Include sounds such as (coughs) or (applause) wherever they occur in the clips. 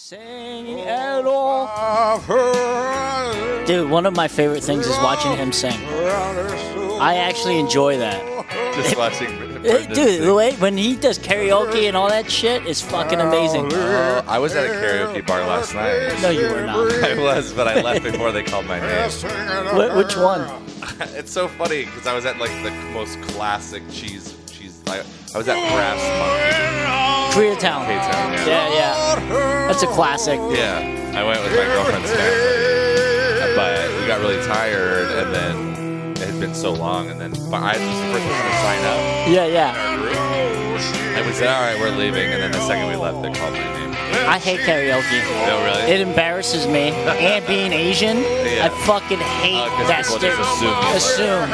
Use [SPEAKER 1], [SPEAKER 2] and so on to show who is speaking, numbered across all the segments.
[SPEAKER 1] Sing along.
[SPEAKER 2] I've heard
[SPEAKER 1] Dude, one of my favorite things is watching him sing. I actually enjoy that. (laughs)
[SPEAKER 3] Just watching.
[SPEAKER 1] Uh,
[SPEAKER 3] Brendan
[SPEAKER 1] Dude,
[SPEAKER 3] sing.
[SPEAKER 1] the way when he does karaoke and all that shit is fucking amazing.
[SPEAKER 3] Oh, I was at a karaoke bar last night.
[SPEAKER 1] No, you were not.
[SPEAKER 3] (laughs) (laughs) I was, but I left before they called my name. (laughs)
[SPEAKER 1] Wh- which one?
[SPEAKER 3] It's so funny because I was at like the most classic cheese cheese. I, I was at Brass
[SPEAKER 1] Koreatown.
[SPEAKER 3] Monkey Town. Yeah.
[SPEAKER 1] Yeah, yeah. That's a classic.
[SPEAKER 3] Yeah, I went with my girlfriend's family, but we got really tired, and then it had been so long, and then but I was the first person to sign up.
[SPEAKER 1] Yeah, yeah.
[SPEAKER 3] And we said, all right, we're leaving, and then the second we left, they called my name.
[SPEAKER 1] I hate karaoke.
[SPEAKER 3] No, really?
[SPEAKER 1] It embarrasses me. And being Asian,
[SPEAKER 3] Yeah.
[SPEAKER 1] I fucking hate
[SPEAKER 3] Oh, 'cause
[SPEAKER 1] that
[SPEAKER 3] people
[SPEAKER 1] shit.
[SPEAKER 3] just assume you like-
[SPEAKER 1] Assume.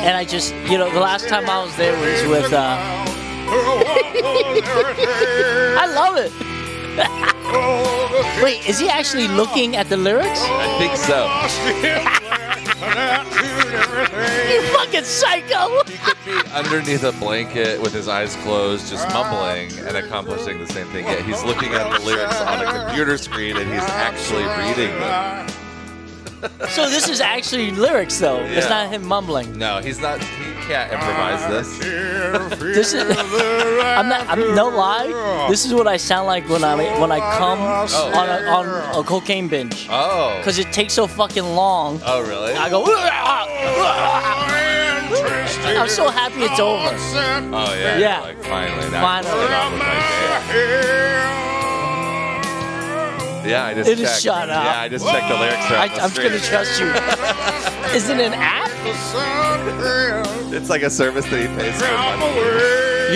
[SPEAKER 1] And I just, you know, the last time I was there was with, uh, I love it. Wait, is he actually looking at the lyrics?
[SPEAKER 3] I think so.
[SPEAKER 1] You fucking psycho!
[SPEAKER 3] He could be underneath a blanket with his eyes closed, just mumbling and accomplishing the same thing. Yet he's looking at the lyrics on a computer screen and (laughs) he's actually reading them.
[SPEAKER 1] So this is actually lyrics, though. It's
[SPEAKER 3] Yeah.
[SPEAKER 1] not him mumbling.
[SPEAKER 3] No, he's not. He can't improvise this.
[SPEAKER 1] This is. I'm not. I'm no lie. This is what I sound like when I when I come
[SPEAKER 2] Oh.
[SPEAKER 1] on a, on a cocaine binge.
[SPEAKER 3] Oh.
[SPEAKER 1] Cause it takes so fucking long.
[SPEAKER 3] Oh, really?
[SPEAKER 1] I go. ah!" "Uah, uah." I'm so happy it's over.
[SPEAKER 3] Oh yeah.
[SPEAKER 1] Yeah.
[SPEAKER 3] Like finally, now I can
[SPEAKER 1] Finally.
[SPEAKER 3] get on with my day. Yeah, I just
[SPEAKER 1] It is
[SPEAKER 3] checked.
[SPEAKER 1] shut up.
[SPEAKER 3] Yeah, I just checked the lyrics.
[SPEAKER 1] I,
[SPEAKER 3] Right
[SPEAKER 1] I'm gonna trust you. Is it an app?
[SPEAKER 3] It's like a service that he pays for money.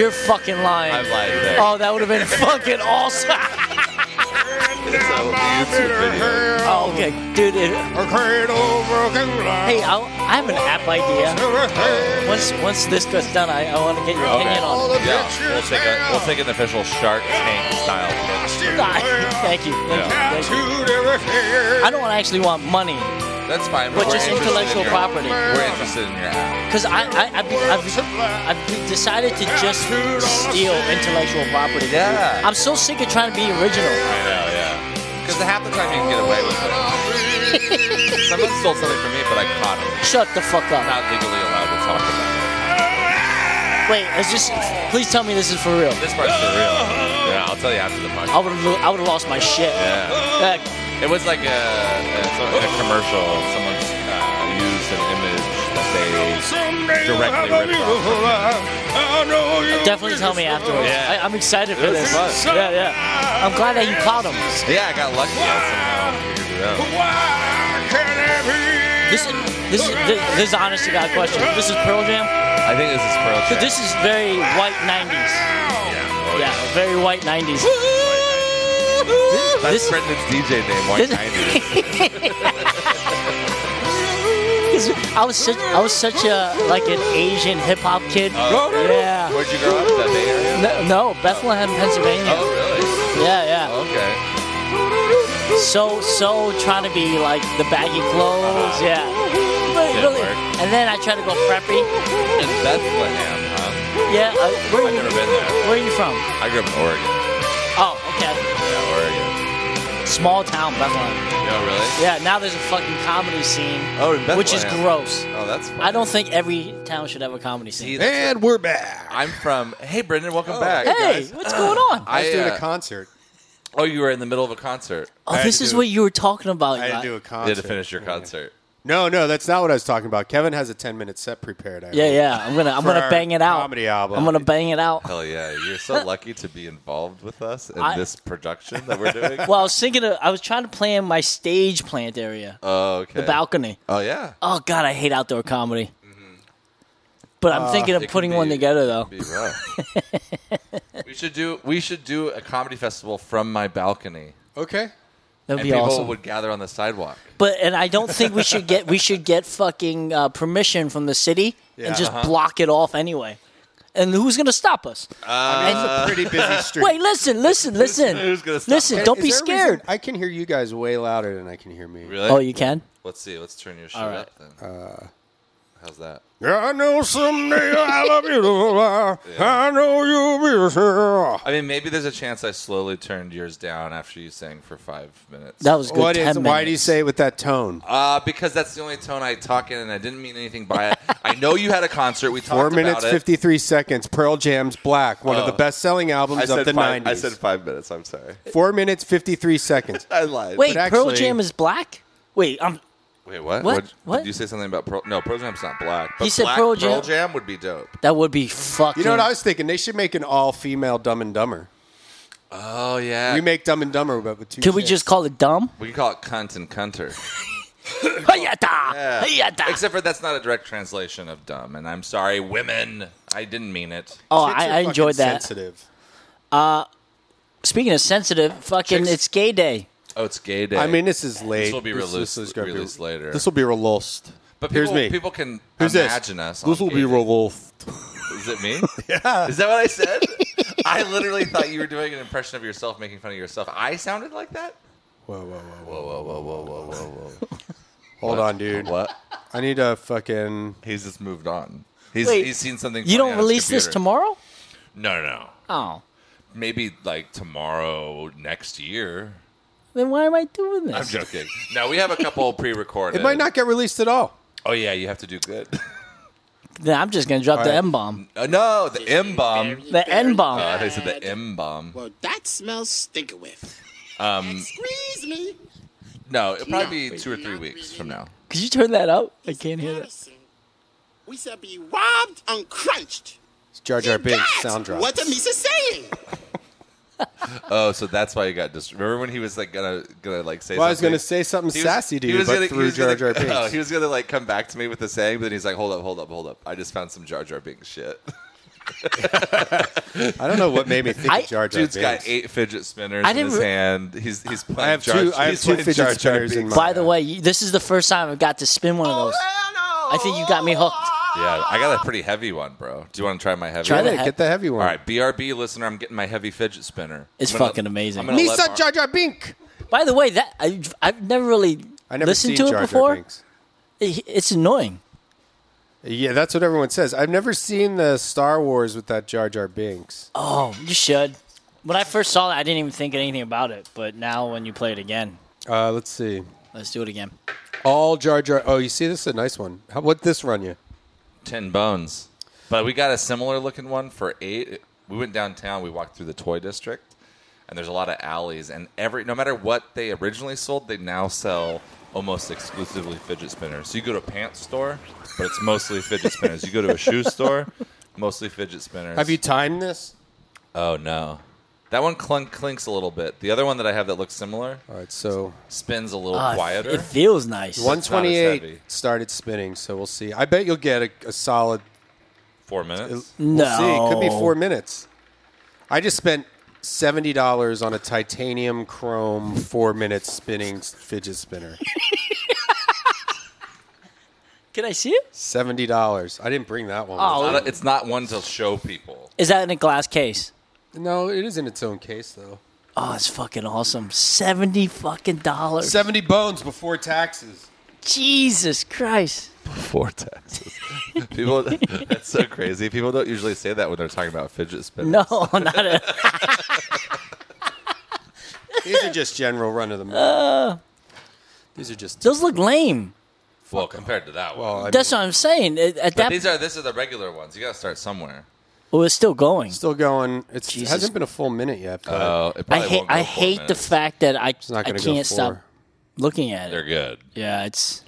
[SPEAKER 1] You're fucking
[SPEAKER 3] I'm
[SPEAKER 1] lying.
[SPEAKER 3] like, there.
[SPEAKER 1] Oh, that would have been fucking awesome.
[SPEAKER 3] (laughs) it's a YouTube video.
[SPEAKER 1] Oh, okay, dude. It, hey, I, I have an app idea. Once once this gets done, I, I want to get your
[SPEAKER 3] Okay.
[SPEAKER 1] opinion on it. (laughs)
[SPEAKER 3] Yeah, we'll take a we'll take an official Shark Tank style. pitch.
[SPEAKER 1] Thank you. Thank you. Thank you. I don't actually want money,
[SPEAKER 3] That's fine.
[SPEAKER 1] but
[SPEAKER 3] we're
[SPEAKER 1] just
[SPEAKER 3] interested in
[SPEAKER 1] intellectual
[SPEAKER 3] your-
[SPEAKER 1] property.
[SPEAKER 3] We're interested in your app.
[SPEAKER 1] Because I, I, I've, I've, I've decided to just steal intellectual property.
[SPEAKER 3] Yeah.
[SPEAKER 1] I'm so sick of trying to be original.
[SPEAKER 3] I know, yeah. Because half the time you can get away with it.
[SPEAKER 1] (laughs)
[SPEAKER 3] Someone stole something from me, but I caught it.
[SPEAKER 1] Shut the fuck up.
[SPEAKER 3] Not legally allowed to talk about
[SPEAKER 1] Wait, it's just. Please tell me this is for real.
[SPEAKER 3] it. This part's for real. Yeah, I'll tell you after the
[SPEAKER 1] I
[SPEAKER 3] podcast.
[SPEAKER 1] would have, I would have lost my shit.
[SPEAKER 3] Yeah.
[SPEAKER 1] Uh,
[SPEAKER 3] It was like a, a- so- in a commercial. Someone's uh, used an image that they. Directly ripped off.
[SPEAKER 1] definitely tell me afterwards. I,
[SPEAKER 3] Yeah.
[SPEAKER 1] I'm excited for
[SPEAKER 3] It was
[SPEAKER 1] this.
[SPEAKER 3] fun.
[SPEAKER 1] Yeah, yeah. I'm glad that you caught him.
[SPEAKER 3] Yeah, I got lucky on somehow. I figured it out.
[SPEAKER 1] This, this, is- this, this is honest to God question. This is Pearl Jam.
[SPEAKER 3] I think this is Pearl
[SPEAKER 1] So
[SPEAKER 3] Jam.
[SPEAKER 1] this is very white '90s.
[SPEAKER 3] yeah.
[SPEAKER 1] Yeah, very white '90s.
[SPEAKER 3] That's
[SPEAKER 1] This-
[SPEAKER 3] Brendan's DJ
[SPEAKER 1] (laughs)
[SPEAKER 3] name, White
[SPEAKER 1] This-
[SPEAKER 3] 90s.
[SPEAKER 1] 'Cause I was such, I was such a like an Asian hip hop kid.
[SPEAKER 2] Oh,
[SPEAKER 1] yeah.
[SPEAKER 3] Oh, Where'd you grow up? That Bay Area?
[SPEAKER 1] No, no, Bethlehem, Pennsylvania.
[SPEAKER 3] Oh,
[SPEAKER 1] Yeah, yeah.
[SPEAKER 3] really? Okay.
[SPEAKER 1] So, so trying to be like the baggy clothes.
[SPEAKER 2] Uh-huh.
[SPEAKER 1] Yeah. Really,
[SPEAKER 3] Didn't
[SPEAKER 1] really.
[SPEAKER 3] work.
[SPEAKER 1] And then I tried to go preppy.
[SPEAKER 3] In Bethlehem, huh?
[SPEAKER 1] Yeah. Uh, where, are
[SPEAKER 3] I've
[SPEAKER 1] you,
[SPEAKER 3] never been there.
[SPEAKER 1] where are you from?
[SPEAKER 3] I grew up in Oregon.
[SPEAKER 1] Oh, okay.
[SPEAKER 3] Yeah, Oregon.
[SPEAKER 1] Small town, Bethlehem.
[SPEAKER 3] No, really?
[SPEAKER 1] Yeah. Now there's a fucking comedy scene,
[SPEAKER 3] Oh, in Bethlehem.
[SPEAKER 1] which is gross.
[SPEAKER 3] Oh, that's fun.
[SPEAKER 1] I don't think every town should have a comedy
[SPEAKER 3] See,
[SPEAKER 1] scene.
[SPEAKER 3] that's-
[SPEAKER 2] And we're back.
[SPEAKER 3] I'm from. Hey, Brendan, welcome back.
[SPEAKER 1] Hey, what's going on?
[SPEAKER 2] I was doing
[SPEAKER 3] uh,
[SPEAKER 2] a concert.
[SPEAKER 3] Oh, you were in the middle of a concert.
[SPEAKER 1] Oh,
[SPEAKER 2] I had
[SPEAKER 1] this
[SPEAKER 2] to
[SPEAKER 1] is
[SPEAKER 2] do-
[SPEAKER 1] what you were talking about.
[SPEAKER 2] I had
[SPEAKER 1] Eli.
[SPEAKER 2] to do a
[SPEAKER 3] You
[SPEAKER 2] concert.
[SPEAKER 3] had to finish your concert.
[SPEAKER 2] No, no, that's not what I was talking about. Kevin has a 10 minute set prepared. I
[SPEAKER 1] Yeah,
[SPEAKER 2] hope.
[SPEAKER 1] yeah. I'm gonna I'm
[SPEAKER 2] For
[SPEAKER 1] gonna
[SPEAKER 2] our
[SPEAKER 1] bang it out.
[SPEAKER 2] comedy album.
[SPEAKER 1] I'm gonna bang it out.
[SPEAKER 3] Hell yeah.
[SPEAKER 1] (laughs)
[SPEAKER 3] You're so lucky to be involved with us in
[SPEAKER 1] I-
[SPEAKER 3] this production that we're doing.
[SPEAKER 1] (laughs) Well, I was thinking of, I was trying to plan my stage plant area,
[SPEAKER 3] oh, okay.
[SPEAKER 1] the balcony.
[SPEAKER 3] Oh, yeah.
[SPEAKER 1] Oh God, I hate outdoor comedy. But I'm thinking of
[SPEAKER 3] Uh, It can
[SPEAKER 1] putting
[SPEAKER 3] be-
[SPEAKER 1] one together though.
[SPEAKER 3] it can be
[SPEAKER 1] (laughs)
[SPEAKER 3] rough. we should do we should do a comedy festival from my balcony,
[SPEAKER 2] Okay.
[SPEAKER 1] That'd
[SPEAKER 3] and
[SPEAKER 1] be
[SPEAKER 3] people
[SPEAKER 1] awesome.
[SPEAKER 3] would gather on the sidewalk.
[SPEAKER 1] But and I don't think we should get we should get fucking uh, permission from the city
[SPEAKER 2] Yeah.
[SPEAKER 1] and just block it off anyway. And who's gonna stop us?
[SPEAKER 3] Uh,
[SPEAKER 2] it's a pretty
[SPEAKER 3] (laughs)
[SPEAKER 2] busy street.
[SPEAKER 1] Wait, listen, listen, listen.
[SPEAKER 3] who's gonna stop
[SPEAKER 1] listen,
[SPEAKER 2] Is
[SPEAKER 1] don't
[SPEAKER 2] there
[SPEAKER 1] be
[SPEAKER 2] a reason-
[SPEAKER 1] scared.
[SPEAKER 2] I can hear you guys way louder than I can hear me.
[SPEAKER 3] Really?
[SPEAKER 1] Oh, you can.
[SPEAKER 3] Let's see. Let's turn your shit
[SPEAKER 1] All right.
[SPEAKER 3] up then. How's that?
[SPEAKER 4] I know someday I'll be
[SPEAKER 3] (laughs)
[SPEAKER 4] beautiful. I know you'll be the same.
[SPEAKER 3] I mean, maybe there's a chance I slowly turned yours down after you sang for five minutes.
[SPEAKER 1] That was good.
[SPEAKER 4] What is?
[SPEAKER 1] 10
[SPEAKER 4] Why do you
[SPEAKER 1] minutes.
[SPEAKER 4] say it with that tone?
[SPEAKER 3] Uh, because that's the only tone I talk in, and I didn't mean anything by it. I know you had a concert. We
[SPEAKER 4] Four
[SPEAKER 3] talked
[SPEAKER 4] minutes
[SPEAKER 3] about it.
[SPEAKER 4] fifty-three seconds. Pearl Jam's "Black," one of
[SPEAKER 3] Oh.
[SPEAKER 4] the best-selling albums
[SPEAKER 3] I
[SPEAKER 4] of
[SPEAKER 3] said
[SPEAKER 4] the
[SPEAKER 3] five.
[SPEAKER 4] nineties.
[SPEAKER 3] I said five minutes. I'm sorry.
[SPEAKER 4] four minutes fifty-three seconds.
[SPEAKER 3] I lied.
[SPEAKER 1] Wait,
[SPEAKER 4] but
[SPEAKER 1] Pearl
[SPEAKER 4] actually-
[SPEAKER 1] Jam is black? Wait, I'm.
[SPEAKER 3] Wait,
[SPEAKER 1] What?
[SPEAKER 3] what? What'd-
[SPEAKER 1] What?
[SPEAKER 3] Did you say something about Pearl? No, Pearl Jam's not black. But
[SPEAKER 1] He said
[SPEAKER 3] black
[SPEAKER 1] Pearl Jam-
[SPEAKER 3] would be dope.
[SPEAKER 1] That would be fucking.
[SPEAKER 4] You know what I was thinking? They should make an all-female Dumb and Dumber.
[SPEAKER 3] Oh yeah.
[SPEAKER 4] We make Dumb and Dumber, but with two.
[SPEAKER 1] Could we
[SPEAKER 4] chicks.
[SPEAKER 1] just call it dumb?
[SPEAKER 3] we can call it cunt and
[SPEAKER 1] (laughs)
[SPEAKER 3] cunter.
[SPEAKER 1] Hayata!
[SPEAKER 3] Yeah.
[SPEAKER 1] Hayata!
[SPEAKER 3] Except for that's not a direct translation of dumb. And I'm sorry, women. I didn't mean it.
[SPEAKER 1] oh,
[SPEAKER 4] Chicks
[SPEAKER 1] I,
[SPEAKER 4] are
[SPEAKER 1] I
[SPEAKER 4] fucking
[SPEAKER 1] enjoyed that.
[SPEAKER 4] Sensitive.
[SPEAKER 1] Speaking of sensitive, fucking,
[SPEAKER 3] Chicks-
[SPEAKER 1] it's gay day.
[SPEAKER 3] Oh, it's gay day.
[SPEAKER 4] I mean, this is late.
[SPEAKER 3] will be released-
[SPEAKER 4] gonna
[SPEAKER 3] released later.
[SPEAKER 4] This will be released.
[SPEAKER 3] but
[SPEAKER 4] here's
[SPEAKER 3] people,
[SPEAKER 4] me.
[SPEAKER 3] people can
[SPEAKER 4] Who's
[SPEAKER 3] imagine
[SPEAKER 4] this?
[SPEAKER 3] us.
[SPEAKER 4] This
[SPEAKER 3] on
[SPEAKER 4] will be
[SPEAKER 3] gay day.
[SPEAKER 4] released.
[SPEAKER 3] Is
[SPEAKER 4] (laughs)
[SPEAKER 3] it me? yeah. Is that what I said? I literally thought you were doing an impression of yourself, making fun of yourself. I sounded like that.
[SPEAKER 4] Whoa, whoa, whoa!
[SPEAKER 3] Whoa, whoa, whoa, whoa, whoa, whoa, whoa.
[SPEAKER 4] Hold on, dude.
[SPEAKER 3] What?
[SPEAKER 4] I need a fucking.
[SPEAKER 3] He's just moved on. He's
[SPEAKER 1] Wait,
[SPEAKER 3] he's seen something.
[SPEAKER 4] Oh,
[SPEAKER 1] You
[SPEAKER 3] funny
[SPEAKER 1] don't
[SPEAKER 3] on his
[SPEAKER 1] release this
[SPEAKER 3] computer.
[SPEAKER 1] tomorrow?
[SPEAKER 3] No, no, no.
[SPEAKER 1] Oh.
[SPEAKER 3] Maybe like tomorrow next year.
[SPEAKER 1] Then why am I doing this?
[SPEAKER 3] I'm joking. no, we have a
[SPEAKER 4] (laughs)
[SPEAKER 3] couple pre-recorded.
[SPEAKER 4] It might not get released at all.
[SPEAKER 3] Oh yeah, you have to do good.
[SPEAKER 1] Then I'm just going to drop the
[SPEAKER 4] right.
[SPEAKER 1] M bomb.
[SPEAKER 3] Uh, no, the M bomb.
[SPEAKER 1] The N bomb.
[SPEAKER 3] Uh, they said the M bomb.
[SPEAKER 5] Well, that smells stinker with.
[SPEAKER 3] Um,
[SPEAKER 5] Squeeze me.
[SPEAKER 3] no, it'll probably be two or three weeks from now.
[SPEAKER 1] Could you turn that up? I can't hear that.
[SPEAKER 5] Harrison, We shall be robbed and crunched.
[SPEAKER 4] It's Jar Jar Binks
[SPEAKER 5] That's
[SPEAKER 4] sound drop.
[SPEAKER 5] What the Misa saying?
[SPEAKER 3] Oh, so that's why he got dis Remember when he was like gonna gonna like say.
[SPEAKER 4] Well, I was
[SPEAKER 3] something?
[SPEAKER 4] gonna say something
[SPEAKER 3] He was-
[SPEAKER 4] sassy to
[SPEAKER 3] he
[SPEAKER 4] you,
[SPEAKER 3] was
[SPEAKER 4] but
[SPEAKER 3] gonna- he
[SPEAKER 4] through
[SPEAKER 3] was
[SPEAKER 4] Jar
[SPEAKER 3] gonna-
[SPEAKER 4] Jar Binks.
[SPEAKER 3] (laughs) Oh, he was gonna like come back to me with the saying, but then he's like, "Hold up, hold up, hold up! I just found some Jar Jar Binks shit.
[SPEAKER 4] I don't know what
[SPEAKER 1] (laughs)
[SPEAKER 4] made me think
[SPEAKER 1] I-
[SPEAKER 4] of Jar Jar
[SPEAKER 3] (laughs) Dude's got
[SPEAKER 4] Binks.
[SPEAKER 3] eight fidget spinners
[SPEAKER 1] I
[SPEAKER 3] in
[SPEAKER 1] didn't
[SPEAKER 3] his
[SPEAKER 1] re-
[SPEAKER 3] hand. He's he's playing.
[SPEAKER 4] have
[SPEAKER 3] Jar,
[SPEAKER 4] two- I have
[SPEAKER 3] he's
[SPEAKER 4] two
[SPEAKER 3] playing
[SPEAKER 4] fidget
[SPEAKER 3] Jar Jar
[SPEAKER 4] spinners in
[SPEAKER 3] Binks.
[SPEAKER 4] my-
[SPEAKER 1] By the way, you- this is the first time I've got to spin one of those. Oh, I think you got me hooked.
[SPEAKER 3] Yeah, I got a pretty heavy one, bro. Do you want to try my heavy?
[SPEAKER 1] Try
[SPEAKER 3] one?
[SPEAKER 1] that.
[SPEAKER 4] Yeah, get the heavy one.
[SPEAKER 3] All right, BRB listener, I'm getting my heavy fidget spinner.
[SPEAKER 1] It's
[SPEAKER 3] I'm gonna-
[SPEAKER 1] fucking amazing.
[SPEAKER 3] I'm gonna
[SPEAKER 4] Me
[SPEAKER 3] let
[SPEAKER 4] son
[SPEAKER 3] Mar-
[SPEAKER 4] Jar Jar Bink.
[SPEAKER 1] By the way, that I've, I've never really
[SPEAKER 4] I never
[SPEAKER 1] listened
[SPEAKER 4] seen
[SPEAKER 1] to it
[SPEAKER 4] Jar Jar
[SPEAKER 1] before.
[SPEAKER 4] Binks.
[SPEAKER 1] It- It's annoying.
[SPEAKER 4] Yeah, that's what everyone says. I've never seen the Star Wars with that Jar Jar Binks.
[SPEAKER 1] Oh, you should. When I first saw it, I didn't even think anything about it. But now, when you play it again,
[SPEAKER 4] Uh, let's see.
[SPEAKER 1] let's do it again.
[SPEAKER 4] All Jar Jar. Oh, you see, this is a nice one. How, what this run you?
[SPEAKER 3] ten bones. But we got a similar looking one for eight. We went downtown. We walked through the toy district, and there's a lot of alleys. And every no matter what they originally sold, they now sell almost exclusively fidget spinners. So you go to a pants store, but it's mostly fidget spinners. You go to a shoe store, mostly fidget spinners.
[SPEAKER 4] Have you timed this?
[SPEAKER 3] Oh no, that one clunk clinks a little bit. The other one that I have that looks similar
[SPEAKER 4] All right, Uh, so
[SPEAKER 3] spins a little
[SPEAKER 1] Ah, it-
[SPEAKER 3] quieter.
[SPEAKER 1] It feels nice.
[SPEAKER 3] heavy.
[SPEAKER 4] 128 started spinning, so we'll see. I bet you'll get a, a solid.
[SPEAKER 3] Four minutes.
[SPEAKER 4] We'll see. It could be
[SPEAKER 1] No.
[SPEAKER 4] four minutes. I just spent seventy dollars on a titanium chrome four minute spinning fidget spinner.
[SPEAKER 1] Can I see it?
[SPEAKER 4] Seventy dollars. I didn't bring that one.
[SPEAKER 1] Oh.
[SPEAKER 3] Not a- It's not one to show people.
[SPEAKER 1] Is that in a glass case?
[SPEAKER 4] no, it is in its own case though.
[SPEAKER 1] Oh, it's fucking awesome. Seventy fucking dollars.
[SPEAKER 4] Seventy bones before taxes.
[SPEAKER 1] Jesus Christ.
[SPEAKER 3] Four taxes. (laughs) People, that's so crazy. People don't usually say that when they're talking about fidget spinners.
[SPEAKER 1] No, (laughs) not a,
[SPEAKER 4] These are just general run of the mill. These are just.
[SPEAKER 1] those look lame.
[SPEAKER 3] Well, compared to that one.
[SPEAKER 4] Well, I mean,
[SPEAKER 1] That's what I'm saying. At at
[SPEAKER 3] but
[SPEAKER 1] that,
[SPEAKER 3] these are this is the regular ones. You got to start somewhere.
[SPEAKER 1] well, it's still going.
[SPEAKER 4] still going. It's, it
[SPEAKER 1] Jesus.
[SPEAKER 4] hasn't been a full minute yet. But
[SPEAKER 3] Oh, it
[SPEAKER 1] I
[SPEAKER 3] probably
[SPEAKER 1] hate.
[SPEAKER 3] won't go
[SPEAKER 1] I
[SPEAKER 3] four
[SPEAKER 1] hate the
[SPEAKER 3] minutes.
[SPEAKER 1] fact that I
[SPEAKER 4] not
[SPEAKER 1] I
[SPEAKER 4] gonna go
[SPEAKER 1] can't stop
[SPEAKER 4] four.
[SPEAKER 1] looking at
[SPEAKER 3] They're
[SPEAKER 1] it.
[SPEAKER 3] good.
[SPEAKER 1] Yeah, it's.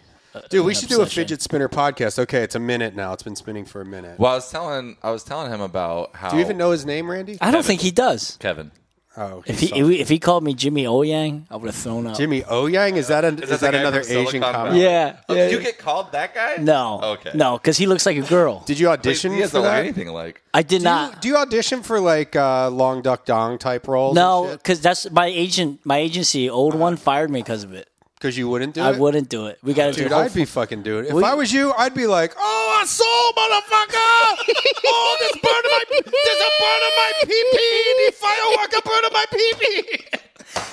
[SPEAKER 4] Dude, we
[SPEAKER 1] an
[SPEAKER 4] should do a
[SPEAKER 1] obsession.
[SPEAKER 4] fidget spinner podcast. Okay, it's a minute now. It's been spinning for a minute.
[SPEAKER 3] Well, I was telling I was telling him about how
[SPEAKER 4] Do you even know his name, Randy?
[SPEAKER 1] I don't think he does.
[SPEAKER 3] Kevin.
[SPEAKER 4] Oh,
[SPEAKER 1] If he if he called me Jimmy Oyang, I would have thrown up.
[SPEAKER 4] Jimmy Oyang is that a, is,
[SPEAKER 3] that the
[SPEAKER 4] that
[SPEAKER 3] guy
[SPEAKER 4] another
[SPEAKER 3] from Silicon
[SPEAKER 4] Asian
[SPEAKER 3] Valley?
[SPEAKER 4] comic?
[SPEAKER 1] Yeah.
[SPEAKER 3] Oh,
[SPEAKER 1] yeah.
[SPEAKER 3] did you get called that guy?
[SPEAKER 1] no.
[SPEAKER 3] Okay.
[SPEAKER 1] No, because he looks like a girl.
[SPEAKER 4] Did you
[SPEAKER 3] Wait,
[SPEAKER 4] audition
[SPEAKER 3] he doesn't
[SPEAKER 4] for
[SPEAKER 3] look
[SPEAKER 4] that?
[SPEAKER 3] anything like.
[SPEAKER 1] I did
[SPEAKER 4] Do you,
[SPEAKER 1] not.
[SPEAKER 4] do you audition for like uh, long duck dong type roles?
[SPEAKER 1] no, because that's my agent. My agency, old one, fired me because of it.
[SPEAKER 4] because you wouldn't do
[SPEAKER 1] I
[SPEAKER 4] it.
[SPEAKER 1] wouldn't do it. We got to do.
[SPEAKER 4] Dude,
[SPEAKER 1] whole
[SPEAKER 4] I'd be fucking doing it. If
[SPEAKER 1] Will
[SPEAKER 4] I
[SPEAKER 1] you-
[SPEAKER 4] was you, I'd be like, "Oh, I soul, motherfucker! (laughs) oh, there's burn of my, there's a burn of my pee pee, the firework, a burn of my pee pee."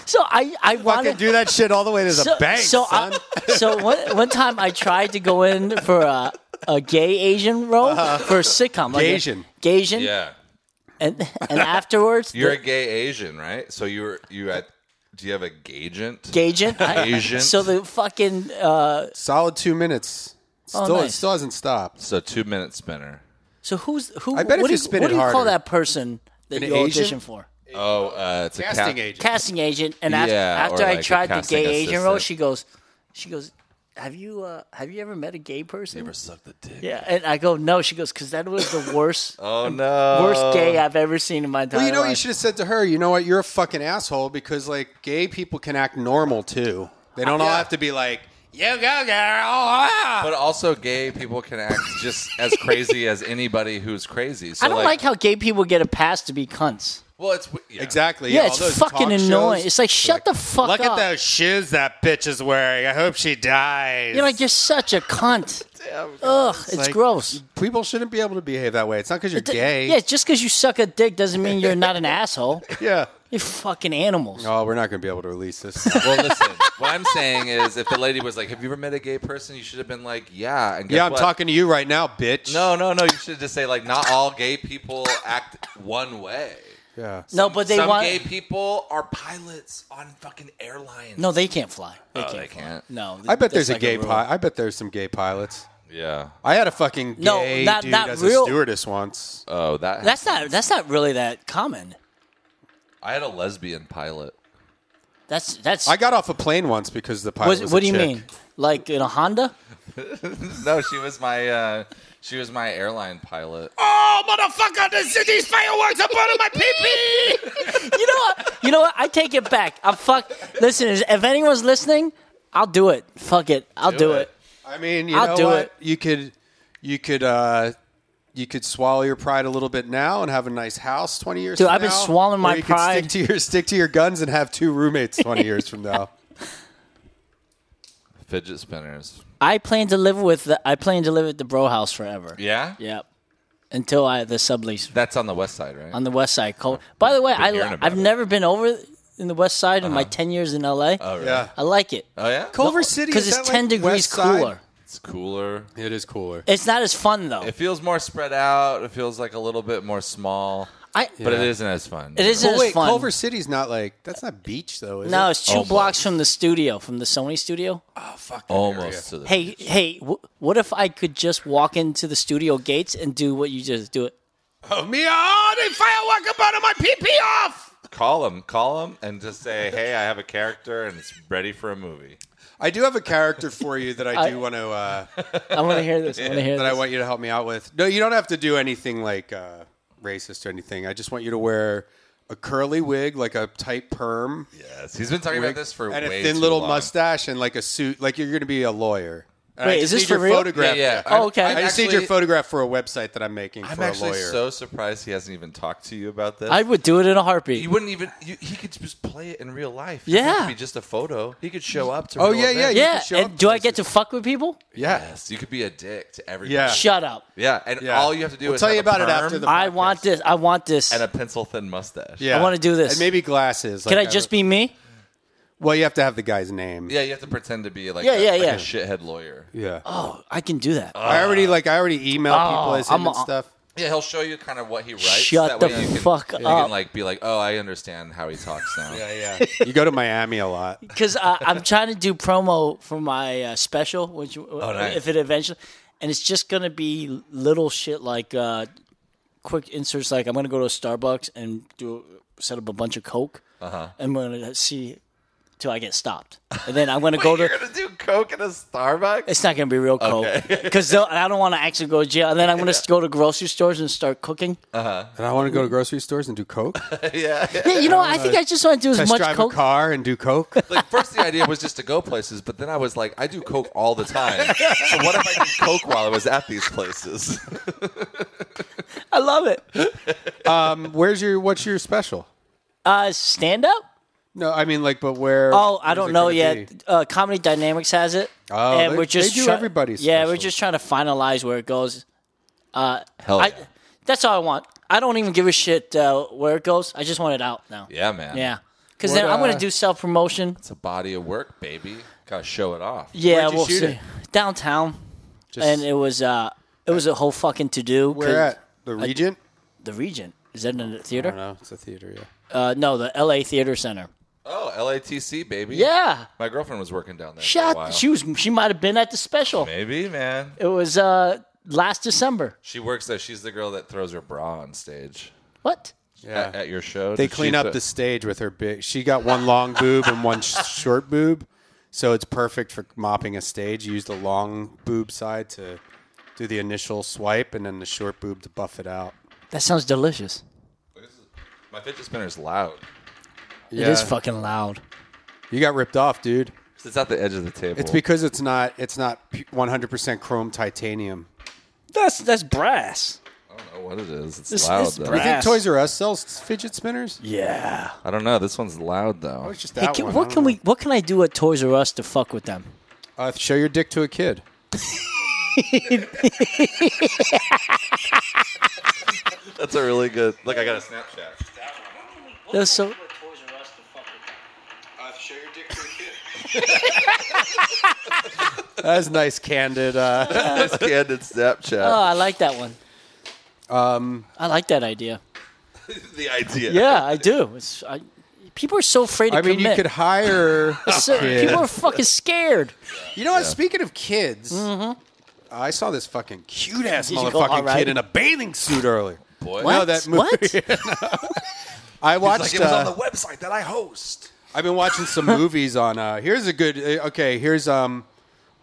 [SPEAKER 1] So I I
[SPEAKER 4] Fucking
[SPEAKER 1] wanted
[SPEAKER 4] do that shit all the way to the
[SPEAKER 1] so,
[SPEAKER 4] bank,
[SPEAKER 1] so
[SPEAKER 4] son.
[SPEAKER 1] I, so one one time I tried to go in for a a gay Asian role
[SPEAKER 4] Uh-huh.
[SPEAKER 1] for a sitcom. Like a-
[SPEAKER 4] Gaysian.
[SPEAKER 1] Gaysian.
[SPEAKER 3] Yeah,
[SPEAKER 1] And and afterwards,
[SPEAKER 3] you're a
[SPEAKER 1] the
[SPEAKER 3] gay Asian, right? So you're you at? Do you have a gagent?
[SPEAKER 1] gaysian. I-
[SPEAKER 3] Gaysian.
[SPEAKER 1] So the fucking uh,
[SPEAKER 4] Solid two minutes.
[SPEAKER 1] Oh,
[SPEAKER 4] Still, it
[SPEAKER 1] nice.
[SPEAKER 4] still hasn't stopped.
[SPEAKER 3] so two minute spinner.
[SPEAKER 1] so who's who?
[SPEAKER 4] I bet if
[SPEAKER 1] what do you,
[SPEAKER 4] you spin
[SPEAKER 1] what
[SPEAKER 4] it
[SPEAKER 1] do you call
[SPEAKER 4] harder.
[SPEAKER 1] that person that
[SPEAKER 4] An
[SPEAKER 1] you
[SPEAKER 4] Asian?
[SPEAKER 1] audition for?
[SPEAKER 3] Oh, uh, it's a
[SPEAKER 4] Casting
[SPEAKER 3] ca-
[SPEAKER 4] agent.
[SPEAKER 1] casting agent, and after,
[SPEAKER 3] Yeah,
[SPEAKER 1] after
[SPEAKER 3] or
[SPEAKER 1] I
[SPEAKER 3] like a
[SPEAKER 1] tried the
[SPEAKER 3] casting
[SPEAKER 1] gay Asian role,
[SPEAKER 3] assistant.
[SPEAKER 1] she goes, she goes, have you uh, have you ever met a gay person?
[SPEAKER 3] Never sucked the dick.
[SPEAKER 1] yeah, and I go, no. She goes, because that was the
[SPEAKER 4] (laughs)
[SPEAKER 1] worst,
[SPEAKER 3] Oh no.
[SPEAKER 1] worst gay I've ever seen in my entire
[SPEAKER 4] Well, you know, what you
[SPEAKER 1] life.
[SPEAKER 4] should have said to her, you know what, you're a fucking asshole because like gay people can act normal too. They don't all have to be like, you go, girl. ah."
[SPEAKER 3] But also, gay people can act just as crazy as anybody who's crazy. So
[SPEAKER 1] I don't like, how gay people get a pass to be cunts.
[SPEAKER 3] Well, it's w- yeah.
[SPEAKER 4] Exactly.
[SPEAKER 1] Yeah,
[SPEAKER 4] all
[SPEAKER 1] it's
[SPEAKER 4] those
[SPEAKER 1] fucking
[SPEAKER 4] talk
[SPEAKER 1] annoying.
[SPEAKER 4] shows,
[SPEAKER 1] It's like shut the fuck
[SPEAKER 4] Look
[SPEAKER 1] up.
[SPEAKER 4] at those shoes that bitch is wearing. I hope she dies.
[SPEAKER 1] You're like you're such a
[SPEAKER 4] (laughs)
[SPEAKER 1] cunt. Ugh, it's,
[SPEAKER 4] like-
[SPEAKER 1] gross.
[SPEAKER 4] people shouldn't be able to behave that way. It's not because you're
[SPEAKER 1] D-
[SPEAKER 4] gay.
[SPEAKER 1] Yeah, just because you suck a dick doesn't mean you're not
[SPEAKER 4] (laughs)
[SPEAKER 1] an asshole.
[SPEAKER 4] yeah.
[SPEAKER 1] You fucking animals.
[SPEAKER 4] Oh, we're not going to be able to release this.
[SPEAKER 3] Well, listen. what I'm saying is, if the lady was like, "Have you ever met a gay person?" You should have been like, "Yeah." And
[SPEAKER 4] (laughs)
[SPEAKER 3] guess
[SPEAKER 4] yeah, I'm
[SPEAKER 3] what?
[SPEAKER 4] talking to you right now, bitch.
[SPEAKER 3] No, no, no. You should just say like, "Not all gay people act one way."
[SPEAKER 4] Yeah.
[SPEAKER 1] no, but they
[SPEAKER 3] Some
[SPEAKER 1] want.
[SPEAKER 3] gay people are pilots on fucking airlines.
[SPEAKER 1] no, they can't fly. They
[SPEAKER 3] Oh,
[SPEAKER 1] can't.
[SPEAKER 3] they can't.
[SPEAKER 1] No,
[SPEAKER 4] I bet
[SPEAKER 1] that's
[SPEAKER 4] there's a
[SPEAKER 1] like
[SPEAKER 4] gay
[SPEAKER 1] rule.
[SPEAKER 4] pi- I bet there's some gay pilots.
[SPEAKER 3] Yeah.
[SPEAKER 4] I had a fucking
[SPEAKER 1] No,
[SPEAKER 4] gay
[SPEAKER 1] not-
[SPEAKER 4] dude
[SPEAKER 1] not
[SPEAKER 4] as
[SPEAKER 1] real- Uh.
[SPEAKER 4] a stewardess once.
[SPEAKER 3] Oh, that.
[SPEAKER 1] That's not. That's not really that common.
[SPEAKER 3] I had a lesbian
[SPEAKER 1] (laughs)
[SPEAKER 3] pilot.
[SPEAKER 1] That's that's.
[SPEAKER 4] I got off a plane once because the pilot
[SPEAKER 1] was,
[SPEAKER 4] was a
[SPEAKER 1] what do you
[SPEAKER 4] chick.
[SPEAKER 1] mean? Like in a Honda?
[SPEAKER 3] No, she was my. uh She was my airline pilot.
[SPEAKER 4] Oh, motherfucker! This, these fireworks are burning my pee pee.
[SPEAKER 1] You know what? You know what? I take it back. I'm fuck. Listen, is- if anyone's listening, I'll do it. Fuck it, I'll do, it.
[SPEAKER 4] I mean, you
[SPEAKER 1] I'll
[SPEAKER 4] know
[SPEAKER 1] do
[SPEAKER 4] what?
[SPEAKER 1] it.
[SPEAKER 4] You could, you could, uh, you could swallow your pride a little bit now and have a nice house twenty years.
[SPEAKER 1] Dude,
[SPEAKER 4] from
[SPEAKER 1] I've been
[SPEAKER 4] now,
[SPEAKER 1] swallowing my
[SPEAKER 4] or you could
[SPEAKER 1] pride.
[SPEAKER 4] stick to your stick to your guns and have two roommates twenty years
[SPEAKER 1] (laughs)
[SPEAKER 4] from now.
[SPEAKER 3] Fidget spinners.
[SPEAKER 1] I plan to live with. The, I plan to live at the Bro House forever.
[SPEAKER 3] Yeah.
[SPEAKER 1] Yep. Until I the sublease
[SPEAKER 3] That's on the west side, right?
[SPEAKER 1] on the West Side. Col- By the way, I,
[SPEAKER 3] hearing about
[SPEAKER 1] I've
[SPEAKER 3] it.
[SPEAKER 1] never been over in the West Side
[SPEAKER 4] Uh-huh.
[SPEAKER 1] in my ten years in LA.
[SPEAKER 3] oh, really?
[SPEAKER 4] Yeah,
[SPEAKER 1] I like it
[SPEAKER 3] Oh yeah.
[SPEAKER 4] Culver City
[SPEAKER 1] because
[SPEAKER 4] Uh, is
[SPEAKER 1] it's
[SPEAKER 4] that,
[SPEAKER 1] ten
[SPEAKER 4] like,
[SPEAKER 1] degrees
[SPEAKER 4] west side?
[SPEAKER 1] cooler.
[SPEAKER 3] It's cooler.
[SPEAKER 4] It is cooler.
[SPEAKER 1] It's not as fun though.
[SPEAKER 3] It feels more spread out. It feels like a little bit more small,
[SPEAKER 1] I
[SPEAKER 3] but it isn't as fun.
[SPEAKER 1] It isn't
[SPEAKER 4] But wait,
[SPEAKER 1] as fun.
[SPEAKER 4] Culver City's not like that's not beach though, is
[SPEAKER 1] no,
[SPEAKER 4] it?
[SPEAKER 1] it's two
[SPEAKER 3] Almost.
[SPEAKER 1] blocks from the studio, from the Sony studio.
[SPEAKER 4] Oh, fuck that area.
[SPEAKER 3] almost to the
[SPEAKER 1] Hey, hey, w- what if I could just walk into the studio gates and do what you just do it?
[SPEAKER 4] Oh, me, oh, they firework up out of my pee pee off.
[SPEAKER 3] call him, call him, and just say, "Hey, I have a character and it's ready for a movie."
[SPEAKER 4] I do have a character for you that I
[SPEAKER 1] (laughs)
[SPEAKER 4] do
[SPEAKER 1] I-
[SPEAKER 4] want to uh,
[SPEAKER 1] I want to hear this. I want to hear
[SPEAKER 4] (laughs) that
[SPEAKER 1] this.
[SPEAKER 4] I want you to help me out with. No, you don't have to do anything like uh, racist or anything. I just want you to wear a curly wig, like a tight perm,
[SPEAKER 3] Yes, he's been talking about this for
[SPEAKER 4] and a
[SPEAKER 3] way
[SPEAKER 4] thin
[SPEAKER 3] too
[SPEAKER 4] little
[SPEAKER 3] long.
[SPEAKER 4] mustache, and like a suit. Like you're going to be a lawyer. And I
[SPEAKER 1] Wait, is
[SPEAKER 4] just
[SPEAKER 1] this
[SPEAKER 4] need
[SPEAKER 1] for
[SPEAKER 4] your
[SPEAKER 1] real?
[SPEAKER 4] Photograph.
[SPEAKER 3] Yeah, yeah.
[SPEAKER 4] I-
[SPEAKER 1] Oh, okay.
[SPEAKER 4] I just need
[SPEAKER 3] actually-
[SPEAKER 4] your photograph for a website that I'm making
[SPEAKER 3] I'm
[SPEAKER 4] for a
[SPEAKER 3] actually
[SPEAKER 4] lawyer.
[SPEAKER 3] so surprised he hasn't even talked to you about this.
[SPEAKER 1] I would do it in a
[SPEAKER 3] you
[SPEAKER 1] heartbeat.
[SPEAKER 3] wouldn't even. You, he could just play it in real life. It
[SPEAKER 1] Yeah.
[SPEAKER 3] doesn't have to be just a photo. He could show up to.
[SPEAKER 4] Oh,
[SPEAKER 3] real
[SPEAKER 4] yeah,
[SPEAKER 3] events.
[SPEAKER 4] you
[SPEAKER 1] Yeah,
[SPEAKER 4] could show
[SPEAKER 1] and
[SPEAKER 4] up
[SPEAKER 1] do
[SPEAKER 4] to
[SPEAKER 1] I get to fuck with people?
[SPEAKER 4] yeah.
[SPEAKER 3] Yes, you could be a dick to everybody.
[SPEAKER 4] Yeah.
[SPEAKER 1] Shut up.
[SPEAKER 3] yeah, and
[SPEAKER 4] Yeah.
[SPEAKER 3] all you have to do
[SPEAKER 4] We'll
[SPEAKER 3] is
[SPEAKER 4] tell
[SPEAKER 3] have
[SPEAKER 4] you
[SPEAKER 3] a
[SPEAKER 4] about it
[SPEAKER 3] perm
[SPEAKER 4] after the-
[SPEAKER 1] I want this. I want this.
[SPEAKER 3] and a pencil thin mustache.
[SPEAKER 4] Yeah.
[SPEAKER 1] wanna do this.
[SPEAKER 4] And maybe glasses.
[SPEAKER 1] Can I
[SPEAKER 4] like uh,
[SPEAKER 1] just be me?
[SPEAKER 4] Well, you have to have the guy's name.
[SPEAKER 3] yeah, you have to pretend to be like
[SPEAKER 1] Yeah,
[SPEAKER 3] a,
[SPEAKER 1] yeah,
[SPEAKER 3] like
[SPEAKER 1] yeah.
[SPEAKER 3] a shithead lawyer.
[SPEAKER 4] Yeah.
[SPEAKER 1] Oh, I can do that.
[SPEAKER 4] I already like I already email people
[SPEAKER 1] Oh,
[SPEAKER 4] as him
[SPEAKER 1] I'm
[SPEAKER 4] and
[SPEAKER 1] a-
[SPEAKER 4] stuff.
[SPEAKER 3] Yeah, he'll show you kind of what he writes.
[SPEAKER 1] Shut
[SPEAKER 3] that
[SPEAKER 1] the
[SPEAKER 3] way you can,
[SPEAKER 1] fuck
[SPEAKER 3] you
[SPEAKER 1] up.
[SPEAKER 3] can like be like, oh, I understand how he talks now. (laughs)
[SPEAKER 4] Yeah, yeah. you go to Miami a lot.
[SPEAKER 1] because uh, I'm trying to do promo for my uh, special, which
[SPEAKER 3] Oh, nice.
[SPEAKER 1] if it eventually, and it's just gonna be little shit like uh, quick inserts. Like I'm gonna go to a Starbucks and do set up a bunch of Coke. Uh-huh. I'm gonna see till I get stopped, and then I'm
[SPEAKER 3] (laughs)
[SPEAKER 1] gonna go to.
[SPEAKER 3] You're gonna do coke at a Starbucks?
[SPEAKER 1] It's not gonna be real Coke because I don't want to actually go to jail. And then I'm gonna go to grocery stores and start cooking.
[SPEAKER 3] Uh,
[SPEAKER 4] And I want to go to grocery stores and do (laughs) coke.
[SPEAKER 3] yeah.
[SPEAKER 1] Yeah, you know, what? I
[SPEAKER 3] uh,
[SPEAKER 1] think I just want to do as
[SPEAKER 4] Test
[SPEAKER 1] much
[SPEAKER 4] drive
[SPEAKER 1] Coke.
[SPEAKER 4] a car and
[SPEAKER 1] (laughs)
[SPEAKER 4] do coke.
[SPEAKER 3] Like first, the idea was just to go places, but then I was like, I do coke all the time. So what if I did coke while I was at these places? (laughs)
[SPEAKER 1] I love it.
[SPEAKER 4] Um, where's your what's your special?
[SPEAKER 1] Uh, stand up.
[SPEAKER 4] No, I mean like, but where?
[SPEAKER 1] Oh, I
[SPEAKER 4] where's
[SPEAKER 1] don't
[SPEAKER 4] it
[SPEAKER 1] know
[SPEAKER 4] gonna
[SPEAKER 1] yet.
[SPEAKER 4] be?
[SPEAKER 1] Uh, Comedy Dynamics has it,
[SPEAKER 4] Oh,
[SPEAKER 1] and
[SPEAKER 4] they-
[SPEAKER 1] we're just
[SPEAKER 4] they do
[SPEAKER 1] try-
[SPEAKER 4] everybody's
[SPEAKER 1] Yeah, we're
[SPEAKER 4] specials.
[SPEAKER 1] just trying to finalize where it goes.
[SPEAKER 3] Hell yeah,
[SPEAKER 1] I, that's all I want. I don't even give a shit uh, where it goes. I just want it out now.
[SPEAKER 3] yeah, man.
[SPEAKER 1] yeah. Because
[SPEAKER 4] What,
[SPEAKER 1] then I'm
[SPEAKER 4] uh,
[SPEAKER 1] gonna do self promotion.
[SPEAKER 3] it's a body of work, baby. Gotta show it off.
[SPEAKER 1] Yeah,
[SPEAKER 4] Where'd you
[SPEAKER 1] we'll
[SPEAKER 4] shoot
[SPEAKER 1] see.
[SPEAKER 4] it?
[SPEAKER 1] Downtown.
[SPEAKER 4] Just-
[SPEAKER 1] and it was uh, it was a whole fucking to do.
[SPEAKER 4] Where at? The Regent?
[SPEAKER 1] The Regent. Is that in the
[SPEAKER 4] I
[SPEAKER 1] theater?
[SPEAKER 4] don't know. It's a theater, yeah.
[SPEAKER 1] Uh, no, the L.A. Theater Center.
[SPEAKER 3] Oh, LATC, baby.
[SPEAKER 1] Yeah.
[SPEAKER 3] My girlfriend was working down there. for a while.
[SPEAKER 1] Shot. She was. She might have been at the special.
[SPEAKER 3] Maybe, man.
[SPEAKER 1] It was uh, last December.
[SPEAKER 3] She works there. She's the girl that throws her bra on stage
[SPEAKER 1] What?
[SPEAKER 4] Yeah.
[SPEAKER 3] at, at your show.
[SPEAKER 4] uh, they
[SPEAKER 3] Did she
[SPEAKER 4] clean up
[SPEAKER 3] th-
[SPEAKER 4] the stage with her big. She got one (laughs) long boob and one sh- short boob, so it's perfect for mopping a stage. You use the long boob side to do the initial swipe, and then the short boob to buff it out.
[SPEAKER 1] That sounds delicious.
[SPEAKER 3] My fidget spinner's loud.
[SPEAKER 1] It is fucking loud.
[SPEAKER 4] You got ripped off, dude.
[SPEAKER 3] It's at the edge of the table.
[SPEAKER 4] It's because it's not it's not 100% chrome titanium.
[SPEAKER 1] That's that's brass.
[SPEAKER 3] I don't know what it is. It's
[SPEAKER 1] This-
[SPEAKER 3] loud
[SPEAKER 1] this
[SPEAKER 3] though.
[SPEAKER 4] You
[SPEAKER 1] bra-
[SPEAKER 4] think
[SPEAKER 1] Ass.
[SPEAKER 4] Toys R Us sells fidget spinners?
[SPEAKER 1] Yeah.
[SPEAKER 3] I don't know. This one's loud though.
[SPEAKER 4] It's just
[SPEAKER 1] Hey,
[SPEAKER 4] that
[SPEAKER 1] can-
[SPEAKER 4] one. I
[SPEAKER 1] what
[SPEAKER 4] don't
[SPEAKER 1] can
[SPEAKER 4] know.
[SPEAKER 1] we? What can I do at Toys R Us to fuck with them?
[SPEAKER 4] Uh, show your dick to a kid.
[SPEAKER 3] That's a really good. Look, I got a Snapchat.
[SPEAKER 1] That's so.
[SPEAKER 4] (laughs) That's nice, candid. Uh,
[SPEAKER 3] That's candid
[SPEAKER 1] Oh,
[SPEAKER 3] Snapchat.
[SPEAKER 1] I like that one. Um, I like that idea.
[SPEAKER 3] the idea.
[SPEAKER 1] Yeah, I do. It's, I, people are so afraid to
[SPEAKER 4] I mean, you
[SPEAKER 1] commit.
[SPEAKER 4] could hire.
[SPEAKER 1] (laughs) So-
[SPEAKER 4] kids.
[SPEAKER 1] people are fucking scared.
[SPEAKER 4] You know what? Speaking of kids, I saw this fucking cute ass
[SPEAKER 1] Mm-hmm. Did you go
[SPEAKER 4] motherfucking
[SPEAKER 1] alright?
[SPEAKER 4] kid in a bathing suit earlier.
[SPEAKER 3] Boy.
[SPEAKER 1] What?
[SPEAKER 4] (laughs) No, that movie. (laughs)
[SPEAKER 1] What?
[SPEAKER 4] I watched.
[SPEAKER 3] Like it was
[SPEAKER 4] uh,
[SPEAKER 3] on the website that I host.
[SPEAKER 4] I've been watching
[SPEAKER 3] (laughs)
[SPEAKER 4] some movies on. Uh, here's a good. uh, Okay, here's um.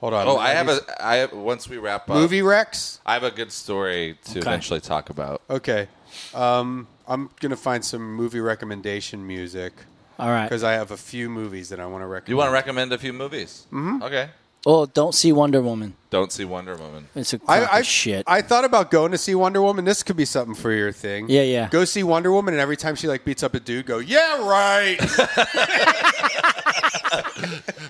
[SPEAKER 4] Hold on.
[SPEAKER 3] Oh, I have a. I have, once we wrap up,
[SPEAKER 4] movie Rex.
[SPEAKER 3] I have a good story to eventually talk about.
[SPEAKER 4] Okay, um, I'm gonna find some movie recommendation music
[SPEAKER 1] All right.
[SPEAKER 4] because I have a few movies that I want to recommend.
[SPEAKER 3] You want to recommend a few movies? Mm-hmm. Okay.
[SPEAKER 1] Oh, don't see Wonder Woman.
[SPEAKER 3] Don't see Wonder Woman.
[SPEAKER 1] It's a crock of
[SPEAKER 4] I, I
[SPEAKER 1] shit.
[SPEAKER 4] I thought about going to see Wonder Woman. This could be something for your thing.
[SPEAKER 1] Yeah, yeah.
[SPEAKER 4] Go see Wonder Woman, and every time she like beats up a dude, go, yeah, right.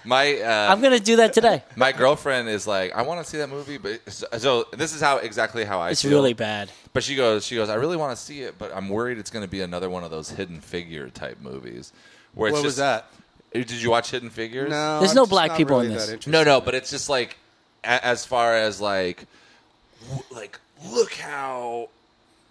[SPEAKER 3] My uh,
[SPEAKER 1] I'm gonna do that today.
[SPEAKER 3] my girlfriend is like, I want to see that movie, but so, so this is how exactly how I
[SPEAKER 1] It's
[SPEAKER 3] feel.
[SPEAKER 1] really bad.
[SPEAKER 3] But she goes, she goes, I really want to see it, but I'm worried it's going to be another one of those hidden figure type movies. Where it's
[SPEAKER 4] what was
[SPEAKER 3] just-
[SPEAKER 4] that?
[SPEAKER 3] Eh, Did you watch Hidden Figures?
[SPEAKER 1] There's
[SPEAKER 4] I'm
[SPEAKER 1] no
[SPEAKER 4] just
[SPEAKER 1] black
[SPEAKER 4] not
[SPEAKER 1] people in
[SPEAKER 4] really
[SPEAKER 1] this.
[SPEAKER 4] that interested.
[SPEAKER 3] No, no, but it's just like a- as far as like w- like look how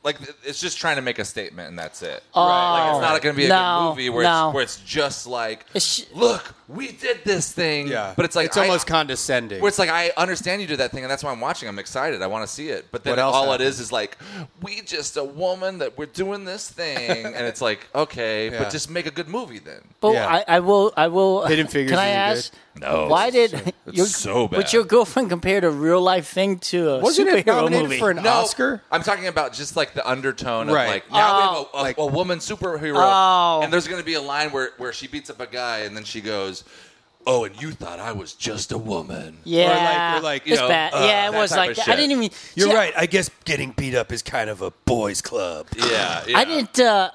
[SPEAKER 3] like it's just trying to make a statement and that's it. Oh, like it's not going to be a
[SPEAKER 1] no,
[SPEAKER 3] good movie where
[SPEAKER 1] no.
[SPEAKER 3] it's where it's just like
[SPEAKER 1] It's sh-
[SPEAKER 3] look, we did this thing.
[SPEAKER 4] Yeah,
[SPEAKER 3] But it's like
[SPEAKER 4] it's
[SPEAKER 3] I-
[SPEAKER 4] almost condescending.
[SPEAKER 3] where it's like I understand you did that thing, and that's why I'm watching. I'm excited. I want to see it. But then
[SPEAKER 4] What else
[SPEAKER 3] all
[SPEAKER 4] happened?
[SPEAKER 3] it is is like, we just a woman that we're doing this thing, and it's like, okay,
[SPEAKER 4] Yeah.
[SPEAKER 3] but just make a good movie then.
[SPEAKER 1] But
[SPEAKER 4] Yeah.
[SPEAKER 1] I, I will. I will.
[SPEAKER 4] (laughs) Hidden Figures
[SPEAKER 1] Can I
[SPEAKER 4] isn't
[SPEAKER 1] ask?
[SPEAKER 3] good. No.
[SPEAKER 1] Why did
[SPEAKER 3] It's
[SPEAKER 1] your,
[SPEAKER 3] so
[SPEAKER 1] But
[SPEAKER 3] bad.
[SPEAKER 1] your girlfriend compared a real life thing to a
[SPEAKER 4] Wasn't
[SPEAKER 1] superhero
[SPEAKER 4] it nominated
[SPEAKER 1] movie.
[SPEAKER 4] for an Oscar?
[SPEAKER 3] I'm talking about just like the undertone
[SPEAKER 4] Right.
[SPEAKER 3] of like now
[SPEAKER 1] Oh.
[SPEAKER 3] we have a, a,
[SPEAKER 4] Like-
[SPEAKER 3] a woman superhero,
[SPEAKER 1] Oh.
[SPEAKER 3] and there's going to be a line where where she beats up a guy, and then she goes, "Oh, and you thought I was just a woman."
[SPEAKER 1] yeah,
[SPEAKER 4] or like, you
[SPEAKER 1] it's
[SPEAKER 4] know,
[SPEAKER 1] bad.
[SPEAKER 3] uh,
[SPEAKER 1] yeah, it
[SPEAKER 3] that
[SPEAKER 1] was
[SPEAKER 3] type
[SPEAKER 1] like
[SPEAKER 3] of
[SPEAKER 1] that. I
[SPEAKER 3] shit.
[SPEAKER 1] didn't even.
[SPEAKER 6] You're
[SPEAKER 1] see,
[SPEAKER 6] right. I guess getting beat up is kind of a boys' club.
[SPEAKER 3] yeah,
[SPEAKER 1] I didn't. Uh,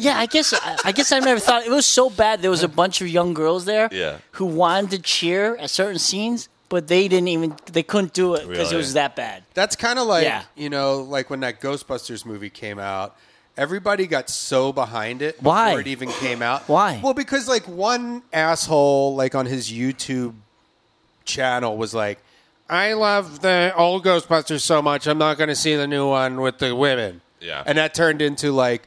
[SPEAKER 1] yeah, I guess I, I guess I never thought it was so bad. There was a bunch of young girls there
[SPEAKER 3] Yeah.
[SPEAKER 1] who wanted to cheer at certain scenes, but they didn't even. They couldn't do it because it
[SPEAKER 3] Really?
[SPEAKER 1] was that bad.
[SPEAKER 4] That's kind of like
[SPEAKER 1] Yeah.
[SPEAKER 4] you know, like when that Ghostbusters movie came out. Everybody got so behind it
[SPEAKER 1] Why?
[SPEAKER 4] before it even came out.
[SPEAKER 1] Why?
[SPEAKER 4] Well, because like one asshole, like on his YouTube channel, was like, "I love the old Ghostbusters so much, I'm not going to see the new one with the women."
[SPEAKER 3] Yeah.
[SPEAKER 4] and that turned into like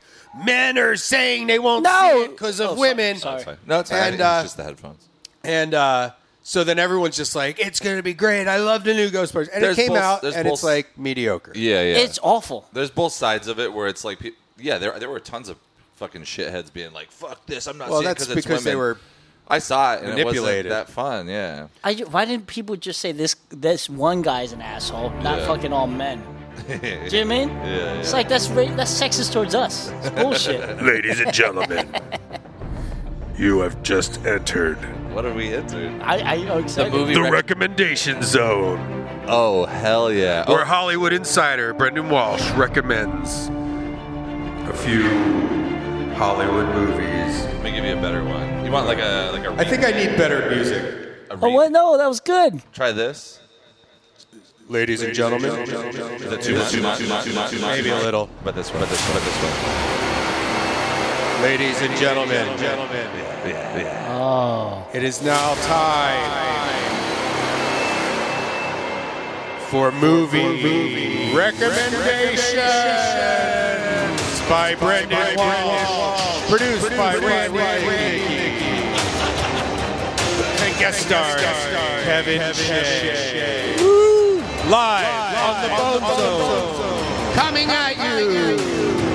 [SPEAKER 4] men are saying they won't
[SPEAKER 1] No.
[SPEAKER 4] see it because of
[SPEAKER 1] Oh, so-
[SPEAKER 4] women.
[SPEAKER 1] sorry.
[SPEAKER 3] No, it's, fine. I
[SPEAKER 4] And,
[SPEAKER 3] think it's
[SPEAKER 4] uh,
[SPEAKER 3] just the headphones.
[SPEAKER 4] And uh, so then everyone's just like, "It's going to be great. I love the new Ghostbusters." And
[SPEAKER 3] There's
[SPEAKER 4] it came
[SPEAKER 3] both-
[SPEAKER 4] out,
[SPEAKER 3] there's
[SPEAKER 4] and it's
[SPEAKER 3] both-
[SPEAKER 4] like mediocre.
[SPEAKER 3] Yeah, yeah.
[SPEAKER 1] It's awful.
[SPEAKER 3] There's both sides of it where it's like, pe- yeah, there there were tons of fucking shitheads being like, "Fuck this, I'm not."
[SPEAKER 4] Well,
[SPEAKER 3] seeing it
[SPEAKER 4] that's
[SPEAKER 3] it's
[SPEAKER 4] because they
[SPEAKER 3] women."
[SPEAKER 4] were
[SPEAKER 3] I saw it and
[SPEAKER 4] manipulated.
[SPEAKER 3] it wasn't that fun. Yeah,
[SPEAKER 1] I, ju- why didn't people just say this? This one guy's an asshole, not
[SPEAKER 3] Yeah.
[SPEAKER 1] fucking all men.
[SPEAKER 3] (laughs)
[SPEAKER 1] Do you know what I mean?
[SPEAKER 3] yeah.
[SPEAKER 1] It's like that's ra- that's sexist towards us.
[SPEAKER 3] (laughs)
[SPEAKER 1] It's bullshit.
[SPEAKER 6] Ladies and gentlemen, you have just entered
[SPEAKER 3] What are we into?
[SPEAKER 1] I, I know
[SPEAKER 3] The
[SPEAKER 1] exactly.
[SPEAKER 3] movie.
[SPEAKER 6] the
[SPEAKER 3] rec-
[SPEAKER 6] recommendation zone,
[SPEAKER 3] oh hell yeah!
[SPEAKER 6] where
[SPEAKER 3] Oh,
[SPEAKER 6] Hollywood insider Brendan Walsh recommends a few Hollywood movies.
[SPEAKER 3] let me give you a better one. You want like a like a?
[SPEAKER 4] I think I
[SPEAKER 3] remake?
[SPEAKER 4] need better music.
[SPEAKER 3] A
[SPEAKER 1] Oh
[SPEAKER 3] re-
[SPEAKER 1] what? No, that was good.
[SPEAKER 3] Try this.
[SPEAKER 4] Ladies and gentlemen,
[SPEAKER 3] Is it too much? Too much? Too much? Too much? Too much?
[SPEAKER 4] maybe a little.
[SPEAKER 3] Oh, But this one. But this one. But this one.
[SPEAKER 4] Ladies and gentlemen,
[SPEAKER 3] Yeah, yeah.
[SPEAKER 4] it is now time for movie, recommendations by Brendan Wall, produced by Randy Hickey, and guest stars Kevin Shea. Live on the Bozo, coming at you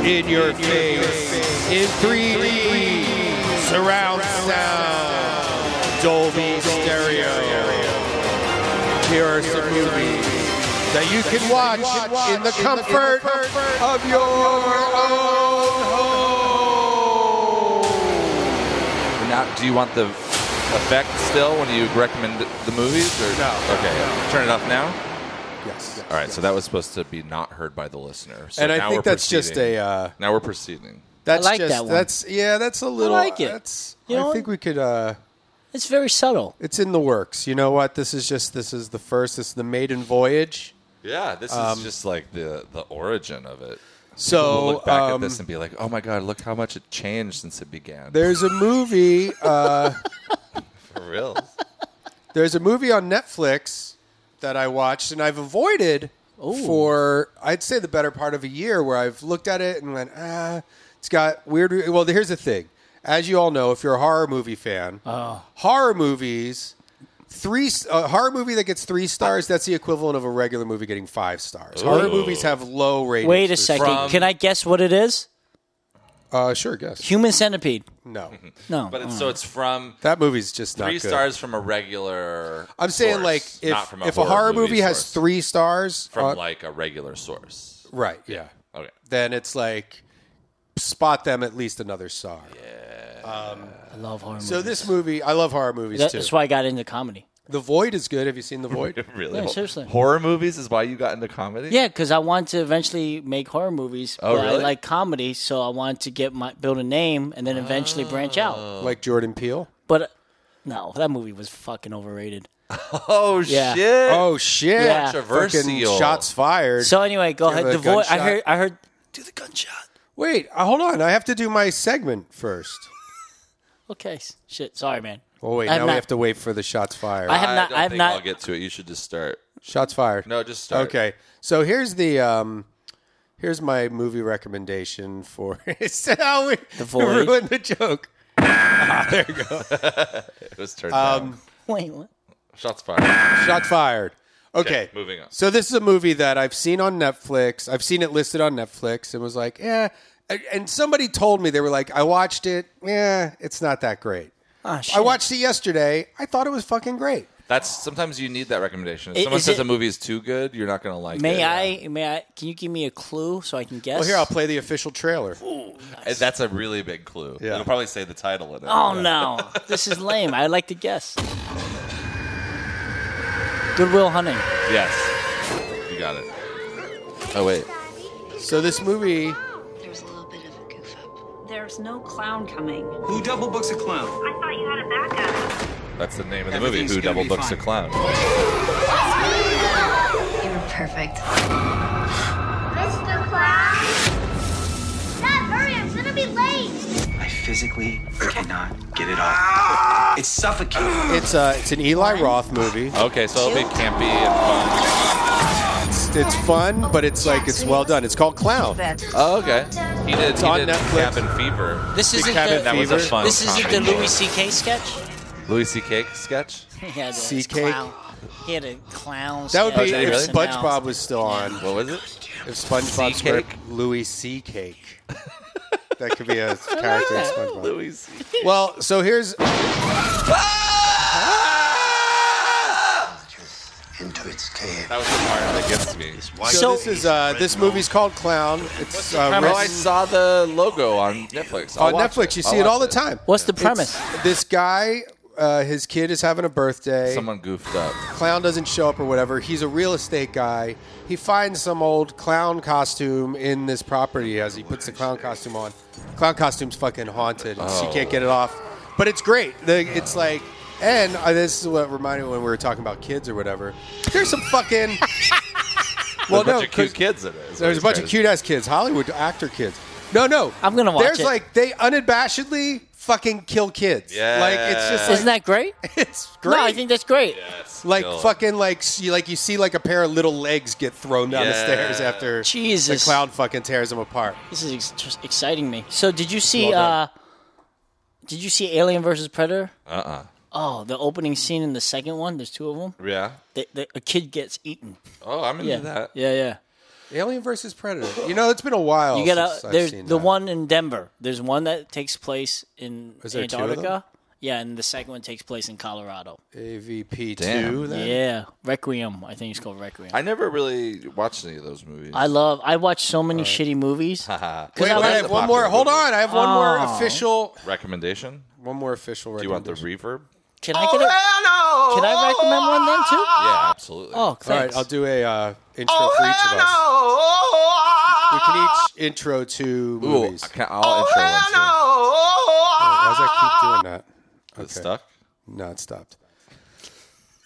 [SPEAKER 4] in your face in 3D surround sound, Dolby stereo. Here are some movies that you can watch in the comfort of your own home.
[SPEAKER 3] Now, do you want the effect still when you recommend the movies? Or?
[SPEAKER 4] No.
[SPEAKER 3] Okay. Turn it off now.
[SPEAKER 4] Yes.
[SPEAKER 3] All right. So that was supposed to be not heard by the listener. So
[SPEAKER 4] And
[SPEAKER 3] now
[SPEAKER 4] I
[SPEAKER 3] we're
[SPEAKER 4] think that's just
[SPEAKER 3] proceeding.
[SPEAKER 4] a. Uh,
[SPEAKER 3] Now we're proceeding.
[SPEAKER 4] that's
[SPEAKER 1] like
[SPEAKER 4] just
[SPEAKER 1] that one.
[SPEAKER 4] that's yeah. That's a little.
[SPEAKER 1] like it.
[SPEAKER 4] That's,
[SPEAKER 1] You know
[SPEAKER 4] I think
[SPEAKER 1] what?
[SPEAKER 4] we could. uh
[SPEAKER 1] It's very subtle.
[SPEAKER 4] It's in the works. You know what? This is just. This is the first. This is the maiden voyage.
[SPEAKER 3] Yeah. This
[SPEAKER 4] Um,
[SPEAKER 3] is just like the the origin of it.
[SPEAKER 4] So
[SPEAKER 3] We'll look back
[SPEAKER 4] um,
[SPEAKER 3] at this and be like, oh my god, look how much it changed since it began.
[SPEAKER 4] there's a
[SPEAKER 3] (laughs)
[SPEAKER 4] movie. Uh,
[SPEAKER 3] For real.
[SPEAKER 4] There's a movie on Netflix that I watched and I've avoided for I'd say the better part of a year where I've looked at it and went, ah, it's got weird. re-" Well, here's the thing. As you all know, if you're a horror movie fan,
[SPEAKER 1] Oh.
[SPEAKER 4] horror movies, three a horror movie that gets three stars, that's the equivalent of a regular movie getting five stars. Horror movies have low ratings.
[SPEAKER 1] Wait a
[SPEAKER 4] for-
[SPEAKER 1] second.
[SPEAKER 3] From-
[SPEAKER 1] Can I guess what it is?
[SPEAKER 4] Uh, sure, guess.
[SPEAKER 1] Human centipede.
[SPEAKER 3] (laughs)
[SPEAKER 4] No,
[SPEAKER 1] No.
[SPEAKER 3] But it's, so it's from
[SPEAKER 4] that movie's just not
[SPEAKER 3] three
[SPEAKER 4] good.
[SPEAKER 3] stars from a regular.
[SPEAKER 4] I'm saying
[SPEAKER 3] source,
[SPEAKER 4] like
[SPEAKER 3] not
[SPEAKER 4] if
[SPEAKER 3] from a
[SPEAKER 4] if a horror movie, has
[SPEAKER 3] source,
[SPEAKER 4] three stars,
[SPEAKER 3] from
[SPEAKER 4] uh,
[SPEAKER 3] like a regular source.
[SPEAKER 4] right, yeah.
[SPEAKER 3] Okay.
[SPEAKER 4] then it's like spot them at least another star.
[SPEAKER 1] I love horror movies.
[SPEAKER 4] So this movie, I love horror movies
[SPEAKER 1] That-
[SPEAKER 4] too.
[SPEAKER 1] that's why I got into comedy.
[SPEAKER 4] the Void is good. Have you seen The Void?
[SPEAKER 3] (laughs) Really?
[SPEAKER 1] Yeah, seriously.
[SPEAKER 3] Horror movies is why you got into comedy?
[SPEAKER 1] Yeah, because I want to eventually make horror movies.
[SPEAKER 3] Oh,
[SPEAKER 1] but
[SPEAKER 3] really?
[SPEAKER 1] I like comedy, so I want to get my build a name and then eventually branch
[SPEAKER 3] Oh.
[SPEAKER 1] out.
[SPEAKER 4] like Jordan Peele?
[SPEAKER 1] But uh, no, that movie was fucking overrated.
[SPEAKER 3] Oh
[SPEAKER 1] Yeah.
[SPEAKER 3] shit.
[SPEAKER 4] Oh shit!
[SPEAKER 1] Yeah.
[SPEAKER 3] Controversial.
[SPEAKER 4] Fucking shots fired.
[SPEAKER 1] So anyway, go
[SPEAKER 4] Give
[SPEAKER 1] ahead.
[SPEAKER 4] a
[SPEAKER 1] The voice. I
[SPEAKER 4] gunshot.
[SPEAKER 1] heard. I heard. Do the gunshot.
[SPEAKER 4] Wait, uh, hold on. I have to do my segment first.
[SPEAKER 1] Okay. s- Shit. Sorry, man.
[SPEAKER 4] Oh wait,
[SPEAKER 1] I
[SPEAKER 4] now
[SPEAKER 1] have not-
[SPEAKER 4] we have to wait for the shots fired.
[SPEAKER 1] I have
[SPEAKER 3] I
[SPEAKER 1] not.
[SPEAKER 3] don't
[SPEAKER 1] I have
[SPEAKER 3] think
[SPEAKER 1] not.
[SPEAKER 3] I'll get to it. You should just start.
[SPEAKER 4] shots fired.
[SPEAKER 3] No, just start.
[SPEAKER 4] Okay. So here's the um here's my movie recommendation for (laughs) so we the
[SPEAKER 1] Void.
[SPEAKER 4] ruined the joke.
[SPEAKER 3] It was turned
[SPEAKER 1] Um,
[SPEAKER 3] down.
[SPEAKER 1] Wait. What?
[SPEAKER 3] Shots fired.
[SPEAKER 4] Shot fired. Okay,
[SPEAKER 3] Okay, moving on.
[SPEAKER 4] So this is a movie that I've seen on Netflix. I've seen it listed on Netflix and was like, yeah. And somebody told me they were like, I watched it. Yeah, it's not that great.
[SPEAKER 1] Ah, shit.
[SPEAKER 4] I watched it yesterday. I thought it was fucking great.
[SPEAKER 3] That's sometimes you need that recommendation. If
[SPEAKER 1] I-
[SPEAKER 3] someone
[SPEAKER 1] is
[SPEAKER 3] says
[SPEAKER 1] it-
[SPEAKER 3] a movie is too good, you're not going to like
[SPEAKER 1] May
[SPEAKER 3] it.
[SPEAKER 1] I? May I? Can you give me a clue so I can guess?
[SPEAKER 4] Well, here I'll play the official trailer.
[SPEAKER 3] Uh, That's a really big clue.
[SPEAKER 4] Yeah.
[SPEAKER 3] It'll probably say the title in it.
[SPEAKER 1] Oh no, this is lame. I'd like to guess. Goodwill Hunting.
[SPEAKER 3] Yes. You got it. Oh wait.
[SPEAKER 4] So this movie,
[SPEAKER 7] There's a little bit of a goof up.
[SPEAKER 8] There's no clown coming.
[SPEAKER 9] Who double books a clown?
[SPEAKER 8] I thought you had a backup.
[SPEAKER 3] That's the name of the movie.
[SPEAKER 9] Everything's
[SPEAKER 3] Who
[SPEAKER 9] gonna
[SPEAKER 3] double
[SPEAKER 9] be
[SPEAKER 3] books
[SPEAKER 9] fine.
[SPEAKER 3] a clown?
[SPEAKER 7] You were perfect.
[SPEAKER 10] Mr. Clown? Dad, hurry, I'm gonna be late.
[SPEAKER 9] I physically cannot get it off. It's suffocating.
[SPEAKER 4] it's uh, it's an Eli Roth movie.
[SPEAKER 3] Okay, so it'll be campy and fun.
[SPEAKER 4] It's, it's fun, but it's like it's well done. It's called Clown.
[SPEAKER 3] Oh, okay. He did. he
[SPEAKER 4] on
[SPEAKER 3] did
[SPEAKER 4] Netflix.
[SPEAKER 3] Cabin Fever.
[SPEAKER 1] This isn't
[SPEAKER 4] Cabin
[SPEAKER 1] the.
[SPEAKER 3] That was a
[SPEAKER 4] Fever.
[SPEAKER 3] fun.
[SPEAKER 1] this isn't the
[SPEAKER 3] comedy.
[SPEAKER 1] Louis C.K. sketch. (laughs)
[SPEAKER 3] Louis C.K. sketch.
[SPEAKER 1] He had a
[SPEAKER 4] C.K..
[SPEAKER 1] clown. He had a clown.
[SPEAKER 4] Oh, That would
[SPEAKER 1] sketch
[SPEAKER 4] be
[SPEAKER 1] and
[SPEAKER 4] if
[SPEAKER 3] really?
[SPEAKER 4] SpongeBob was still on.
[SPEAKER 3] What was it?
[SPEAKER 4] If SpongeBob
[SPEAKER 3] Sea cake?
[SPEAKER 4] SquarePants, Louis C. Cake. (laughs) that could be a character in SpongeBob.
[SPEAKER 3] Louis. C.K.
[SPEAKER 4] Well, so here's
[SPEAKER 9] Into its cave.
[SPEAKER 3] That was the part that gets me.
[SPEAKER 4] so, this is uh, this movie's called Clown. It's uh,
[SPEAKER 3] Oh, I
[SPEAKER 4] written-
[SPEAKER 3] saw the logo on Netflix. I'll
[SPEAKER 4] on
[SPEAKER 3] watch
[SPEAKER 4] Netflix. You see it
[SPEAKER 3] I'll
[SPEAKER 4] all the
[SPEAKER 3] watch
[SPEAKER 4] time.
[SPEAKER 1] What's the
[SPEAKER 4] It's-
[SPEAKER 1] premise?
[SPEAKER 4] This guy, uh, his kid is having a birthday.
[SPEAKER 3] Someone goofed up.
[SPEAKER 4] Clown doesn't show up or whatever. He's a real estate guy. He finds some old clown costume in this property as he puts the clown costume on. Clown costume's fucking haunted. She
[SPEAKER 3] Oh.
[SPEAKER 4] can't get it off. But it's great. The, it's like, and uh, this is what reminded me when we were talking about kids or whatever. There's some fucking.
[SPEAKER 3] (laughs)
[SPEAKER 4] well,
[SPEAKER 3] There's a bunch
[SPEAKER 4] no,
[SPEAKER 3] of cute
[SPEAKER 4] 'cause-
[SPEAKER 3] kids in it. is what
[SPEAKER 4] there's a
[SPEAKER 3] he's
[SPEAKER 4] bunch
[SPEAKER 3] trying
[SPEAKER 4] of
[SPEAKER 3] to-
[SPEAKER 4] cute ass kids, Hollywood actor kids. No, no,
[SPEAKER 1] I'm gonna watch
[SPEAKER 4] There's
[SPEAKER 1] it.
[SPEAKER 4] like they unabashedly fucking kill kids.
[SPEAKER 3] Yeah.
[SPEAKER 4] Like it's just like,
[SPEAKER 1] Isn't that great?
[SPEAKER 4] (laughs) it's great.
[SPEAKER 1] No, I think that's great.
[SPEAKER 4] like
[SPEAKER 3] Kill it.
[SPEAKER 4] fucking like s- you like you see like a pair of little legs get thrown down the
[SPEAKER 3] Yeah.
[SPEAKER 4] stairs after
[SPEAKER 1] Jesus.
[SPEAKER 4] the clown fucking tears them apart.
[SPEAKER 1] This is ex- just exciting me. So, did you see?
[SPEAKER 4] Well
[SPEAKER 1] uh
[SPEAKER 4] done.
[SPEAKER 1] Did you see Alien versus Predator?
[SPEAKER 4] Uh-uh.
[SPEAKER 3] Uh
[SPEAKER 1] Oh, the opening scene in the second one. There's two of them.
[SPEAKER 3] uh Yeah.
[SPEAKER 1] They, they, a kid gets eaten.
[SPEAKER 3] Oh, I'm into
[SPEAKER 1] Yeah,
[SPEAKER 3] that.
[SPEAKER 1] yeah, yeah.
[SPEAKER 4] Alien versus Predator. You know, it's been a while.
[SPEAKER 1] You gotta.
[SPEAKER 4] since I've
[SPEAKER 1] There's the
[SPEAKER 4] seen that.
[SPEAKER 1] one in Denver. There's one that takes place in
[SPEAKER 4] Is there two of them?
[SPEAKER 1] Antarctica. Yeah, and the second one takes place in Colorado.
[SPEAKER 4] AVP two.
[SPEAKER 3] Damn.
[SPEAKER 4] Then
[SPEAKER 1] Yeah, Requiem. I think it's called Requiem. I,
[SPEAKER 3] I never really watched any of those movies.
[SPEAKER 1] love. I watch so many shitty
[SPEAKER 4] (laughs)
[SPEAKER 1] movies.
[SPEAKER 4] wait, wait, I have one more. Hold on, I have one more official.
[SPEAKER 3] Recommendation?
[SPEAKER 4] One more official.
[SPEAKER 3] Do you want the reverb?
[SPEAKER 1] Can I get a, Can I recommend one then too?
[SPEAKER 3] Yeah, absolutely.
[SPEAKER 1] Oh,
[SPEAKER 4] All right,
[SPEAKER 1] thanks.
[SPEAKER 4] I'll do a uh, intro for each of us.
[SPEAKER 3] Oh,
[SPEAKER 4] We can each intro to
[SPEAKER 3] Ooh,
[SPEAKER 4] movies.
[SPEAKER 3] I can, I'll intro one too.
[SPEAKER 4] Why does I keep doing that?
[SPEAKER 3] Is it stuck?
[SPEAKER 4] No, it stopped.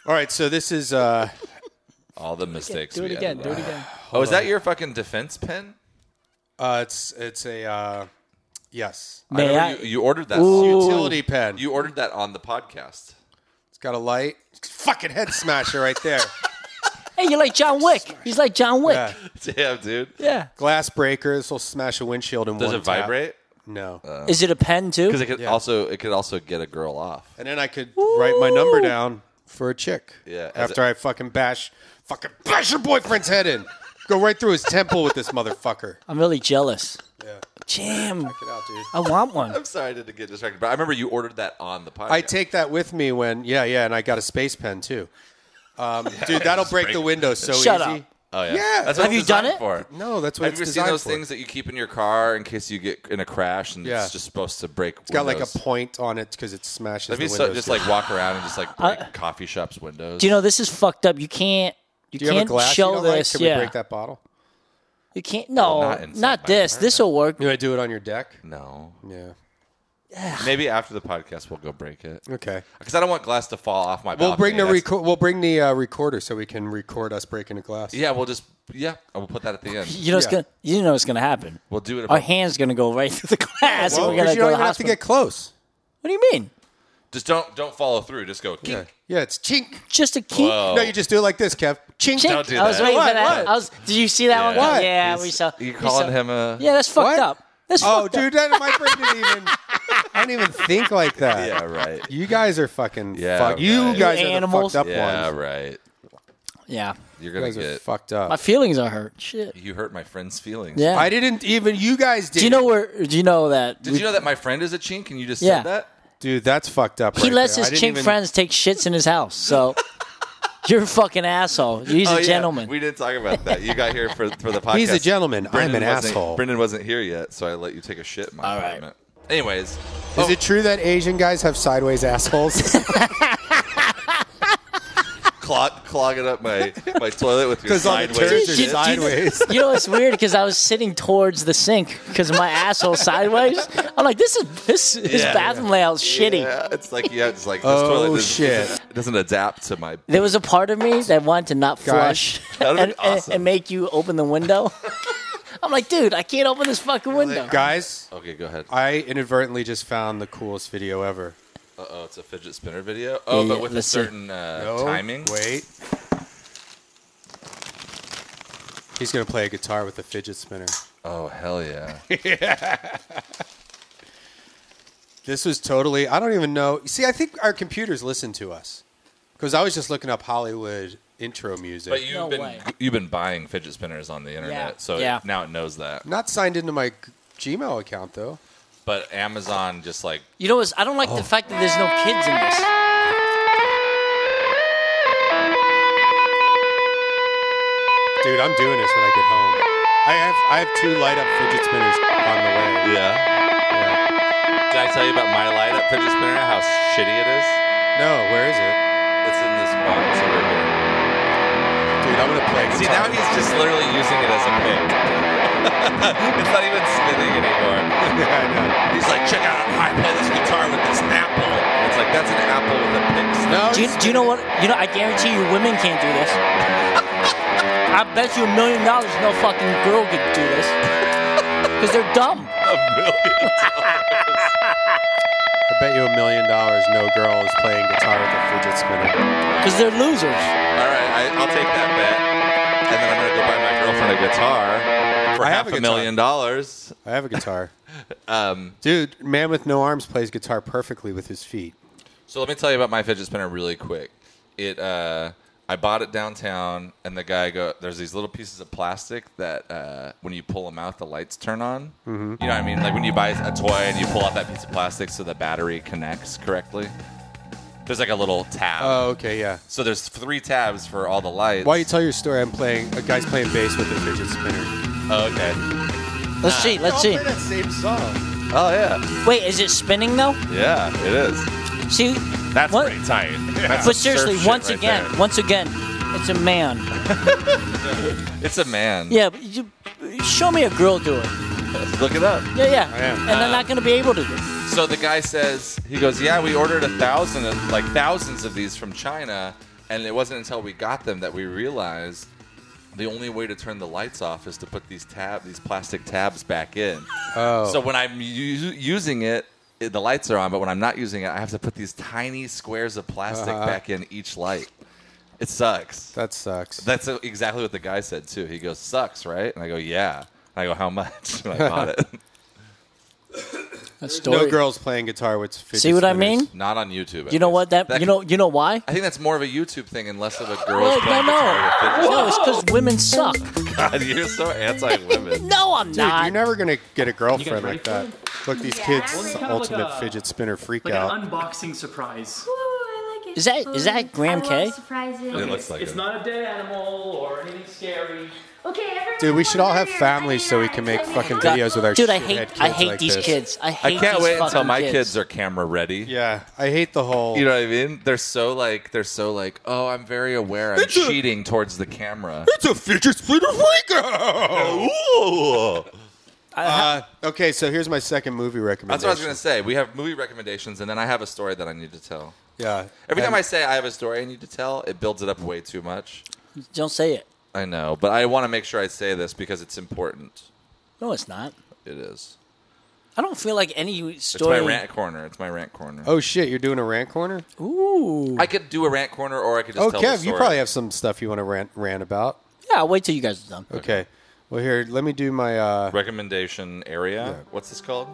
[SPEAKER 4] All right, so this is uh,
[SPEAKER 3] All the mistakes.
[SPEAKER 1] do it
[SPEAKER 3] we
[SPEAKER 1] again. Do
[SPEAKER 3] edited
[SPEAKER 1] it
[SPEAKER 3] out.
[SPEAKER 1] again.
[SPEAKER 3] Oh, is that your fucking defense pen?
[SPEAKER 4] uh it's it's a uh, yes
[SPEAKER 3] I
[SPEAKER 1] May
[SPEAKER 3] know
[SPEAKER 1] I?
[SPEAKER 3] You, you ordered that.
[SPEAKER 4] utility pen.
[SPEAKER 3] You ordered that on the podcast. (laughs)
[SPEAKER 4] It's got a light. Fucking head smasher right (laughs) there.
[SPEAKER 1] Hey, you're like John Wick. He's like John Wick.
[SPEAKER 4] Yeah.
[SPEAKER 3] Damn, dude.
[SPEAKER 1] Yeah.
[SPEAKER 4] Glass breaker. This will smash a windshield in
[SPEAKER 3] Does
[SPEAKER 4] one tap.
[SPEAKER 3] it vibrate? Uh.
[SPEAKER 4] No.
[SPEAKER 1] Is it a pen too?
[SPEAKER 3] Because it could
[SPEAKER 4] Yeah.
[SPEAKER 3] also it could also get a girl off.
[SPEAKER 4] and then I could write my number down for a chick.
[SPEAKER 3] Yeah, as
[SPEAKER 4] After I fucking bash, fucking bash your boyfriend's head in. Go right through his temple with this motherfucker.
[SPEAKER 1] I'm really jealous. Jim,
[SPEAKER 4] (laughs) Get out, dude.
[SPEAKER 1] I want one.
[SPEAKER 3] I'm sorry I didn't get distracted, but I remember you ordered that on the podcast.
[SPEAKER 4] I take that with me when yeah, yeah, and I got a space pen too.
[SPEAKER 3] (laughs)
[SPEAKER 4] Um, dude, that'll break the window so
[SPEAKER 1] Shut
[SPEAKER 4] easy.
[SPEAKER 1] up.
[SPEAKER 3] Oh yeah.
[SPEAKER 4] Yeah.
[SPEAKER 3] That's what
[SPEAKER 1] Have
[SPEAKER 3] it's
[SPEAKER 1] you done
[SPEAKER 3] designed
[SPEAKER 1] it?
[SPEAKER 3] For.
[SPEAKER 4] No, that's what
[SPEAKER 3] Have
[SPEAKER 4] it's
[SPEAKER 3] you ever seen
[SPEAKER 4] designed
[SPEAKER 3] those
[SPEAKER 4] for.
[SPEAKER 3] things that you keep in your car in case you get in a crash and
[SPEAKER 4] Yeah.
[SPEAKER 3] it's just supposed to break?
[SPEAKER 4] It's got like a point on it because it smashes
[SPEAKER 3] Let
[SPEAKER 4] the
[SPEAKER 3] me
[SPEAKER 4] windows.
[SPEAKER 3] so, just
[SPEAKER 4] dude.
[SPEAKER 3] like walk around and just like
[SPEAKER 4] Uh,
[SPEAKER 3] break coffee shops windows.
[SPEAKER 1] Do you know this is fucked up? You can't. You,
[SPEAKER 4] do you
[SPEAKER 1] can't
[SPEAKER 4] have a glass
[SPEAKER 1] show
[SPEAKER 4] you don't
[SPEAKER 1] this.
[SPEAKER 4] like? Can
[SPEAKER 1] yeah.
[SPEAKER 4] we break that bottle?
[SPEAKER 1] You can't. No,
[SPEAKER 3] Well, not
[SPEAKER 1] not,
[SPEAKER 3] inside my
[SPEAKER 1] this. This will work.
[SPEAKER 4] You want to do it on your deck?
[SPEAKER 3] No.
[SPEAKER 4] Yeah.
[SPEAKER 3] (sighs) Maybe after the podcast we'll go break it
[SPEAKER 4] Okay. Oh,
[SPEAKER 3] because I don't want glass to fall off my.
[SPEAKER 4] We'll bring the
[SPEAKER 3] balcony. That's-
[SPEAKER 4] record. We'll bring the uh, recorder so we can record us breaking a glass.
[SPEAKER 3] Yeah, we'll just yeah, we'll put that at the end.
[SPEAKER 1] You know it's
[SPEAKER 4] (laughs) Yeah. Oh,
[SPEAKER 1] gonna. You know it's gonna happen.
[SPEAKER 3] We'll do it.
[SPEAKER 1] Our
[SPEAKER 3] About,
[SPEAKER 1] hands gonna go right (laughs) through the glass.
[SPEAKER 4] Well,
[SPEAKER 1] and we're gonna
[SPEAKER 4] you
[SPEAKER 1] go to the
[SPEAKER 4] don't even have to
[SPEAKER 1] hospital.
[SPEAKER 4] get close.
[SPEAKER 1] what do you mean?
[SPEAKER 3] just don't don't follow through. Just go.
[SPEAKER 4] Yeah. Oh.
[SPEAKER 3] Kink. Oh.
[SPEAKER 4] Yeah, it's chink.
[SPEAKER 1] Just a key. (laughs)
[SPEAKER 3] Whoa.
[SPEAKER 4] No, you just do it like this, Kev. Chink.
[SPEAKER 1] Chink.
[SPEAKER 3] Don't do
[SPEAKER 1] I was
[SPEAKER 3] that.
[SPEAKER 1] waiting
[SPEAKER 4] What?
[SPEAKER 1] for that.
[SPEAKER 4] What?
[SPEAKER 1] I was. Did you see that one?
[SPEAKER 4] What?
[SPEAKER 1] Yeah,
[SPEAKER 3] He's-
[SPEAKER 1] we saw.
[SPEAKER 3] You
[SPEAKER 1] we
[SPEAKER 3] calling
[SPEAKER 1] saw-
[SPEAKER 3] him a?
[SPEAKER 1] Yeah, that's fucked
[SPEAKER 4] What?
[SPEAKER 1] up. That's
[SPEAKER 4] Oh,
[SPEAKER 1] fucked up.
[SPEAKER 4] dude, that my brain didn't even. I didn't even think like that. (laughs)
[SPEAKER 3] Yeah, right.
[SPEAKER 4] You guys are fucking.
[SPEAKER 3] Yeah,
[SPEAKER 4] fuck- You
[SPEAKER 3] right.
[SPEAKER 4] guys
[SPEAKER 1] You
[SPEAKER 4] are
[SPEAKER 1] animals.
[SPEAKER 4] the fucked up
[SPEAKER 3] Yeah,
[SPEAKER 4] ones.
[SPEAKER 3] right.
[SPEAKER 1] Yeah,
[SPEAKER 4] You
[SPEAKER 3] You're gonna
[SPEAKER 4] guys are
[SPEAKER 3] get.
[SPEAKER 4] fucked
[SPEAKER 1] my
[SPEAKER 4] up.
[SPEAKER 1] feelings are hurt. Shit.
[SPEAKER 3] You hurt my friend's feelings.
[SPEAKER 1] Yeah.
[SPEAKER 4] I didn't even. You guys did.
[SPEAKER 1] Do you know where? Do you know that?
[SPEAKER 3] Did
[SPEAKER 1] we-
[SPEAKER 3] you know that my friend is a chink and you just
[SPEAKER 1] Yeah.
[SPEAKER 3] said that?
[SPEAKER 4] Dude, that's fucked up.
[SPEAKER 1] he
[SPEAKER 4] right
[SPEAKER 1] lets
[SPEAKER 4] there. I
[SPEAKER 1] his chink
[SPEAKER 4] didn't even-
[SPEAKER 1] friends take shits in his house.
[SPEAKER 3] (laughs)
[SPEAKER 1] So you're a fucking asshole. He's
[SPEAKER 3] Oh,
[SPEAKER 1] a
[SPEAKER 3] yeah.
[SPEAKER 1] gentleman. (laughs)
[SPEAKER 3] We didn't talk about that. You got here for, for the podcast.
[SPEAKER 4] (laughs) He's a gentleman. I'm an
[SPEAKER 3] wasn't-
[SPEAKER 4] asshole.
[SPEAKER 3] Brendan wasn't here yet, so I let you take a shit in my
[SPEAKER 1] All right.
[SPEAKER 3] apartment. Anyways, Oh,
[SPEAKER 4] Is it true that Asian guys have
[SPEAKER 1] (laughs)
[SPEAKER 4] sideways assholes?
[SPEAKER 3] clog, clogging up my, my
[SPEAKER 4] (laughs)
[SPEAKER 3] toilet with your
[SPEAKER 4] Because on the
[SPEAKER 3] sideways.
[SPEAKER 4] turds
[SPEAKER 1] Did
[SPEAKER 4] are
[SPEAKER 1] you- (laughs)
[SPEAKER 3] (laughs)
[SPEAKER 4] sideways.
[SPEAKER 1] you know it's weird because I was sitting towards the sink because my asshole sideways. I'm like, this is this this
[SPEAKER 3] Yeah.
[SPEAKER 1] bathroom layout's shitty.
[SPEAKER 3] Yeah, it's like yeah, it's like this
[SPEAKER 4] Oh,
[SPEAKER 3] toilet doesn't,
[SPEAKER 4] shit.
[SPEAKER 3] doesn't- doesn't adapt to my. (laughs)
[SPEAKER 1] There was a part of me that wanted to not flush
[SPEAKER 3] That
[SPEAKER 1] and,
[SPEAKER 3] would've been
[SPEAKER 1] and-
[SPEAKER 3] awesome.
[SPEAKER 1] and make you open the
[SPEAKER 3] (laughs)
[SPEAKER 1] window. I'm like, dude, I can't open this fucking window.
[SPEAKER 4] guys,
[SPEAKER 3] Okay, go ahead.
[SPEAKER 4] I inadvertently just found the coolest video ever.
[SPEAKER 3] Uh oh, it's a fidget spinner video. Oh,
[SPEAKER 1] Yeah,
[SPEAKER 3] but with a
[SPEAKER 1] let's see.
[SPEAKER 3] certain uh,
[SPEAKER 4] No,
[SPEAKER 3] timing.
[SPEAKER 4] Wait. He's gonna play a guitar with a fidget spinner.
[SPEAKER 3] Oh
[SPEAKER 4] (laughs)
[SPEAKER 3] hell yeah!
[SPEAKER 4] This was totally. I don't even know. See, I think our computers listen to us because I was just looking up Hollywood intro music.
[SPEAKER 3] But you've
[SPEAKER 1] No
[SPEAKER 3] been
[SPEAKER 1] way.
[SPEAKER 3] you've been buying fidget spinners on the internet,
[SPEAKER 1] Yeah.
[SPEAKER 3] so
[SPEAKER 1] Yeah.
[SPEAKER 3] It, now it knows that.
[SPEAKER 4] I'm not signed into my g- Gmail account though.
[SPEAKER 3] But Amazon just like
[SPEAKER 1] You know, what's- I don't like the
[SPEAKER 3] Oh.
[SPEAKER 1] fact that there's no kids in this.
[SPEAKER 4] Dude, I'm doing this when I get home. I have I have two light up fidget spinners on the way.
[SPEAKER 3] yeah.
[SPEAKER 4] Yeah.
[SPEAKER 3] Did I tell you about my light up fidget spinner? How shitty it is.
[SPEAKER 4] No, where is it?
[SPEAKER 3] It's in this box over here.
[SPEAKER 4] Dude, I'm gonna play. a
[SPEAKER 3] See
[SPEAKER 4] guitar.
[SPEAKER 3] now he's just literally using it as a pick. (laughs) it's not even spinning (laughs) anymore.
[SPEAKER 4] yeah,
[SPEAKER 3] He's like, check out how I play this guitar with this apple. And it's like that's an apple with a pick.
[SPEAKER 4] I know. No,
[SPEAKER 1] Do you, do you know what? You know, I guarantee you, women can't do this. I bet you a million dollars, no fucking girl could do this because they're dumb.
[SPEAKER 3] A million.
[SPEAKER 4] bet you a million dollars no girl is playing guitar with a fidget spinner.
[SPEAKER 1] Because they're losers.
[SPEAKER 3] (laughs) All right, I, I'll take that bet. And then I'm going to go buy my girlfriend a guitar for
[SPEAKER 4] I have
[SPEAKER 3] half
[SPEAKER 4] a
[SPEAKER 3] a,
[SPEAKER 4] guitar.
[SPEAKER 3] million dollars.
[SPEAKER 4] I have a guitar. um, Dude, man with no arms plays guitar perfectly with his feet.
[SPEAKER 3] So let me tell you about my fidget spinner really quick. It, uh, I bought it downtown, and the guy go. There's these little pieces of plastic that uh, when you pull them out, the lights turn on. You know what I mean? Like when you buy a toy and you pull out that piece of plastic so the battery connects correctly. There's like a little tab.
[SPEAKER 4] Oh, okay, yeah.
[SPEAKER 3] so there's three tabs for all the lights.
[SPEAKER 4] While you tell your story, I'm playing. A guy's playing bass with a fidget spinner.
[SPEAKER 3] oh, okay.
[SPEAKER 1] Let's see. Let's see.
[SPEAKER 4] that same song.
[SPEAKER 3] Oh yeah,
[SPEAKER 1] Wait, is it spinning though?
[SPEAKER 3] yeah, it is.
[SPEAKER 1] See,
[SPEAKER 2] That's
[SPEAKER 1] What?
[SPEAKER 2] pretty tight.
[SPEAKER 1] (laughs) but seriously,
[SPEAKER 3] shit
[SPEAKER 1] once
[SPEAKER 3] right
[SPEAKER 1] again,
[SPEAKER 3] there.
[SPEAKER 1] once again, it's a man.
[SPEAKER 3] It's a man.
[SPEAKER 1] Yeah, but you, show me a girl do it.
[SPEAKER 3] Look it up.
[SPEAKER 1] Yeah, yeah.
[SPEAKER 4] am.
[SPEAKER 1] And they're not going to be able to do it.
[SPEAKER 3] So the guy says, he goes, yeah, we ordered a thousand, of, like thousands of these from China, and it wasn't until we got them that we realized the only way to turn the lights off is to put these tab, these plastic tabs back in.
[SPEAKER 4] Oh.
[SPEAKER 3] So when I'm u- using it, it- the lights are on, but when I'm not using it, I have to put these tiny squares of plastic back in each light. It sucks.
[SPEAKER 4] That sucks.
[SPEAKER 3] That's e-, exactly what the guy said too. He goes, "Sucks, right?" And I go, "Yeah." And I go, "How much?" (laughs) And I bought it.
[SPEAKER 1] That's
[SPEAKER 4] no
[SPEAKER 1] story.
[SPEAKER 4] girls playing guitar with fidget
[SPEAKER 1] See what I
[SPEAKER 4] spinners.
[SPEAKER 1] mean?
[SPEAKER 3] Not on YouTube. at
[SPEAKER 1] You know
[SPEAKER 3] least.
[SPEAKER 1] what? That, you know you know why?
[SPEAKER 3] I think that's more of a YouTube thing and less of a girls
[SPEAKER 1] Well, no,
[SPEAKER 3] playing guitar
[SPEAKER 1] no, no. It's because women suck.
[SPEAKER 3] with God, (laughs) you're so anti-women.
[SPEAKER 1] No, I'm
[SPEAKER 4] Dude,
[SPEAKER 1] not.
[SPEAKER 4] you're never gonna get a girlfriend
[SPEAKER 11] ready
[SPEAKER 4] like
[SPEAKER 11] for
[SPEAKER 4] that. Look, these kids,
[SPEAKER 11] Kind of like
[SPEAKER 4] ultimate
[SPEAKER 11] a-
[SPEAKER 4] fidget spinner freak
[SPEAKER 11] Like
[SPEAKER 4] out.
[SPEAKER 11] an unboxing surprise.
[SPEAKER 1] Is that is that Graham K?
[SPEAKER 3] it looks like
[SPEAKER 11] It's
[SPEAKER 3] it.
[SPEAKER 11] not a dead animal or anything scary.
[SPEAKER 4] Dude, we should all have families so we can make fucking
[SPEAKER 1] God,
[SPEAKER 4] videos with our
[SPEAKER 1] dude, I
[SPEAKER 4] shithead
[SPEAKER 1] hate
[SPEAKER 4] kids
[SPEAKER 1] I hate
[SPEAKER 4] like
[SPEAKER 1] these
[SPEAKER 4] this.
[SPEAKER 1] kids. I
[SPEAKER 3] I
[SPEAKER 1] hate.
[SPEAKER 3] can't
[SPEAKER 1] these
[SPEAKER 3] wait until
[SPEAKER 1] fucking
[SPEAKER 3] my kids. are camera ready.
[SPEAKER 4] Yeah, I hate the whole.
[SPEAKER 3] You know what I mean? They're so like they're so like, "Oh, I'm very aware I'm
[SPEAKER 2] It's a-
[SPEAKER 3] cheating towards the camera."
[SPEAKER 2] It's a fidget spinner freak out.
[SPEAKER 3] Ooh.
[SPEAKER 4] uh, okay, so here's my second movie
[SPEAKER 3] That's
[SPEAKER 4] recommendation.
[SPEAKER 3] what I was going to say. We have movie recommendations and then I have a story that I need to tell.
[SPEAKER 4] Yeah.
[SPEAKER 3] Every time
[SPEAKER 4] And-
[SPEAKER 3] I say I have a story I need to tell, it builds it up way too much.
[SPEAKER 1] Don't say it.
[SPEAKER 3] I know, but I want to make sure I say this because it's important.
[SPEAKER 1] No, it's not.
[SPEAKER 3] It is.
[SPEAKER 1] I don't feel like any
[SPEAKER 3] It's
[SPEAKER 1] story.
[SPEAKER 3] my rant corner. It's my rant corner.
[SPEAKER 4] Oh shit, you're doing a rant corner?
[SPEAKER 1] Ooh.
[SPEAKER 3] I could do a rant corner, or I could just
[SPEAKER 4] Oh,
[SPEAKER 3] tell the
[SPEAKER 4] Kev,
[SPEAKER 3] story.
[SPEAKER 4] you probably have some stuff you want to rant rant about.
[SPEAKER 1] yeah, I'll wait till you guys are done.
[SPEAKER 4] Okay. Well, here, let me do my. uh
[SPEAKER 3] recommendation area. What's this called?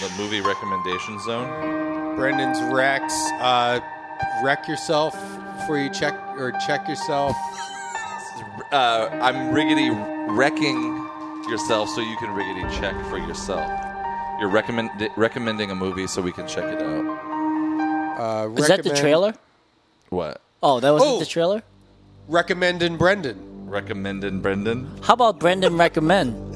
[SPEAKER 3] The movie recommendation zone.
[SPEAKER 4] Brendan's Rex. Uh, wreck yourself before you check or check yourself.
[SPEAKER 3] Uh, I'm riggedy wrecking yourself so you can riggedy check for yourself. You're recommend recommending a movie so we can check it out.
[SPEAKER 4] Uh,
[SPEAKER 1] Is that the
[SPEAKER 4] recommend-
[SPEAKER 1] trailer?
[SPEAKER 3] What?
[SPEAKER 1] Oh, that wasn't
[SPEAKER 4] Oh.
[SPEAKER 1] the trailer.
[SPEAKER 4] Recommending Brendan.
[SPEAKER 3] Recommending Brendan?
[SPEAKER 1] How about Brendan recommend?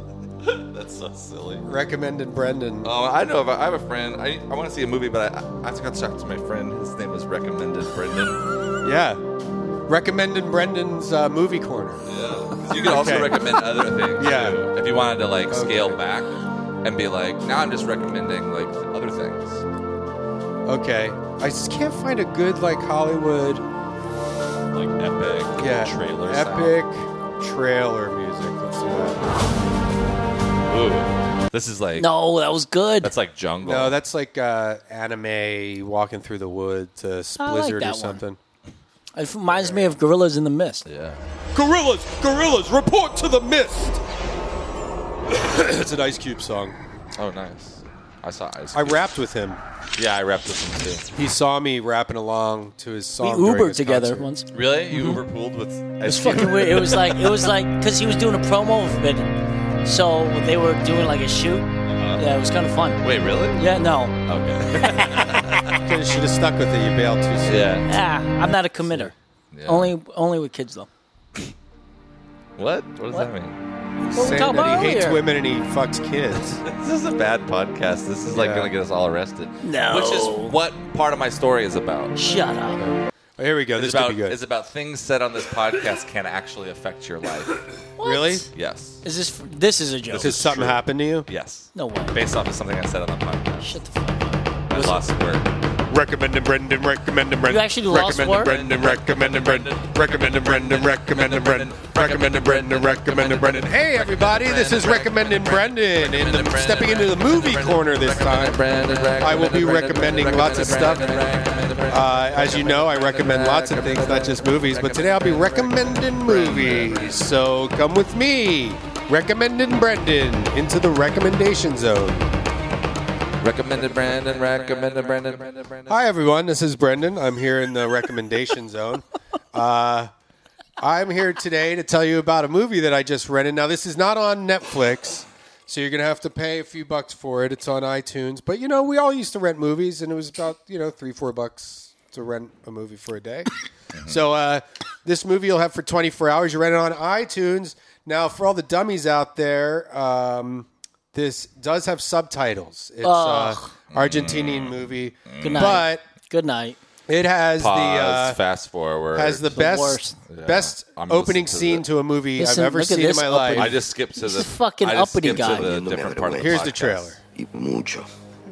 [SPEAKER 3] That's so silly.
[SPEAKER 4] Recommending Brendan.
[SPEAKER 3] Oh, I know. I have a friend. I, I want to see a movie, but I, I got to talk to my friend. His name was Recommended Brendan.
[SPEAKER 4] Yeah. Recommending Brendan's uh, movie corner.
[SPEAKER 3] You can also
[SPEAKER 4] Okay.
[SPEAKER 3] recommend other things.
[SPEAKER 4] Yeah.
[SPEAKER 3] too. If you wanted to like scale
[SPEAKER 4] Okay.
[SPEAKER 3] back and be like, now I'm just recommending like other things.
[SPEAKER 4] Okay. I just can't find a good like Hollywood
[SPEAKER 3] Like epic
[SPEAKER 4] yeah
[SPEAKER 3] trailer
[SPEAKER 4] epic trailer music. Let's do that.
[SPEAKER 3] sound. Ooh. This is like
[SPEAKER 1] No, that was good.
[SPEAKER 3] that's like jungle.
[SPEAKER 4] No, that's like uh, anime walking through the woods, uh,
[SPEAKER 1] like
[SPEAKER 4] Blizzard
[SPEAKER 1] that
[SPEAKER 4] or
[SPEAKER 1] one.
[SPEAKER 4] something.
[SPEAKER 1] It reminds me of Gorillas in the Mist.
[SPEAKER 3] yeah.
[SPEAKER 4] Gorillas, gorillas, report to the mist. (clears throat) it's an Ice Cube song.
[SPEAKER 3] Oh nice. I saw Ice.
[SPEAKER 4] I
[SPEAKER 3] Cube.
[SPEAKER 4] rapped with him.
[SPEAKER 3] yeah, I wrapped this one
[SPEAKER 4] He saw me rapping along to his
[SPEAKER 1] We
[SPEAKER 4] song. Oh, during
[SPEAKER 1] Ubered
[SPEAKER 4] his
[SPEAKER 1] together
[SPEAKER 4] concert.
[SPEAKER 1] once.
[SPEAKER 3] too. Really? You
[SPEAKER 4] Mm-hmm.
[SPEAKER 3] were pooled with Ice
[SPEAKER 1] It's fucking
[SPEAKER 3] Cube?
[SPEAKER 1] weird. It was like it was like because he was doing a promo of it, so they were doing like a shoot. Yeah, it was kind of fun.
[SPEAKER 3] Wait, really?
[SPEAKER 1] Yeah, no,
[SPEAKER 3] Okay.
[SPEAKER 4] Should have stuck with it. You bailed too soon.
[SPEAKER 3] (laughs) yeah.
[SPEAKER 1] ah, I'm not a committer.
[SPEAKER 3] Yeah.
[SPEAKER 1] Only only with kids though.
[SPEAKER 3] What? What does that mean?
[SPEAKER 1] What we
[SPEAKER 4] Saying
[SPEAKER 1] talking
[SPEAKER 4] that
[SPEAKER 1] about
[SPEAKER 4] he hates
[SPEAKER 1] earlier?
[SPEAKER 4] women and he fucks kids.
[SPEAKER 3] This is a bad podcast. This is like
[SPEAKER 4] Yeah.
[SPEAKER 3] gonna get us all arrested.
[SPEAKER 1] No.
[SPEAKER 3] Which is what part of my story is about.
[SPEAKER 1] Shut up.
[SPEAKER 4] (laughs) Oh, here we go.
[SPEAKER 3] It's
[SPEAKER 4] This
[SPEAKER 3] about,
[SPEAKER 4] could be good.
[SPEAKER 3] it's about things said on this podcast can actually affect your life.
[SPEAKER 4] Really?
[SPEAKER 3] Yes.
[SPEAKER 1] Is this this is a joke?
[SPEAKER 4] Did something happen to you?
[SPEAKER 3] Yes.
[SPEAKER 1] no way.
[SPEAKER 3] Based off of something I said on the podcast.
[SPEAKER 1] Shut the fuck up.
[SPEAKER 3] I lost work.
[SPEAKER 4] Recommended Brendan, recommended Brendan.
[SPEAKER 1] You actually lost
[SPEAKER 4] recommended
[SPEAKER 1] work?
[SPEAKER 4] Brendan, recommended Brendan, recommended Brendan, recommended Brendan, recommended Brendan, recommended Brendan. Hey everybody, this is recommending Brendan in the stepping into the movie corner this time. I will be recommending lots of stuff. Uh, as you know, I recommend lots of things, not just movies, but today I'll be recommending movies. So come with me, recommending Brendan into the recommendation zone.
[SPEAKER 3] Recommended Brandon, recommended Brandon.
[SPEAKER 4] Hi, everyone. This is Brendan. I'm here in the recommendation zone. Uh, I'm here today to tell you about a movie that I just rented. Now, this is not on Netflix, so you're going to have to pay a few bucks for it. It's on iTunes. But, you know, we all used to rent movies, and it was about, you know, three, four bucks to rent a movie for a day. so, uh, this movie you'll have for 24 hours. You rent it on iTunes. Now, for all the dummies out there, um, this does have subtitles. It's uh,
[SPEAKER 1] Ugh.
[SPEAKER 4] Argentinian movie.
[SPEAKER 1] Good night.
[SPEAKER 4] But
[SPEAKER 1] Good night.
[SPEAKER 4] it has
[SPEAKER 3] Pause,
[SPEAKER 4] the uh,
[SPEAKER 3] fast forward.
[SPEAKER 4] has the,
[SPEAKER 1] The
[SPEAKER 4] best
[SPEAKER 1] worst.
[SPEAKER 4] best
[SPEAKER 3] I'm listening
[SPEAKER 4] opening
[SPEAKER 3] to
[SPEAKER 4] scene
[SPEAKER 3] the-
[SPEAKER 4] to a movie
[SPEAKER 1] Listen,
[SPEAKER 4] I've ever
[SPEAKER 1] look at
[SPEAKER 4] seen in
[SPEAKER 1] this
[SPEAKER 4] my
[SPEAKER 1] opening.
[SPEAKER 3] I
[SPEAKER 4] life.
[SPEAKER 3] just skipped to
[SPEAKER 1] He's
[SPEAKER 3] the
[SPEAKER 1] a fucking
[SPEAKER 3] I just
[SPEAKER 1] uppity
[SPEAKER 3] skipped
[SPEAKER 1] guy.
[SPEAKER 3] To the different part of the
[SPEAKER 4] Here's the
[SPEAKER 3] podcast.
[SPEAKER 4] trailer.
[SPEAKER 9] Y mucho.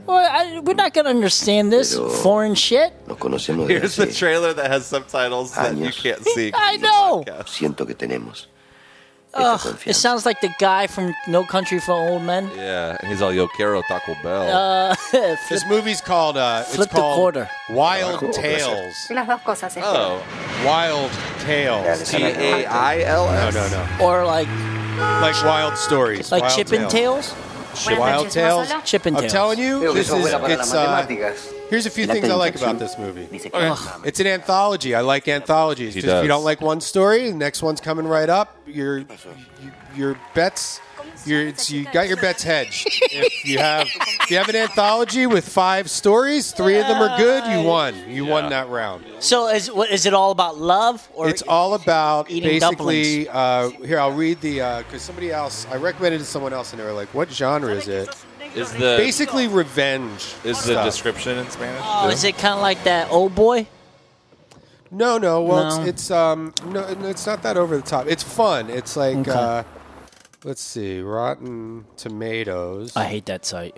[SPEAKER 1] Well, I, we're not going to understand this
[SPEAKER 9] Pero-
[SPEAKER 1] foreign shit.
[SPEAKER 9] Nos conocemos desde
[SPEAKER 3] (laughs)
[SPEAKER 12] (laughs)
[SPEAKER 3] Here's the
[SPEAKER 9] hace
[SPEAKER 3] trailer that has subtitles that you
[SPEAKER 9] Años.
[SPEAKER 3] can't see.
[SPEAKER 1] I know.
[SPEAKER 9] siento que tenemos esta
[SPEAKER 1] Ugh, it
[SPEAKER 9] confianza.
[SPEAKER 1] sounds like the guy from No Country for Old Men.
[SPEAKER 3] Yeah, and he's all Yo quiero Taco Bell.
[SPEAKER 1] (laughs)
[SPEAKER 4] This movie's called uh, it's
[SPEAKER 1] Flip the
[SPEAKER 4] called
[SPEAKER 1] quarter.
[SPEAKER 4] Wild
[SPEAKER 3] (laughs)
[SPEAKER 4] Tales.
[SPEAKER 10] Las dos cosas,
[SPEAKER 3] oh,
[SPEAKER 4] Wild Tales.
[SPEAKER 3] T A I L
[SPEAKER 4] No,
[SPEAKER 3] S.
[SPEAKER 4] no, no.
[SPEAKER 1] Or like
[SPEAKER 4] Like Wild Stories.
[SPEAKER 1] like
[SPEAKER 4] Wild
[SPEAKER 1] Chip and Tails.
[SPEAKER 4] Wild Tales.
[SPEAKER 1] Chip and
[SPEAKER 4] I'm
[SPEAKER 1] Tails.
[SPEAKER 4] telling you, this is it's. Uh, here's a few
[SPEAKER 9] La
[SPEAKER 4] things I like
[SPEAKER 9] tentación
[SPEAKER 4] about this movie.
[SPEAKER 1] Oh,
[SPEAKER 9] dice que nos ama.
[SPEAKER 4] It's an anthology. I like anthologies.
[SPEAKER 3] He
[SPEAKER 4] Just if you
[SPEAKER 3] does.
[SPEAKER 4] don't like one story, the next one's coming right up. Your you, your bets, your it's, you got your
[SPEAKER 1] (laughs)
[SPEAKER 4] bets hedged. if you have if you have an anthology with five stories, three of them are good. You won. You won that round.
[SPEAKER 1] So is what is it all about love or
[SPEAKER 4] It's all about
[SPEAKER 1] Eating
[SPEAKER 4] basically. Uh, here, I'll read the because somebody else I recommended it to someone else, and they were like, "What genre is it?"
[SPEAKER 3] Uh, Is the
[SPEAKER 4] Basically, revenge.
[SPEAKER 3] is the
[SPEAKER 4] stuff.
[SPEAKER 3] description in Spanish?
[SPEAKER 1] Oh, is it kind of like that old boy?
[SPEAKER 4] No, no. Well,
[SPEAKER 1] No.
[SPEAKER 4] It's, it's um, no, no, it's not that over the top. It's fun. It's like,
[SPEAKER 1] Okay.
[SPEAKER 4] uh, let's see, Rotten Tomatoes.
[SPEAKER 1] I hate that site.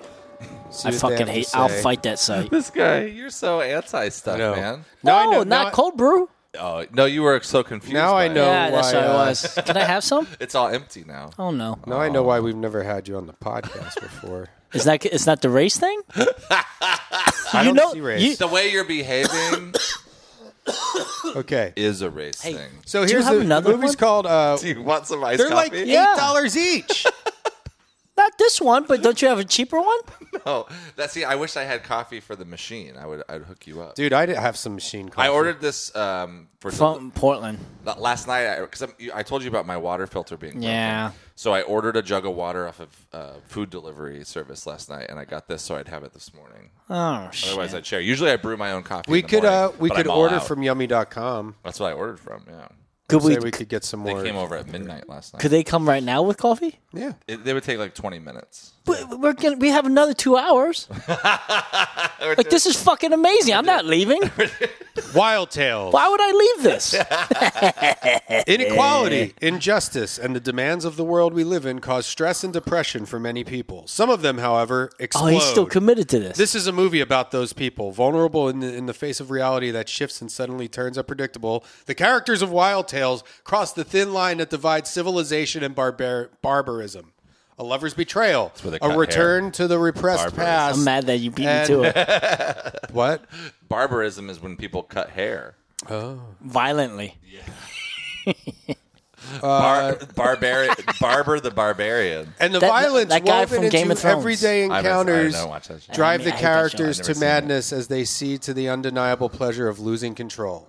[SPEAKER 1] I
[SPEAKER 4] See what they
[SPEAKER 1] fucking
[SPEAKER 4] have to
[SPEAKER 1] hate. I'll
[SPEAKER 4] say.
[SPEAKER 1] fight that site.
[SPEAKER 3] (laughs) This guy, you're so anti stuff,
[SPEAKER 4] No.
[SPEAKER 3] man.
[SPEAKER 4] Now (laughs) I
[SPEAKER 1] no,
[SPEAKER 4] know- now
[SPEAKER 1] not
[SPEAKER 4] I-
[SPEAKER 1] cold brew.
[SPEAKER 3] Oh no, you were so confused.
[SPEAKER 4] Now
[SPEAKER 3] by
[SPEAKER 4] I
[SPEAKER 3] it.
[SPEAKER 4] know.
[SPEAKER 1] yeah, that's
[SPEAKER 4] why,
[SPEAKER 1] what it
[SPEAKER 4] uh,
[SPEAKER 1] was. Can I have (laughs) some?
[SPEAKER 3] It's all empty now.
[SPEAKER 1] Oh no,
[SPEAKER 4] Now I know why we've never had you on the podcast
[SPEAKER 1] (laughs)
[SPEAKER 4] before.
[SPEAKER 1] is that it's not the race thing?
[SPEAKER 4] I
[SPEAKER 1] You
[SPEAKER 4] don't
[SPEAKER 1] know-
[SPEAKER 4] see race.
[SPEAKER 1] you-
[SPEAKER 3] The way you're behaving (coughs)
[SPEAKER 4] okay.
[SPEAKER 3] is a race thing.
[SPEAKER 4] So
[SPEAKER 1] you
[SPEAKER 4] here's
[SPEAKER 1] have
[SPEAKER 4] the,
[SPEAKER 1] another
[SPEAKER 4] the movie's
[SPEAKER 1] one?
[SPEAKER 4] called. Uh,
[SPEAKER 3] Do you want some ice
[SPEAKER 4] they're like
[SPEAKER 3] coffee?
[SPEAKER 4] eight
[SPEAKER 1] Yeah. (laughs)
[SPEAKER 4] dollars each.
[SPEAKER 1] Not this one, but don't you have a cheaper one?
[SPEAKER 3] Oh, that see, I wish I had coffee for the machine. I would, I'd hook you up.
[SPEAKER 4] Dude, I didn't have some machine coffee.
[SPEAKER 3] I ordered this um, for
[SPEAKER 1] From Portland.
[SPEAKER 3] Not- last night because I, told you about my water filter being broken.
[SPEAKER 1] Yeah.
[SPEAKER 3] So I ordered a jug of water off of uh, food delivery service last night, and I got this, so I'd have it this morning.
[SPEAKER 1] Oh shit.
[SPEAKER 3] Otherwise, I'd share. Usually, I brew my own coffee.
[SPEAKER 4] We
[SPEAKER 3] in the
[SPEAKER 4] could
[SPEAKER 3] morning,
[SPEAKER 4] uh, we
[SPEAKER 3] but
[SPEAKER 4] could
[SPEAKER 3] I'm all
[SPEAKER 4] order
[SPEAKER 3] out.
[SPEAKER 4] from yummy.com.
[SPEAKER 3] That's what I ordered from. Yeah,
[SPEAKER 1] could
[SPEAKER 4] Say
[SPEAKER 1] we?
[SPEAKER 4] we could get some
[SPEAKER 3] they
[SPEAKER 4] more.
[SPEAKER 3] came over at midnight last night.
[SPEAKER 1] could they come right now with coffee?
[SPEAKER 4] Yeah.
[SPEAKER 3] It, they would take like twenty minutes.
[SPEAKER 1] We- We're gonna, we have another two
[SPEAKER 4] (laughs)
[SPEAKER 1] hours. like this is fucking amazing. I'm not leaving.
[SPEAKER 4] Wild Tales.
[SPEAKER 1] Why would I leave
[SPEAKER 4] (laughs)
[SPEAKER 1] this?
[SPEAKER 4] Inequality,
[SPEAKER 3] Eh.
[SPEAKER 4] injustice, and the demands of the world we live in cause stress and depression for many people. Some of them, however,
[SPEAKER 1] Oh,
[SPEAKER 4] explode.
[SPEAKER 1] he's still committed to this.
[SPEAKER 4] This is a movie about those people, vulnerable in the, in the face of reality that shifts and suddenly turns unpredictable. The characters of Wild Tales cross the thin line that divides civilization and barbar- barbarism. A lover's betrayal,
[SPEAKER 3] where they cut
[SPEAKER 4] a
[SPEAKER 3] hair.
[SPEAKER 4] return to the repressed
[SPEAKER 3] Barbarism.
[SPEAKER 4] past.
[SPEAKER 1] I'm mad that you beat
[SPEAKER 4] And-
[SPEAKER 1] me to
[SPEAKER 4] (laughs)
[SPEAKER 1] it
[SPEAKER 4] What?
[SPEAKER 3] Barbarism is when people cut hair.
[SPEAKER 1] violently.
[SPEAKER 4] Uh,
[SPEAKER 3] Bar- barbarian, barber the barbarian.
[SPEAKER 4] And the
[SPEAKER 1] That-
[SPEAKER 4] violence
[SPEAKER 1] that guy
[SPEAKER 4] woven
[SPEAKER 1] from
[SPEAKER 4] into
[SPEAKER 1] Game of Thrones.
[SPEAKER 4] everyday
[SPEAKER 3] I was- I
[SPEAKER 4] encounters
[SPEAKER 3] don't know, watch that show.
[SPEAKER 4] drive
[SPEAKER 1] I hate
[SPEAKER 4] the
[SPEAKER 1] that show.
[SPEAKER 4] characters
[SPEAKER 3] I've
[SPEAKER 4] to
[SPEAKER 3] never seen it.
[SPEAKER 4] madness as they see to the undeniable pleasure of losing control.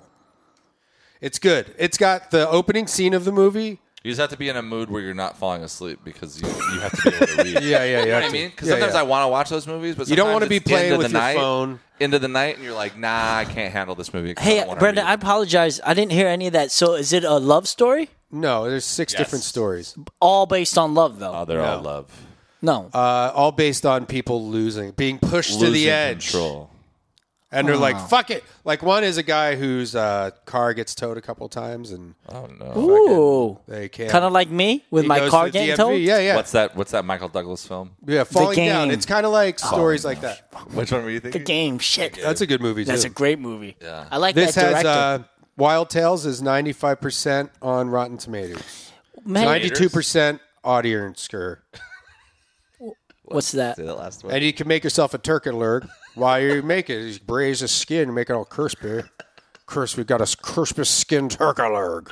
[SPEAKER 4] It's good. It's got the opening scene of the movie.
[SPEAKER 3] You just have to be in a mood where you're not falling asleep because you you have to be able to
[SPEAKER 4] (laughs)
[SPEAKER 3] read.
[SPEAKER 4] Yeah, yeah, yeah.
[SPEAKER 3] You know what I mean? Because sometimes I want to watch those movies, but
[SPEAKER 4] You don't
[SPEAKER 3] sometimes
[SPEAKER 4] wanna be
[SPEAKER 3] it's end
[SPEAKER 4] playing
[SPEAKER 3] of the
[SPEAKER 4] with your
[SPEAKER 3] night-
[SPEAKER 4] phone.
[SPEAKER 3] End of the night, and you're like, nah, I can't handle this movie. 'cause I
[SPEAKER 1] Hey,
[SPEAKER 3] don't wanna
[SPEAKER 1] Brenda, I
[SPEAKER 3] read.
[SPEAKER 1] apologize. I didn't hear any of that. So, is it a love story?
[SPEAKER 4] No, there's six
[SPEAKER 3] Yes.
[SPEAKER 4] different stories,
[SPEAKER 1] All based on love, though.
[SPEAKER 3] oh, they're all love.
[SPEAKER 1] no.
[SPEAKER 4] uh, all based on people losing, being pushed to
[SPEAKER 3] Losing
[SPEAKER 4] the edge,
[SPEAKER 3] Control.
[SPEAKER 4] and they're like,
[SPEAKER 1] Ah.
[SPEAKER 2] Wow.
[SPEAKER 4] "Fuck it!" Like one is a guy whose uh, car gets towed a couple times, and
[SPEAKER 3] oh no,
[SPEAKER 1] Ooh.
[SPEAKER 4] they can't.
[SPEAKER 1] Kind of like me with
[SPEAKER 4] He
[SPEAKER 1] my
[SPEAKER 4] goes
[SPEAKER 1] car
[SPEAKER 4] to
[SPEAKER 1] getting
[SPEAKER 4] DMV,
[SPEAKER 1] towed.
[SPEAKER 4] Yeah, yeah,
[SPEAKER 3] What's that? What's that Michael Douglas film? (laughs)
[SPEAKER 4] yeah. Falling down.
[SPEAKER 1] Game.
[SPEAKER 4] It's kind of like
[SPEAKER 1] Oh,
[SPEAKER 4] stories like that.
[SPEAKER 3] Which one were you
[SPEAKER 1] The
[SPEAKER 3] thinking?
[SPEAKER 1] game. Shit.
[SPEAKER 4] That's a good movie. Too.
[SPEAKER 1] That's a great movie.
[SPEAKER 3] Yeah.
[SPEAKER 1] I like
[SPEAKER 4] this
[SPEAKER 1] that
[SPEAKER 4] has
[SPEAKER 1] director.
[SPEAKER 4] uh, Wild Tales is ninety five percent on Rotten Tomatoes,
[SPEAKER 1] Man,
[SPEAKER 4] ninety two percent audience score,
[SPEAKER 1] what's that?
[SPEAKER 3] Say that last one.
[SPEAKER 4] and you can make yourself a turkey lurg while you make it. You braise the skin, make it all crispy. Crisp, we got a crispy skin turkey lurg.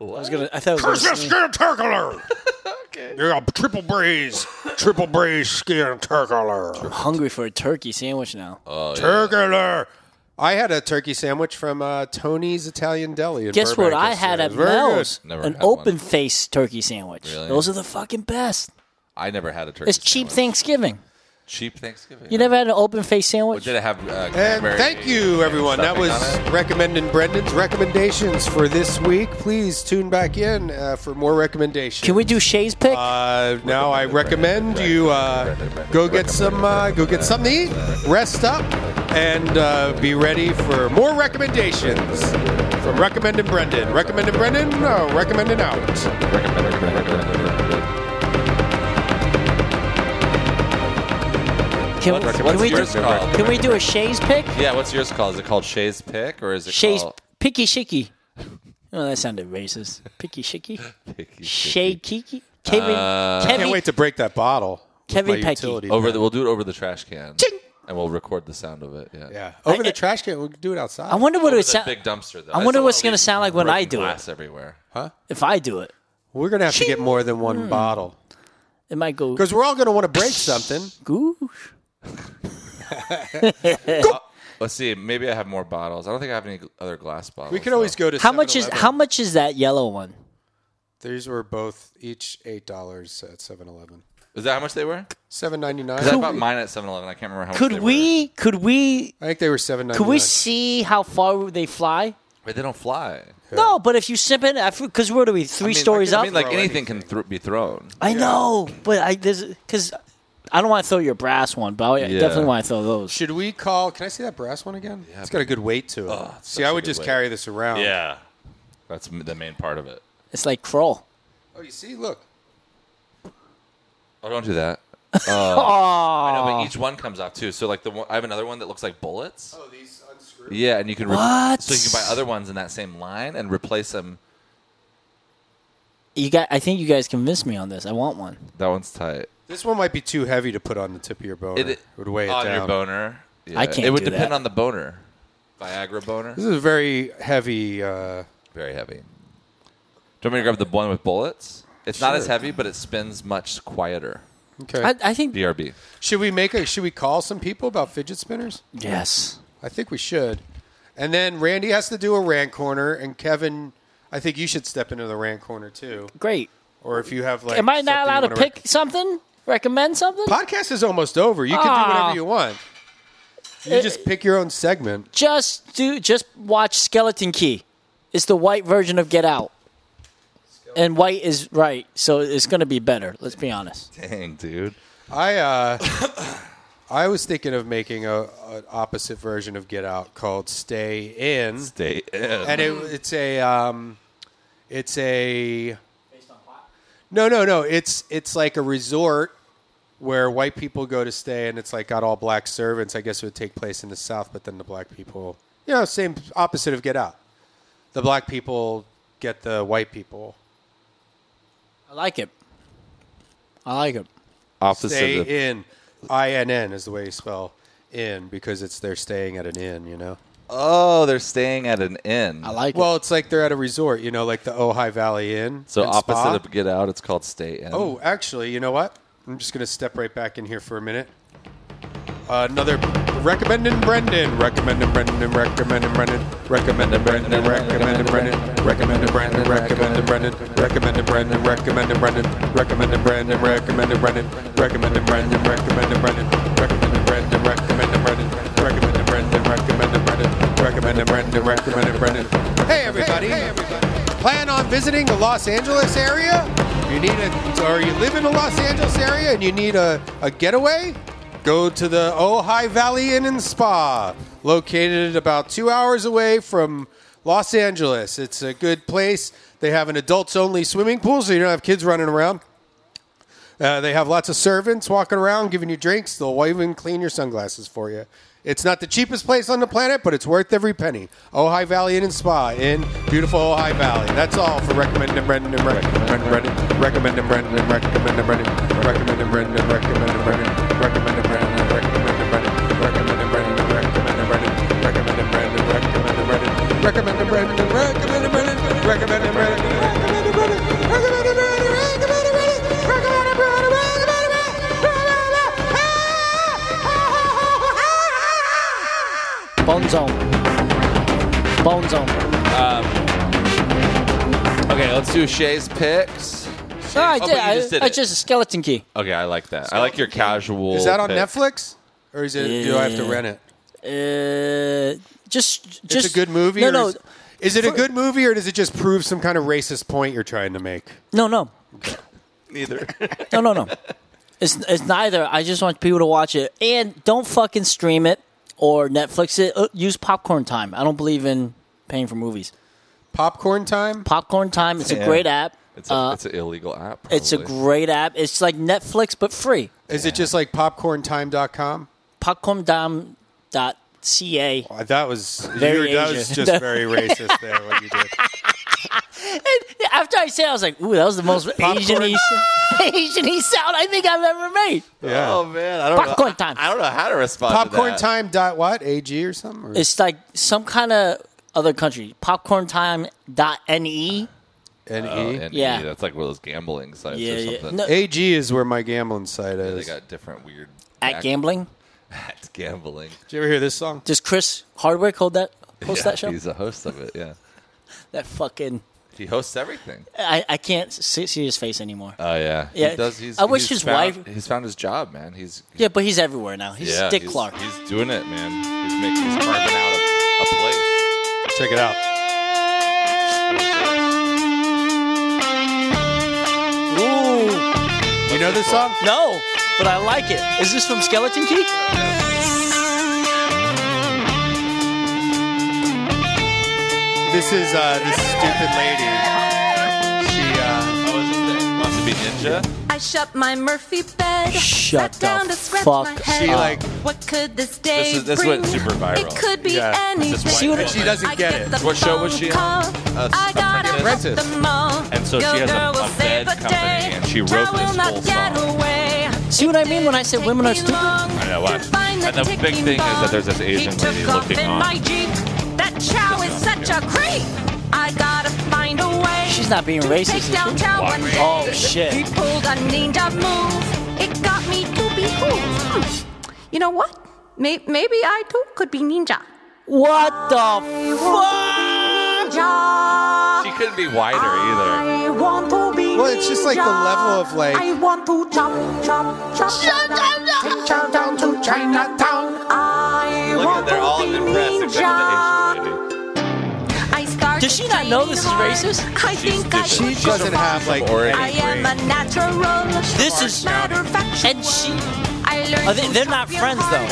[SPEAKER 1] I was gonna. I thought it was gonna sneeze.
[SPEAKER 4] skin turkey lurg. You got triple braise, triple braise skin turkey lurg.
[SPEAKER 1] hungry for a turkey sandwich now.
[SPEAKER 3] Oh,
[SPEAKER 4] Turkey lurg. I had a turkey sandwich from uh, Tony's Italian Deli. In
[SPEAKER 1] Guess
[SPEAKER 4] Burbank
[SPEAKER 1] what I
[SPEAKER 4] yesterday.
[SPEAKER 1] had
[SPEAKER 4] It
[SPEAKER 1] at
[SPEAKER 4] was very good.
[SPEAKER 1] Mel's?
[SPEAKER 3] Never
[SPEAKER 1] An
[SPEAKER 3] had one.
[SPEAKER 1] open face turkey sandwich.
[SPEAKER 3] Really?
[SPEAKER 1] Those are the fucking best.
[SPEAKER 3] I never had a turkey.
[SPEAKER 1] It's cheap
[SPEAKER 3] sandwich.
[SPEAKER 1] Thanksgiving.
[SPEAKER 3] Cheap Thanksgiving.
[SPEAKER 1] You never had an open face
[SPEAKER 3] Well,
[SPEAKER 1] sandwich?
[SPEAKER 3] did it have? Uh,
[SPEAKER 4] And
[SPEAKER 3] cranberry
[SPEAKER 4] thank you, everyone. That
[SPEAKER 3] stuffing
[SPEAKER 4] was
[SPEAKER 3] on it?
[SPEAKER 4] recommending Brendan's recommendations for this week. Please tune back in uh, for more recommendations.
[SPEAKER 1] Can we do Shay's pick?
[SPEAKER 4] Uh, now I recommend you uh, go get some uh, go get something to eat, rest up, and uh, be ready for more recommendations from recommending Brendan. Recommending Brendan, uh, recommending out.
[SPEAKER 1] can, we,
[SPEAKER 3] What's,
[SPEAKER 1] can
[SPEAKER 3] what's
[SPEAKER 1] we
[SPEAKER 3] yours
[SPEAKER 1] do,
[SPEAKER 3] called?
[SPEAKER 1] can we do a Shay's pick?
[SPEAKER 3] Yeah, what's yours called? Is it called Shay's Pick or is it
[SPEAKER 1] Shay's
[SPEAKER 3] called
[SPEAKER 1] picky shicky. Oh, that sounded racist. Picky shicky.
[SPEAKER 3] (laughs) Picky Uh,
[SPEAKER 1] Shay Kiki. Kevin. Kevin.
[SPEAKER 4] Can't wait to break that bottle. with
[SPEAKER 1] Kevin
[SPEAKER 4] my
[SPEAKER 1] Pecky.
[SPEAKER 4] utility
[SPEAKER 3] Over
[SPEAKER 4] belt.
[SPEAKER 3] the, we'll do it over the trash can, and we'll record the sound of it. Yeah.
[SPEAKER 4] yeah, over
[SPEAKER 1] I-
[SPEAKER 4] the trash can. We'll do it outside.
[SPEAKER 1] I wonder what it
[SPEAKER 3] Over
[SPEAKER 1] would
[SPEAKER 3] that
[SPEAKER 1] sound
[SPEAKER 3] big dumpster. Though.
[SPEAKER 1] I
[SPEAKER 3] just
[SPEAKER 1] wonder
[SPEAKER 3] don't
[SPEAKER 1] what's
[SPEAKER 3] wanna
[SPEAKER 1] gonna
[SPEAKER 3] leave
[SPEAKER 1] sound like when I
[SPEAKER 3] broken
[SPEAKER 1] do it.
[SPEAKER 3] glass everywhere.
[SPEAKER 1] if I do it.
[SPEAKER 4] We're gonna have to get more than
[SPEAKER 1] Hmm.
[SPEAKER 4] one bottle.
[SPEAKER 1] It might go
[SPEAKER 4] Because we're all going to want to break something.
[SPEAKER 1] goosh.
[SPEAKER 3] Let's see. Maybe I have more bottles. I don't think I have any other glass bottles.
[SPEAKER 4] We could always
[SPEAKER 3] though.
[SPEAKER 4] go to
[SPEAKER 1] How much is
[SPEAKER 4] 7-Eleven.
[SPEAKER 1] how much is that yellow one?
[SPEAKER 4] These were both each eight dollars at 7-Eleven.
[SPEAKER 3] Is that how much they were?
[SPEAKER 4] Seven ninety nine.
[SPEAKER 3] Because I bought mine at 7-Eleven. I can't remember how much. they
[SPEAKER 1] Could
[SPEAKER 3] were.
[SPEAKER 1] we could we
[SPEAKER 4] I think they were seven ninety
[SPEAKER 1] could
[SPEAKER 4] nine.
[SPEAKER 1] we see how far they fly?
[SPEAKER 3] Wait, they don't fly.
[SPEAKER 1] No, but if you sip it, because what are we three
[SPEAKER 3] I mean,
[SPEAKER 1] stories
[SPEAKER 3] like,
[SPEAKER 1] up?
[SPEAKER 3] I mean, like
[SPEAKER 4] Throw
[SPEAKER 3] anything can thro- be thrown.
[SPEAKER 1] I know, but I there's because I don't want to throw your brass one, but I
[SPEAKER 3] Yeah.
[SPEAKER 1] definitely want to throw those.
[SPEAKER 4] Should we call? Can I see that brass one again? Oh, it's got a good weight to it.
[SPEAKER 3] it's
[SPEAKER 4] see,
[SPEAKER 3] such
[SPEAKER 4] I
[SPEAKER 3] a
[SPEAKER 4] would
[SPEAKER 3] good
[SPEAKER 4] just
[SPEAKER 3] weight.
[SPEAKER 4] carry this around.
[SPEAKER 3] Yeah, that's m- the main part of it.
[SPEAKER 1] It's like crawl.
[SPEAKER 4] Oh, you see? Look.
[SPEAKER 3] Oh, don't
[SPEAKER 1] (laughs)
[SPEAKER 3] do that. Oh, I know, but each one comes off too. So like the one, I have another one that looks like bullets.
[SPEAKER 4] Oh, these unscrew.
[SPEAKER 3] Yeah, and you can re-
[SPEAKER 1] What?
[SPEAKER 3] so you can buy other ones in that same line and replace them.
[SPEAKER 1] You got. I think you guys convinced me on this. I want one.
[SPEAKER 3] That one's tight.
[SPEAKER 4] This one might be too heavy to put on the tip of your boner. It, would weigh it
[SPEAKER 3] on
[SPEAKER 4] down.
[SPEAKER 3] your boner. Yeah,
[SPEAKER 1] I can't
[SPEAKER 3] It would
[SPEAKER 1] do
[SPEAKER 3] depend
[SPEAKER 1] that.
[SPEAKER 3] on the boner. Viagra boner.
[SPEAKER 4] This is a very heavy. Uh,
[SPEAKER 3] Very heavy. Do you want me to grab the one with bullets? It's not as heavy, but it spins much quieter.
[SPEAKER 4] okay.
[SPEAKER 1] I, I think.
[SPEAKER 3] BRB.
[SPEAKER 4] should we make a? Should we call some people about fidget spinners?
[SPEAKER 1] Yes.
[SPEAKER 4] I think we should. And then Randy has to do a rant corner, and Kevin, I think you should step into the rant corner too.
[SPEAKER 1] Great.
[SPEAKER 4] Or if you have like,
[SPEAKER 1] Am I
[SPEAKER 4] something you
[SPEAKER 1] not allowed to
[SPEAKER 4] wanna
[SPEAKER 1] pick something? Recommend something?
[SPEAKER 4] rec- Podcast is almost over. You can do
[SPEAKER 1] Ah.
[SPEAKER 4] whatever you want. You just pick your own segment.
[SPEAKER 1] Just do. Just watch Skeleton Key. It's the white version of Get Out. And white is right, so it's going to be better. Let's be honest.
[SPEAKER 3] Dang, dude.
[SPEAKER 4] I uh, I was thinking of making a, an opposite version of Get Out called Stay In,
[SPEAKER 3] Stay in.
[SPEAKER 4] and it, it's a um, it's a No, no, no. It's it's like a resort where white people go to stay, and it's like got all black servants. I guess it would take place in the South, but then the black people, you know, same opposite of Get Out. The black people get the white people.
[SPEAKER 1] I like it. I like it.
[SPEAKER 3] Opposite
[SPEAKER 4] Stay
[SPEAKER 3] of-
[SPEAKER 4] in, I N N is the way you spell in because it's they're staying at an inn, you know.
[SPEAKER 3] Oh, they're staying at an inn.
[SPEAKER 1] I like
[SPEAKER 4] Well, it's like they're at a resort, you know, like the Ojai Valley Inn.
[SPEAKER 3] so
[SPEAKER 4] and
[SPEAKER 3] opposite
[SPEAKER 4] spa.
[SPEAKER 3] of get out, it's called stay in.
[SPEAKER 4] Oh, actually, you know what? I'm just gonna step right back in here for a minute. another recommending Brendan, recommending Brendan, recommending Brendan, recommending Brendan, recommending Brendan, recommending Brendan, recommending Brendan, recommending Brendan, recommending Brendan, recommending Brendan, recommending Brendan, recommending Brendan, recommending Brendan, recommending Brendan, recommending Brendan, recommending Brendan, recommending Brendan, recommending Brendan, recommending Brendan. Hey everybody! Plan on visiting the Los Angeles area? You need a, or you live in the Los Angeles area and you need a, a getaway? Go to the Ojai Valley Inn and Spa, located about two hours away from Los Angeles. It's a good place. They have an adults only swimming pool, so you don't have kids running around. Uh, they have lots of servants walking around giving you drinks. They'll even clean your sunglasses for you. It's not the cheapest place on the planet, but it's worth every penny. Ojai Valley Inn and Spa in beautiful Ojai Valley. That's all for recommending Brendan and Brendan and Brendan. Recommending Brendan and recommending Brendan. Recommending Brendan and recommending Brendan. Recommending Brendan and recommending Brendan. Recommending Brendan and recommending Brendan. Recommending Brendan and recommending Brendan. Recommending Brendan and recommending Brendan. Recommending Brendan and recommending Brendan. Recommending Brendan and recommending Brendan. Recommending Brendan and recommending
[SPEAKER 1] Bone zone. Bone zone.
[SPEAKER 4] Oh,
[SPEAKER 3] Um, okay, let's do Shay's picks.
[SPEAKER 1] No, I
[SPEAKER 3] Oh,
[SPEAKER 1] did.
[SPEAKER 3] but you
[SPEAKER 1] I,
[SPEAKER 3] just did
[SPEAKER 1] I
[SPEAKER 3] it.
[SPEAKER 1] just a skeleton key.
[SPEAKER 3] Okay, I like that. I like your casual.
[SPEAKER 4] Is that on
[SPEAKER 3] pick.
[SPEAKER 4] Netflix? Or is it? Do I have to
[SPEAKER 1] Yeah.
[SPEAKER 4] rent it?
[SPEAKER 1] Uh, just, just
[SPEAKER 4] it's a good movie.
[SPEAKER 1] No,
[SPEAKER 4] or
[SPEAKER 1] no,
[SPEAKER 4] Is, is it a
[SPEAKER 1] For-
[SPEAKER 4] good movie, or does it just prove some kind of racist point you're trying to make?
[SPEAKER 1] no, no,
[SPEAKER 3] Neither.
[SPEAKER 1] no, no, no. It's it's neither. I just want people to watch it and don't fucking stream it or Netflix it. Uh, Use popcorn time. I don't believe in paying for movies.
[SPEAKER 4] Popcorn time.
[SPEAKER 1] Popcorn time. It's a
[SPEAKER 3] Yeah.
[SPEAKER 1] great app.
[SPEAKER 3] It's a,
[SPEAKER 1] Uh,
[SPEAKER 3] it's an illegal app.
[SPEAKER 1] It's a
[SPEAKER 3] probably.
[SPEAKER 1] great app. It's like Netflix but free.
[SPEAKER 4] Is it just like popcorntime.com?
[SPEAKER 1] Popcorndom.ca.
[SPEAKER 4] Oh, that was
[SPEAKER 1] Very
[SPEAKER 4] you- that
[SPEAKER 1] Asian.
[SPEAKER 4] was
[SPEAKER 3] (laughs)
[SPEAKER 4] just very racist there. What you did.
[SPEAKER 1] And after I said, it, I was like, "Ooh, that was the most Asian (laughs) Asian sound I think I've ever made."
[SPEAKER 4] Yeah.
[SPEAKER 3] Oh man, I don't
[SPEAKER 1] Popcorn
[SPEAKER 3] know.
[SPEAKER 1] time.
[SPEAKER 3] I don't know how to respond.
[SPEAKER 4] popcorn
[SPEAKER 3] to that.
[SPEAKER 4] time dot what ag or something. Or-
[SPEAKER 1] It's like some kind of other country. Popcorntime.ne.
[SPEAKER 4] N-E?
[SPEAKER 3] Oh, and
[SPEAKER 1] Yeah.
[SPEAKER 3] yeah, that's like one of those gambling sites
[SPEAKER 1] Yeah,
[SPEAKER 3] or
[SPEAKER 1] yeah.
[SPEAKER 3] something.
[SPEAKER 1] No,
[SPEAKER 4] ag is where my gambling site
[SPEAKER 3] They
[SPEAKER 4] is.
[SPEAKER 3] got different weird
[SPEAKER 1] At
[SPEAKER 3] back-
[SPEAKER 1] gambling.
[SPEAKER 3] at gambling.
[SPEAKER 4] Did you ever hear this song?
[SPEAKER 1] Does Chris Hardwick hold
[SPEAKER 3] (laughs)
[SPEAKER 1] that host
[SPEAKER 3] Yeah,
[SPEAKER 1] that show?
[SPEAKER 3] He's the host of it. Yeah,
[SPEAKER 1] That fucking
[SPEAKER 3] he hosts everything.
[SPEAKER 1] I, I can't see, see his face anymore.
[SPEAKER 3] Oh yeah,
[SPEAKER 1] Yeah,
[SPEAKER 3] He does, he's,
[SPEAKER 1] I wish
[SPEAKER 3] he's
[SPEAKER 1] his
[SPEAKER 3] found-
[SPEAKER 1] wife-
[SPEAKER 3] He's found his job, man. He's
[SPEAKER 1] yeah, but he's everywhere now. He's
[SPEAKER 3] yeah,
[SPEAKER 1] Dick
[SPEAKER 3] he's-
[SPEAKER 1] Clark.
[SPEAKER 3] He's doing it, man. He's making he's carving out a, a place.
[SPEAKER 4] Check it out.
[SPEAKER 1] Ooh,
[SPEAKER 4] You know this song?
[SPEAKER 1] no, but I like it. Is this from Skeleton Key?
[SPEAKER 4] This is uh, this stupid lady. She uh,
[SPEAKER 3] Oh, is it that? Must it be Ninja?
[SPEAKER 10] I shut my Murphy bed.
[SPEAKER 1] Shut
[SPEAKER 10] sat down
[SPEAKER 1] the
[SPEAKER 10] to scratch
[SPEAKER 1] fuck
[SPEAKER 10] my
[SPEAKER 1] Uh.
[SPEAKER 10] head.
[SPEAKER 4] she like
[SPEAKER 10] what could this day
[SPEAKER 3] This is- this
[SPEAKER 10] bring?
[SPEAKER 3] went super viral.
[SPEAKER 10] It could be
[SPEAKER 4] Yeah.
[SPEAKER 3] This
[SPEAKER 10] anything.
[SPEAKER 3] white
[SPEAKER 1] See what-
[SPEAKER 3] woman.
[SPEAKER 4] she
[SPEAKER 10] I
[SPEAKER 4] doesn't get it.
[SPEAKER 10] the
[SPEAKER 3] What show was
[SPEAKER 10] phone
[SPEAKER 3] she on?
[SPEAKER 10] call.
[SPEAKER 3] Uh,
[SPEAKER 10] I got it
[SPEAKER 4] Apprentice.
[SPEAKER 10] from the mall.
[SPEAKER 3] And so she
[SPEAKER 10] Your
[SPEAKER 3] has a-
[SPEAKER 10] girl will
[SPEAKER 3] a bed
[SPEAKER 10] save
[SPEAKER 3] company,
[SPEAKER 10] day.
[SPEAKER 3] and she wrote
[SPEAKER 10] I
[SPEAKER 3] this
[SPEAKER 10] will not
[SPEAKER 3] whole
[SPEAKER 10] get
[SPEAKER 3] song.
[SPEAKER 10] away.
[SPEAKER 1] See what I mean when I say
[SPEAKER 10] Take
[SPEAKER 1] women are
[SPEAKER 10] me
[SPEAKER 1] stupid?
[SPEAKER 10] long
[SPEAKER 3] I know, watch.
[SPEAKER 10] to find
[SPEAKER 3] And the big
[SPEAKER 10] ticking
[SPEAKER 3] thing is that
[SPEAKER 10] bomb.
[SPEAKER 3] there's this Asian
[SPEAKER 10] he
[SPEAKER 3] lady
[SPEAKER 10] took off
[SPEAKER 3] looking
[SPEAKER 10] in
[SPEAKER 3] on.
[SPEAKER 10] my Jeep. That chow is such a creep. I gotta find a way.
[SPEAKER 1] She's not being
[SPEAKER 10] to
[SPEAKER 1] racist, is
[SPEAKER 10] Take
[SPEAKER 1] she?
[SPEAKER 10] down chow one day.
[SPEAKER 1] Oh, shit.
[SPEAKER 10] He pulled a ninja move. It got me to be cool. You know what? May- Maybe I too could be ninja.
[SPEAKER 1] What the?
[SPEAKER 10] Ninja.
[SPEAKER 3] She couldn't be wider either.
[SPEAKER 10] I want to be
[SPEAKER 4] Well, it's just like the
[SPEAKER 10] ninja.
[SPEAKER 4] level of, like-
[SPEAKER 10] I want to chop, chop, chop. Shut down, Take chow down to Chinatown. I
[SPEAKER 3] Look
[SPEAKER 10] want
[SPEAKER 3] at they're
[SPEAKER 10] to
[SPEAKER 3] all
[SPEAKER 10] be
[SPEAKER 3] impressed
[SPEAKER 10] ninja.
[SPEAKER 3] except for the Asian lady.
[SPEAKER 10] I started
[SPEAKER 1] Does she not know this is
[SPEAKER 10] training
[SPEAKER 1] racist?
[SPEAKER 10] hard. I
[SPEAKER 3] She's
[SPEAKER 10] think I
[SPEAKER 3] different.
[SPEAKER 4] she
[SPEAKER 10] could
[SPEAKER 4] doesn't
[SPEAKER 10] survive.
[SPEAKER 4] have like
[SPEAKER 3] Oregon.
[SPEAKER 10] I
[SPEAKER 4] any
[SPEAKER 10] am
[SPEAKER 4] brain.
[SPEAKER 10] a natural.
[SPEAKER 1] This is-
[SPEAKER 10] matter of fact.
[SPEAKER 1] And she-
[SPEAKER 10] I learned
[SPEAKER 1] Are they-
[SPEAKER 10] to
[SPEAKER 1] they're
[SPEAKER 10] chop
[SPEAKER 1] not
[SPEAKER 10] your
[SPEAKER 1] friends,
[SPEAKER 10] heart.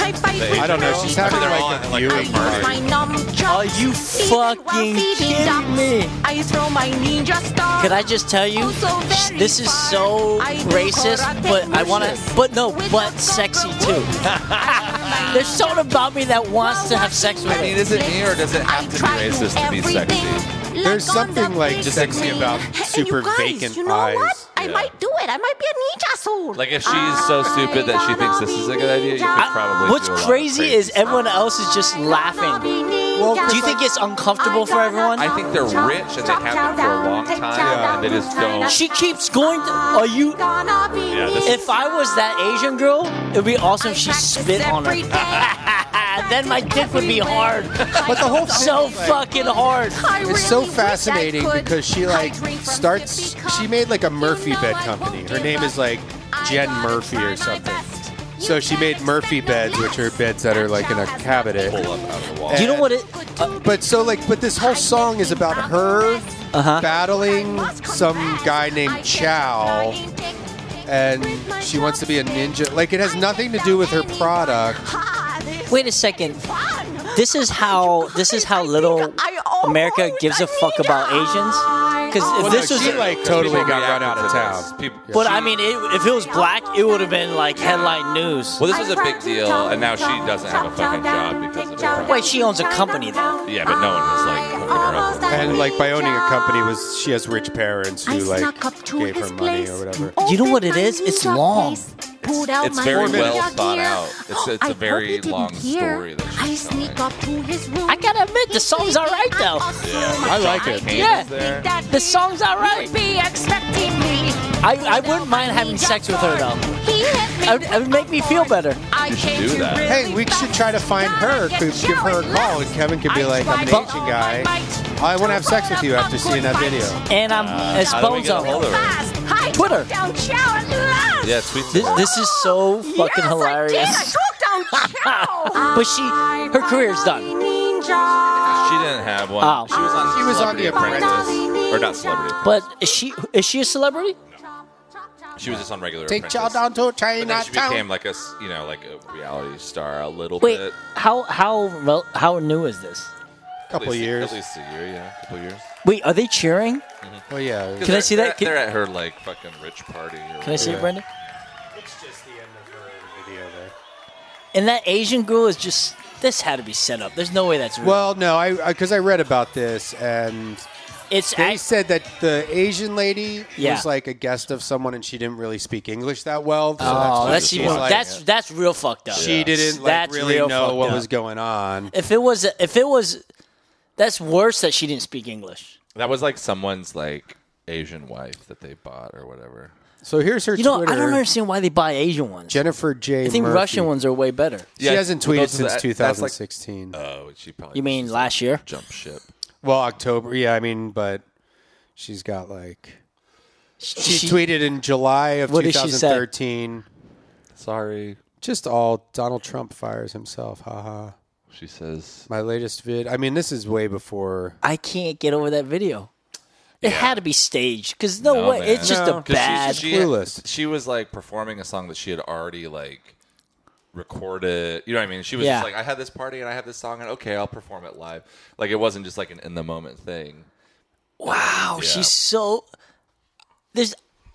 [SPEAKER 10] I fight with
[SPEAKER 4] I don't know.
[SPEAKER 10] my
[SPEAKER 4] She's having
[SPEAKER 10] teeth.
[SPEAKER 3] They're
[SPEAKER 4] like
[SPEAKER 3] all
[SPEAKER 4] a
[SPEAKER 3] in, like,
[SPEAKER 10] I
[SPEAKER 4] viewing
[SPEAKER 10] use
[SPEAKER 4] party.
[SPEAKER 10] my numb chops,
[SPEAKER 1] Are you
[SPEAKER 10] even while
[SPEAKER 1] fucking
[SPEAKER 10] feeding
[SPEAKER 1] kidding
[SPEAKER 10] ducks.
[SPEAKER 1] me?
[SPEAKER 10] I throw my ninja star.
[SPEAKER 1] Could I just tell you?
[SPEAKER 10] Also
[SPEAKER 1] sh-
[SPEAKER 10] very
[SPEAKER 1] This is so
[SPEAKER 10] far. I do
[SPEAKER 1] racist,
[SPEAKER 10] karate
[SPEAKER 1] but I want
[SPEAKER 10] moves
[SPEAKER 1] to. But no,
[SPEAKER 10] with
[SPEAKER 1] but
[SPEAKER 10] the
[SPEAKER 1] sexy
[SPEAKER 10] Gogoro (laughs)
[SPEAKER 1] too. (laughs)
[SPEAKER 10] Woods. I
[SPEAKER 1] There's something about me that wants to have sex with
[SPEAKER 3] I mean,
[SPEAKER 1] it.
[SPEAKER 3] is it me or does it have to be racist to be sexy?
[SPEAKER 4] There's something, like, sexy about super
[SPEAKER 10] and you guys,
[SPEAKER 4] vacant
[SPEAKER 10] you know
[SPEAKER 4] eyes.
[SPEAKER 10] What? I
[SPEAKER 3] Yeah.
[SPEAKER 10] might do it. I might be a ninja soon.
[SPEAKER 3] Like if she's so stupid that she thinks this is a good idea, you could probably.
[SPEAKER 1] What's
[SPEAKER 3] do a lot of
[SPEAKER 1] crazy is
[SPEAKER 3] stuff.
[SPEAKER 1] everyone else is just laughing.
[SPEAKER 10] Well,
[SPEAKER 1] Do you think it's uncomfortable for everyone?
[SPEAKER 3] I think they're rich and they have been for a long time,
[SPEAKER 4] Yeah.
[SPEAKER 3] and they just don't.
[SPEAKER 1] She keeps going. To, are you?
[SPEAKER 10] Yeah,
[SPEAKER 3] this-
[SPEAKER 1] If I was that Asian girl, it would be awesome if she spit on her. (laughs) then my dick would be hard.
[SPEAKER 4] But the whole thing
[SPEAKER 1] So
[SPEAKER 4] is, like-
[SPEAKER 1] fucking hard.
[SPEAKER 4] It's so fascinating because she like starts. She made like a Murphy bed company. Her name is like Jen Murphy or something. So she made Murphy beds, which are beds that are like in a cabinet.
[SPEAKER 3] pull up out of the wall.
[SPEAKER 1] You know what it?
[SPEAKER 4] But so like, but this whole song is about her
[SPEAKER 1] Uh huh.
[SPEAKER 4] battling some guy named Chow and she wants to be a ninja. Like it has nothing to do with her product.
[SPEAKER 1] Wait a second. This is how this is how little America gives a fuck about Asians. Because if
[SPEAKER 4] Well,
[SPEAKER 1] this
[SPEAKER 4] no,
[SPEAKER 1] was
[SPEAKER 4] she, like totally
[SPEAKER 3] People
[SPEAKER 4] got run
[SPEAKER 3] reacted
[SPEAKER 4] out of
[SPEAKER 3] to
[SPEAKER 4] town.
[SPEAKER 3] this. People-
[SPEAKER 1] but I mean, it, if it was black, it would have been like headline news.
[SPEAKER 3] Well, this was a big deal, and now she doesn't have a fucking job because of it.
[SPEAKER 1] Wait, she owns a company though.
[SPEAKER 3] Yeah, but no one was like hooking her up. with
[SPEAKER 4] And like by owning a company was she has rich parents who like gave her money or whatever.
[SPEAKER 1] You know what it is? It's long.
[SPEAKER 3] It's very well thought out. It's it's a very long story that she's telling.
[SPEAKER 1] I gotta admit, the song's all right though.
[SPEAKER 3] Yeah.
[SPEAKER 4] I like it.
[SPEAKER 1] Yeah,
[SPEAKER 3] There.
[SPEAKER 1] the song's all right.
[SPEAKER 10] Be expecting me.
[SPEAKER 1] I, I wouldn't mind having sex with her though.
[SPEAKER 10] He hit me.
[SPEAKER 1] It would, it would make me feel better.
[SPEAKER 10] I
[SPEAKER 3] do
[SPEAKER 10] came to
[SPEAKER 3] that.
[SPEAKER 10] really
[SPEAKER 4] Hey, we should try to find her. Could give her a call, and Kevin could be like, "I'm an Asian guy. I want to have sex with you after seeing that video."
[SPEAKER 1] And I'm as
[SPEAKER 3] uh, How do we get a
[SPEAKER 1] Bonzo.
[SPEAKER 3] hold of her?
[SPEAKER 1] Twitter.
[SPEAKER 3] Yeah, tweet to
[SPEAKER 1] This,
[SPEAKER 3] her.
[SPEAKER 1] this is so fucking hilarious. But she, her career's done.
[SPEAKER 3] She didn't have one.
[SPEAKER 1] Oh.
[SPEAKER 3] She was on.
[SPEAKER 4] She was on
[SPEAKER 3] Celebrity
[SPEAKER 4] The Apprentice.
[SPEAKER 3] or not Celebrity.
[SPEAKER 1] But is she is she a celebrity?
[SPEAKER 3] She was just on regular.
[SPEAKER 4] Take y'all
[SPEAKER 3] Apprentice.
[SPEAKER 4] down to
[SPEAKER 3] And then she became
[SPEAKER 4] Chinatown.
[SPEAKER 3] like a s- you know like a reality star a little
[SPEAKER 1] Wait,
[SPEAKER 3] bit.
[SPEAKER 1] how how rel- how new is this?
[SPEAKER 4] A
[SPEAKER 3] At
[SPEAKER 4] couple
[SPEAKER 3] least-
[SPEAKER 4] years.
[SPEAKER 3] At least a year, yeah, a couple years.
[SPEAKER 1] Wait, are they cheering?
[SPEAKER 4] Well, yeah.
[SPEAKER 1] Can I
[SPEAKER 3] They're-
[SPEAKER 1] see that?
[SPEAKER 3] they're-
[SPEAKER 1] Can-
[SPEAKER 3] They're at her like fucking rich party. Or
[SPEAKER 1] Can I see it,
[SPEAKER 4] Yeah.
[SPEAKER 1] Brenda?
[SPEAKER 4] It's just the end of her video there.
[SPEAKER 1] And that Asian girl is just. This had to be set up. There's no way that's real.
[SPEAKER 4] Well, no, I because I, read about this and
[SPEAKER 1] it's
[SPEAKER 4] they
[SPEAKER 1] act-
[SPEAKER 4] said that the Asian lady
[SPEAKER 1] Yeah.
[SPEAKER 4] was like a guest of someone and she didn't really speak English that well. So
[SPEAKER 1] oh,
[SPEAKER 4] why
[SPEAKER 1] that's
[SPEAKER 4] she
[SPEAKER 1] even,
[SPEAKER 4] was like-
[SPEAKER 1] that's that's real fucked up.
[SPEAKER 4] she didn't like
[SPEAKER 1] That's
[SPEAKER 4] really
[SPEAKER 1] real
[SPEAKER 4] know
[SPEAKER 1] fucked
[SPEAKER 4] what
[SPEAKER 1] up.
[SPEAKER 4] was going on.
[SPEAKER 1] If it was, if it was, that's worse that she didn't speak English.
[SPEAKER 3] That was like someone's like Asian wife that they bought or whatever.
[SPEAKER 4] So here's her
[SPEAKER 1] You know,
[SPEAKER 4] Twitter.
[SPEAKER 1] I don't understand why they buy Asian ones.
[SPEAKER 4] Jennifer J.
[SPEAKER 1] I think
[SPEAKER 4] Murphy.
[SPEAKER 1] Russian ones are way better.
[SPEAKER 4] She
[SPEAKER 3] Yeah,
[SPEAKER 4] hasn't
[SPEAKER 3] but
[SPEAKER 4] tweeted
[SPEAKER 3] those are
[SPEAKER 4] since
[SPEAKER 3] the- that's like-
[SPEAKER 4] 2016.
[SPEAKER 3] Oh, she probably.
[SPEAKER 1] You mean
[SPEAKER 3] just
[SPEAKER 1] last year?
[SPEAKER 3] jump ship?
[SPEAKER 4] uh, well, October. Yeah, I mean, but she's got like she,
[SPEAKER 1] She-
[SPEAKER 4] tweeted in July of
[SPEAKER 1] What did she say?
[SPEAKER 4] 2013.
[SPEAKER 3] Sorry,
[SPEAKER 4] Just all Donald Trump fires himself. Haha.
[SPEAKER 3] she says.
[SPEAKER 4] My latest vid. I mean, this is way before.
[SPEAKER 1] I can't get over that video. It had to be staged because no, way.
[SPEAKER 3] man.
[SPEAKER 1] It's just
[SPEAKER 4] No.
[SPEAKER 1] a
[SPEAKER 4] 'Cause
[SPEAKER 3] Because
[SPEAKER 1] bad.
[SPEAKER 3] She,
[SPEAKER 4] Clueless.
[SPEAKER 3] she was like performing a song that she had already like recorded. You know what I mean? She was
[SPEAKER 1] Yeah.
[SPEAKER 3] just like, I had this party and I had this song and okay, I'll perform it live. Like it wasn't just like an in the moment thing.
[SPEAKER 1] wow,
[SPEAKER 3] Yeah.
[SPEAKER 1] she's so. There's,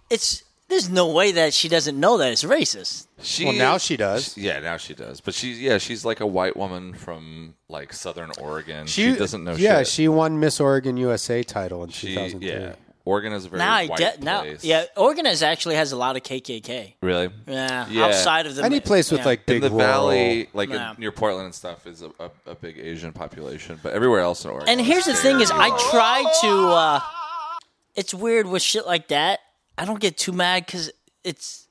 [SPEAKER 1] it's there's no way that she doesn't know that it's racist.
[SPEAKER 3] She
[SPEAKER 4] Well, now she does.
[SPEAKER 3] Yeah, now she does. But she's yeah, she's like a white woman from like Southern Oregon. She, doesn't know.
[SPEAKER 4] Yeah,
[SPEAKER 3] shit.
[SPEAKER 4] she won Miss Oregon USA title in
[SPEAKER 3] She
[SPEAKER 4] 2003.
[SPEAKER 3] yeah. Oregon is a very
[SPEAKER 1] Now I
[SPEAKER 3] white
[SPEAKER 1] get now.
[SPEAKER 3] place.
[SPEAKER 1] Yeah, Oregon is actually has a lot of KKK.
[SPEAKER 3] Really?
[SPEAKER 1] Yeah, outside of the
[SPEAKER 4] Any place with
[SPEAKER 1] yeah.
[SPEAKER 4] like
[SPEAKER 3] in
[SPEAKER 4] big
[SPEAKER 3] the
[SPEAKER 4] rural-
[SPEAKER 3] valley, like in-
[SPEAKER 1] Nah.
[SPEAKER 3] near Portland and stuff, is a, a, a big Asian population. But everywhere else in Oregon.
[SPEAKER 1] And here's the
[SPEAKER 3] it's
[SPEAKER 1] thing:
[SPEAKER 3] very
[SPEAKER 1] is I
[SPEAKER 3] low.
[SPEAKER 1] try to. uh It's weird with shit like that. I don't get too mad because it's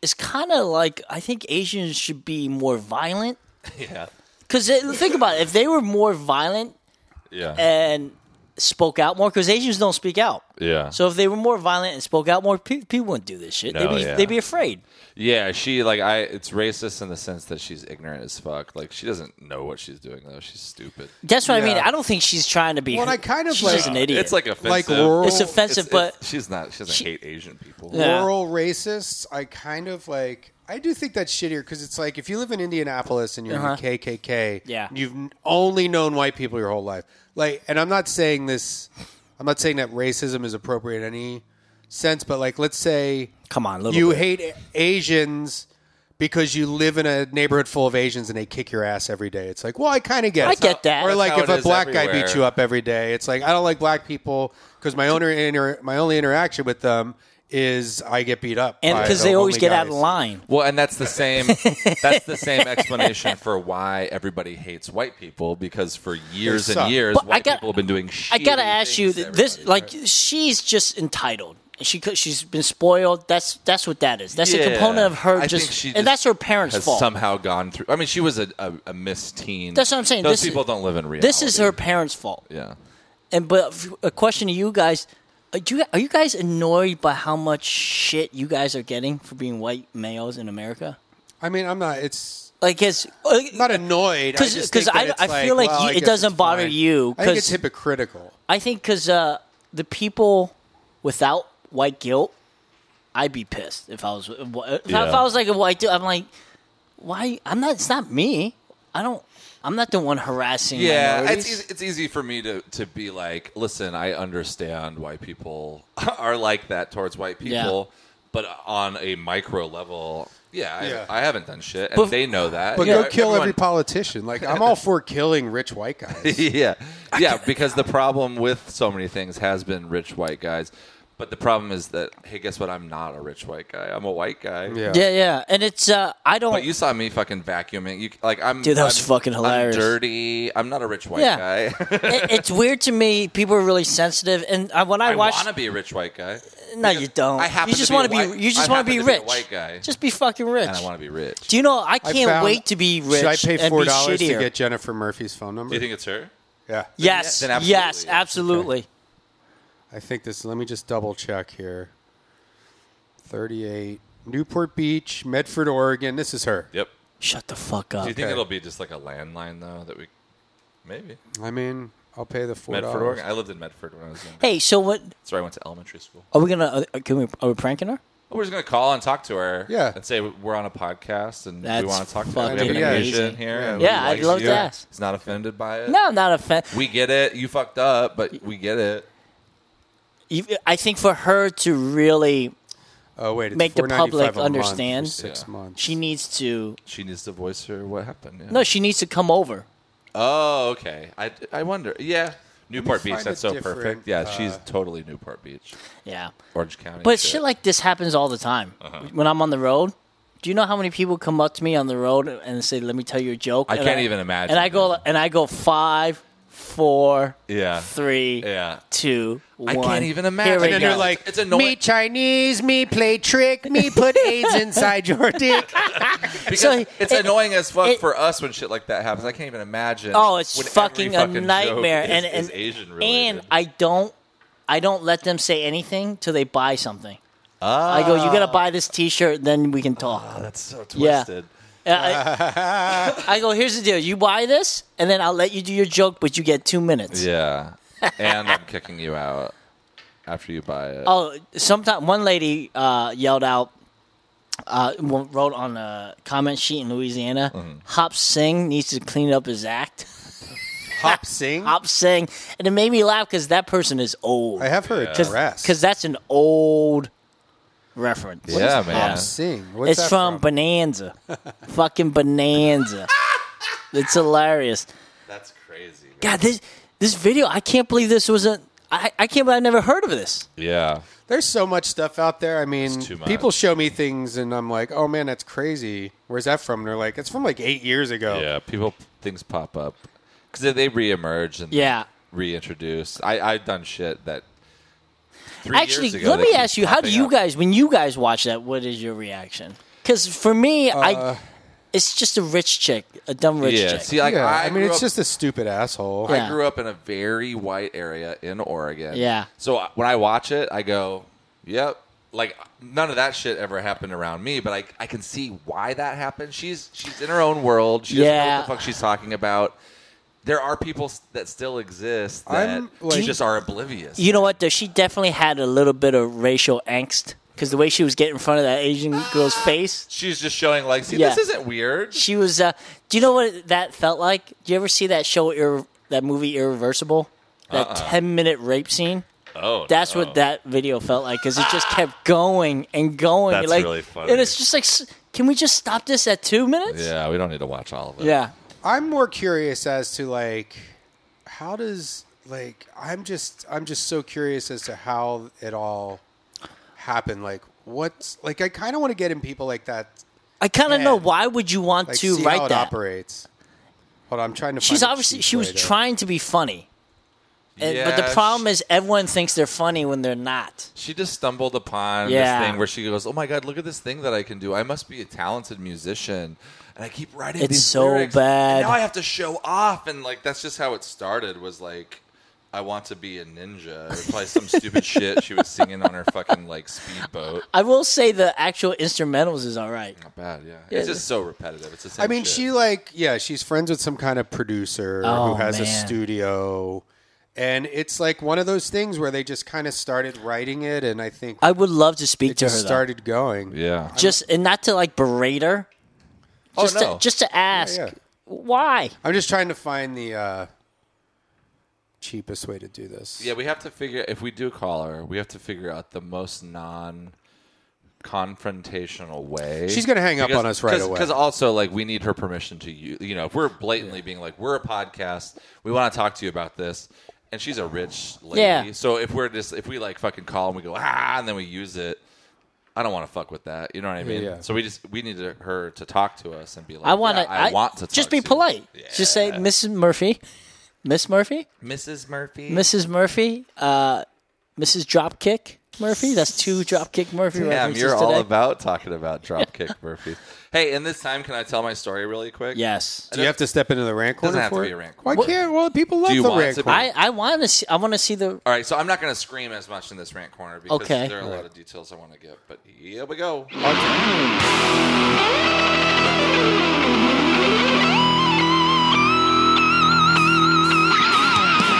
[SPEAKER 1] it's kind of like I think Asians should be more violent.
[SPEAKER 3] (laughs) yeah
[SPEAKER 1] Because think about it: if they were more violent
[SPEAKER 3] yeah
[SPEAKER 1] and spoke out more, because Asians don't speak out.
[SPEAKER 3] yeah.
[SPEAKER 1] So if they were more violent and spoke out more, pe- people wouldn't do this shit.
[SPEAKER 3] No,
[SPEAKER 1] they'd, be,
[SPEAKER 3] yeah.
[SPEAKER 1] they'd be afraid.
[SPEAKER 3] Yeah, she like I. It's racist in the sense that she's ignorant as fuck. Like she doesn't know what she's doing though. She's stupid.
[SPEAKER 1] That's what I mean.
[SPEAKER 4] Yeah.
[SPEAKER 1] I don't think she's trying to be.
[SPEAKER 4] Well, I kind of
[SPEAKER 1] she's
[SPEAKER 4] like-
[SPEAKER 1] just an idiot.
[SPEAKER 3] It's like offensive.
[SPEAKER 4] Like rural,
[SPEAKER 1] It's offensive. but-
[SPEAKER 3] she's not. She doesn't
[SPEAKER 1] She-
[SPEAKER 3] hate Asian people.
[SPEAKER 1] Yeah.
[SPEAKER 4] rural racists. I kind of like. I do think that's shittier because it's like if you live in Indianapolis and you're
[SPEAKER 1] Uh-huh.
[SPEAKER 4] in the KKK,
[SPEAKER 1] Yeah.
[SPEAKER 4] you've n- only known white people your whole life. Like, and I'm not saying this. I'm not saying that racism is appropriate in any sense, but like, let's say
[SPEAKER 1] come on, little
[SPEAKER 4] you
[SPEAKER 1] bit.
[SPEAKER 4] hate A- Asians because you live in a neighborhood full of Asians and they kick your ass every day. It's like, well, I kind of get
[SPEAKER 1] I
[SPEAKER 4] it.
[SPEAKER 1] get that.
[SPEAKER 4] Or
[SPEAKER 1] That's
[SPEAKER 4] like
[SPEAKER 3] how
[SPEAKER 4] if
[SPEAKER 3] it
[SPEAKER 4] a
[SPEAKER 3] is
[SPEAKER 4] black guy beats
[SPEAKER 3] everywhere.
[SPEAKER 4] you up every day, it's like I don't like black people because my only inter- my only interaction with them is I get beat up.
[SPEAKER 1] and
[SPEAKER 4] by
[SPEAKER 1] because
[SPEAKER 4] the
[SPEAKER 1] they always
[SPEAKER 4] lonely
[SPEAKER 1] get out of
[SPEAKER 4] guys.
[SPEAKER 1] line.
[SPEAKER 3] Well, and that's
[SPEAKER 1] (laughs)
[SPEAKER 3] the same. that's the same explanation for why everybody hates white people because for years
[SPEAKER 4] suck.
[SPEAKER 3] and years,
[SPEAKER 1] But I
[SPEAKER 3] white
[SPEAKER 1] gotta-
[SPEAKER 3] people have been doing.
[SPEAKER 1] I gotta
[SPEAKER 3] shitty
[SPEAKER 1] ask you
[SPEAKER 3] things to
[SPEAKER 1] th- this:
[SPEAKER 3] everybody,
[SPEAKER 1] like,
[SPEAKER 3] right?
[SPEAKER 1] she's just entitled. She could- she's been spoiled. That's that's what that is. That's a
[SPEAKER 3] Yeah.
[SPEAKER 1] component of her.
[SPEAKER 3] I
[SPEAKER 1] Just,
[SPEAKER 3] think she
[SPEAKER 1] and
[SPEAKER 3] just
[SPEAKER 1] that's her parents'
[SPEAKER 3] has
[SPEAKER 1] fault.
[SPEAKER 3] somehow gone through. I mean, she was a a, a miss teen.
[SPEAKER 1] That's what I'm saying.
[SPEAKER 3] Those
[SPEAKER 1] This is-
[SPEAKER 3] people don't live in reality.
[SPEAKER 1] this is her parents' fault.
[SPEAKER 3] Yeah.
[SPEAKER 1] And but f- a question to you guys: are you, are you guys annoyed by how much shit you guys are getting for being white males in America?
[SPEAKER 4] I mean, I'm not. It's
[SPEAKER 1] Like, uh, it's
[SPEAKER 4] I'm not annoyed
[SPEAKER 1] Because- because
[SPEAKER 4] because
[SPEAKER 1] I- I feel like you- it doesn't bother you,
[SPEAKER 4] I think
[SPEAKER 1] 'cause-
[SPEAKER 4] it's hypocritical.
[SPEAKER 1] I think because uh, the people without white guilt I'd be pissed if I was if, if
[SPEAKER 12] Yeah.
[SPEAKER 1] I was like a white dude. I'm like, why? I'm not. It's not me. I don't. I'm not the one harassing.
[SPEAKER 3] Yeah,
[SPEAKER 1] minorities.
[SPEAKER 3] it's easy, it's easy for me to, to be like, listen, I understand why people (laughs) are like that towards white
[SPEAKER 1] Yeah.
[SPEAKER 3] people, but on a micro level, yeah,
[SPEAKER 4] Yeah.
[SPEAKER 3] I, I haven't done shit, and
[SPEAKER 4] But-
[SPEAKER 3] they know that.
[SPEAKER 4] But
[SPEAKER 3] Yeah,
[SPEAKER 4] go kill
[SPEAKER 3] everyone-
[SPEAKER 4] every politician. Like I'm all for killing rich white
[SPEAKER 1] (laughs)
[SPEAKER 4] guys.
[SPEAKER 3] (laughs) yeah, yeah, because the problem with so many things has been rich white guys. But the problem is that hey, guess what? I'm not a rich white guy. I'm a white guy.
[SPEAKER 1] Yeah. yeah, And it's uh, I don't.
[SPEAKER 3] But you saw me fucking vacuuming. You like I'm
[SPEAKER 1] Dude, that was
[SPEAKER 3] I'm-
[SPEAKER 1] fucking
[SPEAKER 3] I'm
[SPEAKER 1] hilarious.
[SPEAKER 3] dirty. I'm not a rich white
[SPEAKER 1] Yeah.
[SPEAKER 3] guy. (laughs)
[SPEAKER 1] it, it's weird to me. People are really sensitive, and I, when I,
[SPEAKER 3] I
[SPEAKER 1] watch,
[SPEAKER 3] want to be a rich white guy.
[SPEAKER 1] no, you don't.
[SPEAKER 3] I happen
[SPEAKER 1] you just
[SPEAKER 3] to be
[SPEAKER 1] wanna
[SPEAKER 3] a white-
[SPEAKER 1] You just
[SPEAKER 3] I
[SPEAKER 1] want to be
[SPEAKER 3] happen
[SPEAKER 1] rich.
[SPEAKER 3] a white guy.
[SPEAKER 1] Just be fucking rich.
[SPEAKER 3] and I want to be rich.
[SPEAKER 1] Do you know? I can't
[SPEAKER 4] found-
[SPEAKER 1] wait to be rich.
[SPEAKER 4] Should I pay
[SPEAKER 1] and be
[SPEAKER 4] four dollars to
[SPEAKER 1] shittier.
[SPEAKER 4] get Jennifer Murphy's phone number?
[SPEAKER 3] Do you think it's her?
[SPEAKER 4] Yeah.
[SPEAKER 1] Yes.
[SPEAKER 4] Then absolutely,
[SPEAKER 1] yes. Absolutely.
[SPEAKER 4] I think this. Let me just double check here. Thirty-eight, Newport Beach, Medford, Oregon. This is her.
[SPEAKER 3] Yep.
[SPEAKER 1] Shut the fuck
[SPEAKER 3] Do you think
[SPEAKER 4] Okay.
[SPEAKER 3] it'll be just like a landline though that we maybe
[SPEAKER 4] I mean, I'll pay the four
[SPEAKER 3] Medford,
[SPEAKER 4] dollars.
[SPEAKER 3] Oregon? I lived in Medford when I was young.
[SPEAKER 1] Hey, so what?
[SPEAKER 3] That's where I went to elementary school.
[SPEAKER 1] Are we gonna? Uh, can we? Are we pranking her?
[SPEAKER 3] We're just gonna call and talk to her.
[SPEAKER 1] Yeah.
[SPEAKER 3] and say we're on a podcast and
[SPEAKER 1] That's
[SPEAKER 3] we want to talk to her. We have
[SPEAKER 1] fucking
[SPEAKER 3] an
[SPEAKER 1] amazing.
[SPEAKER 3] Asian here. and
[SPEAKER 1] Yeah,
[SPEAKER 3] we
[SPEAKER 1] I'd
[SPEAKER 3] like
[SPEAKER 1] love
[SPEAKER 3] you.
[SPEAKER 1] to ask.
[SPEAKER 3] He's not offended by it.
[SPEAKER 1] No, I'm not offended.
[SPEAKER 3] we get it. You fucked up, but we get it.
[SPEAKER 1] Even- I think for her to really
[SPEAKER 4] oh, wait,
[SPEAKER 1] make the public
[SPEAKER 3] $4.95 a month for
[SPEAKER 1] understand,
[SPEAKER 3] six Yeah. months.
[SPEAKER 1] she needs to.
[SPEAKER 3] She needs to voice her what happened. yeah.
[SPEAKER 1] No, she needs to come over.
[SPEAKER 3] Oh, okay. I, I wonder. Yeah, Newport Beach.
[SPEAKER 1] find
[SPEAKER 3] That's
[SPEAKER 1] a
[SPEAKER 3] so perfect.
[SPEAKER 1] different,
[SPEAKER 3] Yeah,
[SPEAKER 1] uh,
[SPEAKER 3] she's totally Newport Beach.
[SPEAKER 1] Yeah. Uh-huh.
[SPEAKER 3] Orange County.
[SPEAKER 1] But shit like this happens all the time. When I'm on the road, do you know how many people come up to me on the road and say, "Let me tell you a joke"?
[SPEAKER 3] I
[SPEAKER 1] And
[SPEAKER 3] can't even imagine.
[SPEAKER 1] And I go and I go five, four,
[SPEAKER 3] Yeah.
[SPEAKER 1] three,
[SPEAKER 3] Yeah.
[SPEAKER 1] two,
[SPEAKER 3] I can't
[SPEAKER 1] one.
[SPEAKER 3] even
[SPEAKER 1] Here
[SPEAKER 3] imagine.
[SPEAKER 1] we
[SPEAKER 3] And then they're
[SPEAKER 1] go.
[SPEAKER 3] like, It's annoying.
[SPEAKER 4] Me Chinese, me play trick, me put AIDS inside your dick.
[SPEAKER 3] Because it's annoying as fuck for us when shit like that happens. I can't even imagine.
[SPEAKER 1] Oh, it's
[SPEAKER 3] when every
[SPEAKER 1] fucking, a
[SPEAKER 3] fucking
[SPEAKER 1] nightmare.
[SPEAKER 3] joke
[SPEAKER 1] and
[SPEAKER 3] is-
[SPEAKER 1] and
[SPEAKER 3] is Asian
[SPEAKER 1] and
[SPEAKER 3] related.
[SPEAKER 1] I don't, I don't let them say anything till they buy something. I go, you gotta buy this T-shirt, then we can talk.
[SPEAKER 3] that's so
[SPEAKER 1] twisted. I, I go, here's the deal: you buy this, and then I'll let you do your joke, but you get two minutes.
[SPEAKER 3] Yeah, and I'm kicking you out after you buy it.
[SPEAKER 1] Oh, sometime one lady uh, yelled out, uh, w- wrote on a comment sheet in Louisiana, Hop Sing needs to clean up his act. (laughs)
[SPEAKER 4] Hop Sing?
[SPEAKER 1] Hop Sing. And it made me laugh because that person is old.
[SPEAKER 4] I have heard dress.
[SPEAKER 1] Because that's an old reference.
[SPEAKER 4] What Yeah, is man. Hop Sing? What's
[SPEAKER 1] it's
[SPEAKER 4] that
[SPEAKER 1] from, Bonanza. (laughs) Fucking Bonanza. it's hilarious.
[SPEAKER 3] That's crazy.
[SPEAKER 1] God, this this video, I can't believe this was a. I, I can't believe I never heard of this.
[SPEAKER 3] Yeah.
[SPEAKER 4] There's so much stuff out there. I mean,
[SPEAKER 3] much.
[SPEAKER 4] people show me things and I'm like, oh man, that's crazy. Where's that from? And they're like, it's from like eight years ago.
[SPEAKER 3] Yeah, people things pop up because they reemerge and
[SPEAKER 1] Yeah.
[SPEAKER 3] reintroduce. I I've done shit that. Three
[SPEAKER 1] Actually,
[SPEAKER 3] years ago,
[SPEAKER 1] let
[SPEAKER 3] they
[SPEAKER 1] me
[SPEAKER 3] keep
[SPEAKER 1] ask you: How do
[SPEAKER 3] popping
[SPEAKER 1] you
[SPEAKER 3] up.
[SPEAKER 1] guys, when you guys watch that, what is your reaction? Because for me,
[SPEAKER 4] Uh,
[SPEAKER 1] I it's just a rich chick, a dumb rich
[SPEAKER 3] Yeah,
[SPEAKER 1] chick.
[SPEAKER 3] see, like, I
[SPEAKER 4] mean,
[SPEAKER 3] grew
[SPEAKER 4] it's
[SPEAKER 3] up-
[SPEAKER 4] just a stupid asshole.
[SPEAKER 3] I grew up in a very white area in Oregon.
[SPEAKER 4] Yeah.
[SPEAKER 3] So I- when I watch it, I go, "Yep." Like none of that shit ever happened around me, but I I can see why that happened. She's she's in her own world. She doesn't know
[SPEAKER 1] Yeah.
[SPEAKER 3] what the fuck she's talking about. There are people s- that still exist that
[SPEAKER 1] I'm, like-
[SPEAKER 3] just are oblivious.
[SPEAKER 1] you know what? Though she definitely had a little bit of racial angst because the way she was getting in front of that Asian girl's face.
[SPEAKER 3] She's just showing like, see,
[SPEAKER 1] Yeah.
[SPEAKER 3] this isn't weird.
[SPEAKER 1] She was. Uh, do you know what that felt like? Do you ever see that show, Irre- that movie, Irreversible? That
[SPEAKER 3] Uh-uh.
[SPEAKER 1] ten minute rape scene.
[SPEAKER 3] Oh,
[SPEAKER 1] that's
[SPEAKER 3] no.
[SPEAKER 1] what that video felt like because it just kept going and going.
[SPEAKER 3] That's
[SPEAKER 1] like,
[SPEAKER 3] really funny.
[SPEAKER 1] And it's just like, s- can we just stop this at two minutes?
[SPEAKER 3] Yeah, we don't need to watch all of it.
[SPEAKER 1] Yeah.
[SPEAKER 4] I'm more curious as to like how does like I'm just I'm just so curious as to how it all happened. Like what's like I kind of want to get in people like that.
[SPEAKER 1] I kind of know. Why would you want
[SPEAKER 4] Like,
[SPEAKER 1] to
[SPEAKER 4] see
[SPEAKER 1] write
[SPEAKER 4] how it
[SPEAKER 1] that?
[SPEAKER 4] operates. Hold on, I'm trying to.
[SPEAKER 1] She's
[SPEAKER 4] find a
[SPEAKER 1] obviously
[SPEAKER 4] cheap
[SPEAKER 1] she was
[SPEAKER 4] way to-
[SPEAKER 1] trying to be funny, and, but the
[SPEAKER 3] Yeah,
[SPEAKER 1] problem is everyone thinks they're funny when they're not.
[SPEAKER 3] She just stumbled upon
[SPEAKER 1] Yeah.
[SPEAKER 3] this thing where she goes, "Oh my god, look at this thing that I can do! I must be a talented musician." And I keep writing
[SPEAKER 1] It's
[SPEAKER 3] these
[SPEAKER 1] so
[SPEAKER 3] lyrics,
[SPEAKER 1] bad.
[SPEAKER 3] And now I have to show off, and like that's just how it started. Was like, I want to be a ninja, or probably
[SPEAKER 1] (laughs)
[SPEAKER 3] some stupid shit she was singing on her fucking like speedboat.
[SPEAKER 1] I will say the actual instrumentals is all right.
[SPEAKER 3] Not bad, yeah.
[SPEAKER 1] Yeah.
[SPEAKER 3] It's just so repetitive. It's the same.
[SPEAKER 4] I mean,
[SPEAKER 3] shit.
[SPEAKER 4] she like yeah, she's friends with some kind of producer
[SPEAKER 1] Oh,
[SPEAKER 4] who has a
[SPEAKER 1] man.
[SPEAKER 4] studio, And it's like one of those things where they just kind of started writing it, and I think
[SPEAKER 1] I would love to speak
[SPEAKER 4] it
[SPEAKER 1] to her.
[SPEAKER 4] just
[SPEAKER 1] though.
[SPEAKER 4] started going.
[SPEAKER 3] Yeah.
[SPEAKER 1] just and not to like berate her.
[SPEAKER 3] Oh,
[SPEAKER 1] Just
[SPEAKER 3] no.
[SPEAKER 1] to, just to ask
[SPEAKER 4] yeah.
[SPEAKER 1] why.
[SPEAKER 4] I'm just trying to find the uh, cheapest way to do this.
[SPEAKER 3] Yeah, we have to figure if we do call her, we have to figure out the most non confrontational way.
[SPEAKER 4] She's gonna hang up
[SPEAKER 3] Because-
[SPEAKER 4] on us right
[SPEAKER 3] cause,
[SPEAKER 4] away.
[SPEAKER 3] Because also like we need her permission to you you know, if we're blatantly being like, We're a podcast, we wanna talk to you about this and she's a rich lady.
[SPEAKER 1] Yeah.
[SPEAKER 3] So if we're just if we like fucking call and we go, ah and then we use it, I don't want to fuck with that. You know what I mean?
[SPEAKER 4] yeah.
[SPEAKER 3] So we just we need to- her to talk to us and be like,
[SPEAKER 1] I want to.
[SPEAKER 3] "Yeah, I, want to
[SPEAKER 1] just
[SPEAKER 3] talk
[SPEAKER 1] be
[SPEAKER 3] to you."
[SPEAKER 1] polite. Just say, Mrs. Murphy, Miss Murphy,
[SPEAKER 3] Mrs. Murphy.
[SPEAKER 1] Mrs. Murphy, uh, Mrs. Dropkick Murphy. That's two Dropkick Murphy
[SPEAKER 3] Damn,
[SPEAKER 1] references
[SPEAKER 3] you're
[SPEAKER 1] today.
[SPEAKER 3] all about talking about dropkick Murphys. (laughs) Hey, in this time, can I tell my story really quick?
[SPEAKER 1] yes.
[SPEAKER 4] Do you have to step into the rant corner?
[SPEAKER 3] have to
[SPEAKER 4] for
[SPEAKER 3] be
[SPEAKER 4] it?
[SPEAKER 3] a rant
[SPEAKER 4] Why can't? Well, people love
[SPEAKER 3] you
[SPEAKER 4] the
[SPEAKER 3] want
[SPEAKER 4] rant
[SPEAKER 3] to be-
[SPEAKER 4] corner.
[SPEAKER 1] I, I want to see. I want to see the.
[SPEAKER 3] All right, so I'm not going to scream as much in this rant corner because
[SPEAKER 1] Okay.
[SPEAKER 3] there are a lot of details I want to give. But here we go.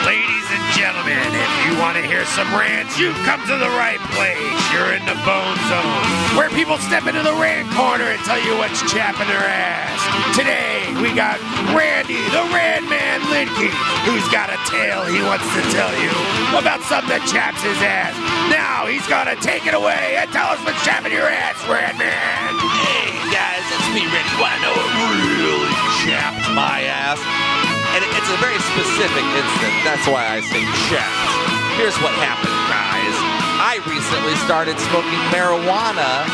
[SPEAKER 6] Ladies and gentlemen, if you want to hear some rants, you've come to the right place. You're in the bone zone, where people step into the rant corner and tell you what's chapping their ass. Today, we got Randy, the Rand Man Lidke, who's got a tale he wants to tell you about something that chaps his ass. Now he's going to take it away and tell us what's chapping your ass, Rand Man. Hey, guys, it's me, Randy. Want to know what really chapped
[SPEAKER 3] My ass. And it- it's a very specific incident. That's why I say chat. Here's what happened, guys. I recently started smoking marijuana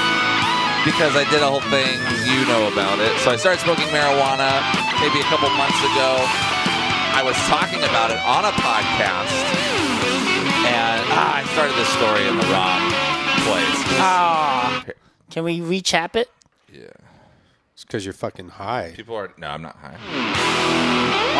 [SPEAKER 3] because I did a whole thing. You know about it. So I started smoking marijuana maybe a couple months ago. I was talking about it on a podcast. And ah, I started this story in the wrong place.
[SPEAKER 1] Can we rechap it?
[SPEAKER 3] Yeah.
[SPEAKER 4] It's because you're fucking high.
[SPEAKER 3] People are. No, I'm not high.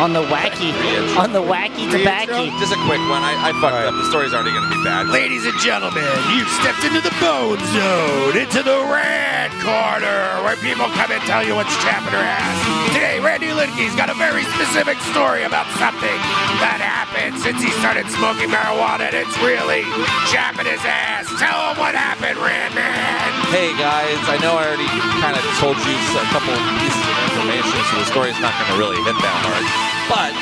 [SPEAKER 1] on the wacky
[SPEAKER 3] Reintro.
[SPEAKER 1] on the wacky tobacco.
[SPEAKER 3] Just a quick one. I, I fucked
[SPEAKER 4] right.
[SPEAKER 3] up. The story's already going to be bad.
[SPEAKER 6] Ladies and gentlemen, you've stepped into the bone zone, into the red corner, where people come and tell you what's chapping their ass. Today, Randy Lidke's got a very specific story about something that happened since he started smoking marijuana, and it's really chapping his ass. Tell him what happened, Randy.
[SPEAKER 3] Hey guys, I know I already kind of told you a couple of pieces of information, so the story's not going to really hit that hard. But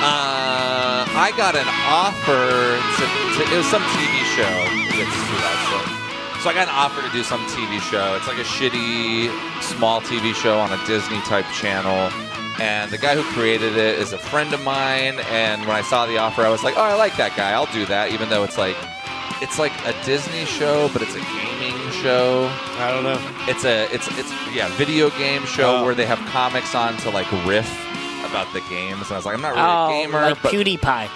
[SPEAKER 3] uh, I got an offer to, to it was some TV show. It's too loud, so. so I got an offer to do some TV show. It's like a shitty small TV show on a Disney type channel. And the guy who created it is a friend of mine. And when I saw the offer, I was like, "Oh, I like that guy. I'll do that." Even though it's like it's like a Disney show, but it's a gaming show.
[SPEAKER 4] I don't know. (laughs)
[SPEAKER 3] It's a it's it's yeah, video game show
[SPEAKER 4] Oh.
[SPEAKER 3] where they have comics on to like riff about the games. And I was like, I'm not really
[SPEAKER 1] Oh,
[SPEAKER 3] a gamer,
[SPEAKER 1] like
[SPEAKER 3] but
[SPEAKER 1] PewDiePie.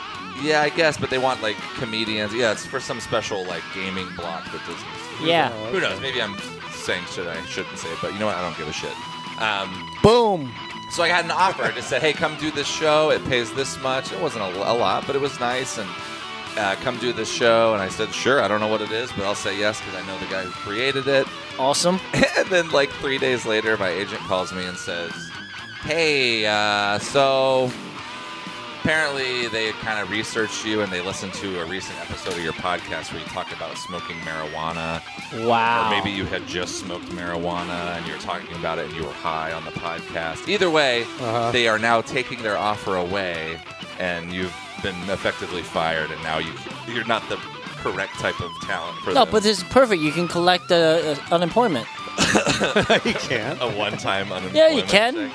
[SPEAKER 3] yeah, I guess. But they want like comedians. Yeah, it's for some special like gaming block that Disney's.
[SPEAKER 1] Yeah.
[SPEAKER 3] Who knows? Maybe I'm saying shit I shouldn't say, but you know what? I don't give a shit. Um,
[SPEAKER 1] Boom.
[SPEAKER 3] so I had an offer. It just said, "Hey, come do this show. It pays this much. It wasn't a, a lot, but it was nice." And uh, come do this show. And I said, "Sure. I don't know what it is, but I'll say yes because I know the guy who created it."
[SPEAKER 1] Awesome.
[SPEAKER 3] (laughs) and then like three days later, my agent calls me and says, "Hey, uh, so apparently they kind of researched you and they listened to a recent episode of your podcast where you talked about smoking marijuana."
[SPEAKER 1] Wow.
[SPEAKER 3] Or maybe you had just smoked marijuana and you were talking about it and you were high on the podcast. Either way, they are now taking their offer away and you've been effectively fired and now you, you're not the correct type of talent for
[SPEAKER 1] no,
[SPEAKER 3] them.
[SPEAKER 1] but this is perfect. You can collect uh, uh, unemployment.
[SPEAKER 4] you can't.
[SPEAKER 3] a one-time
[SPEAKER 1] (laughs)
[SPEAKER 3] unemployment
[SPEAKER 1] Yeah, you can.
[SPEAKER 3] thing.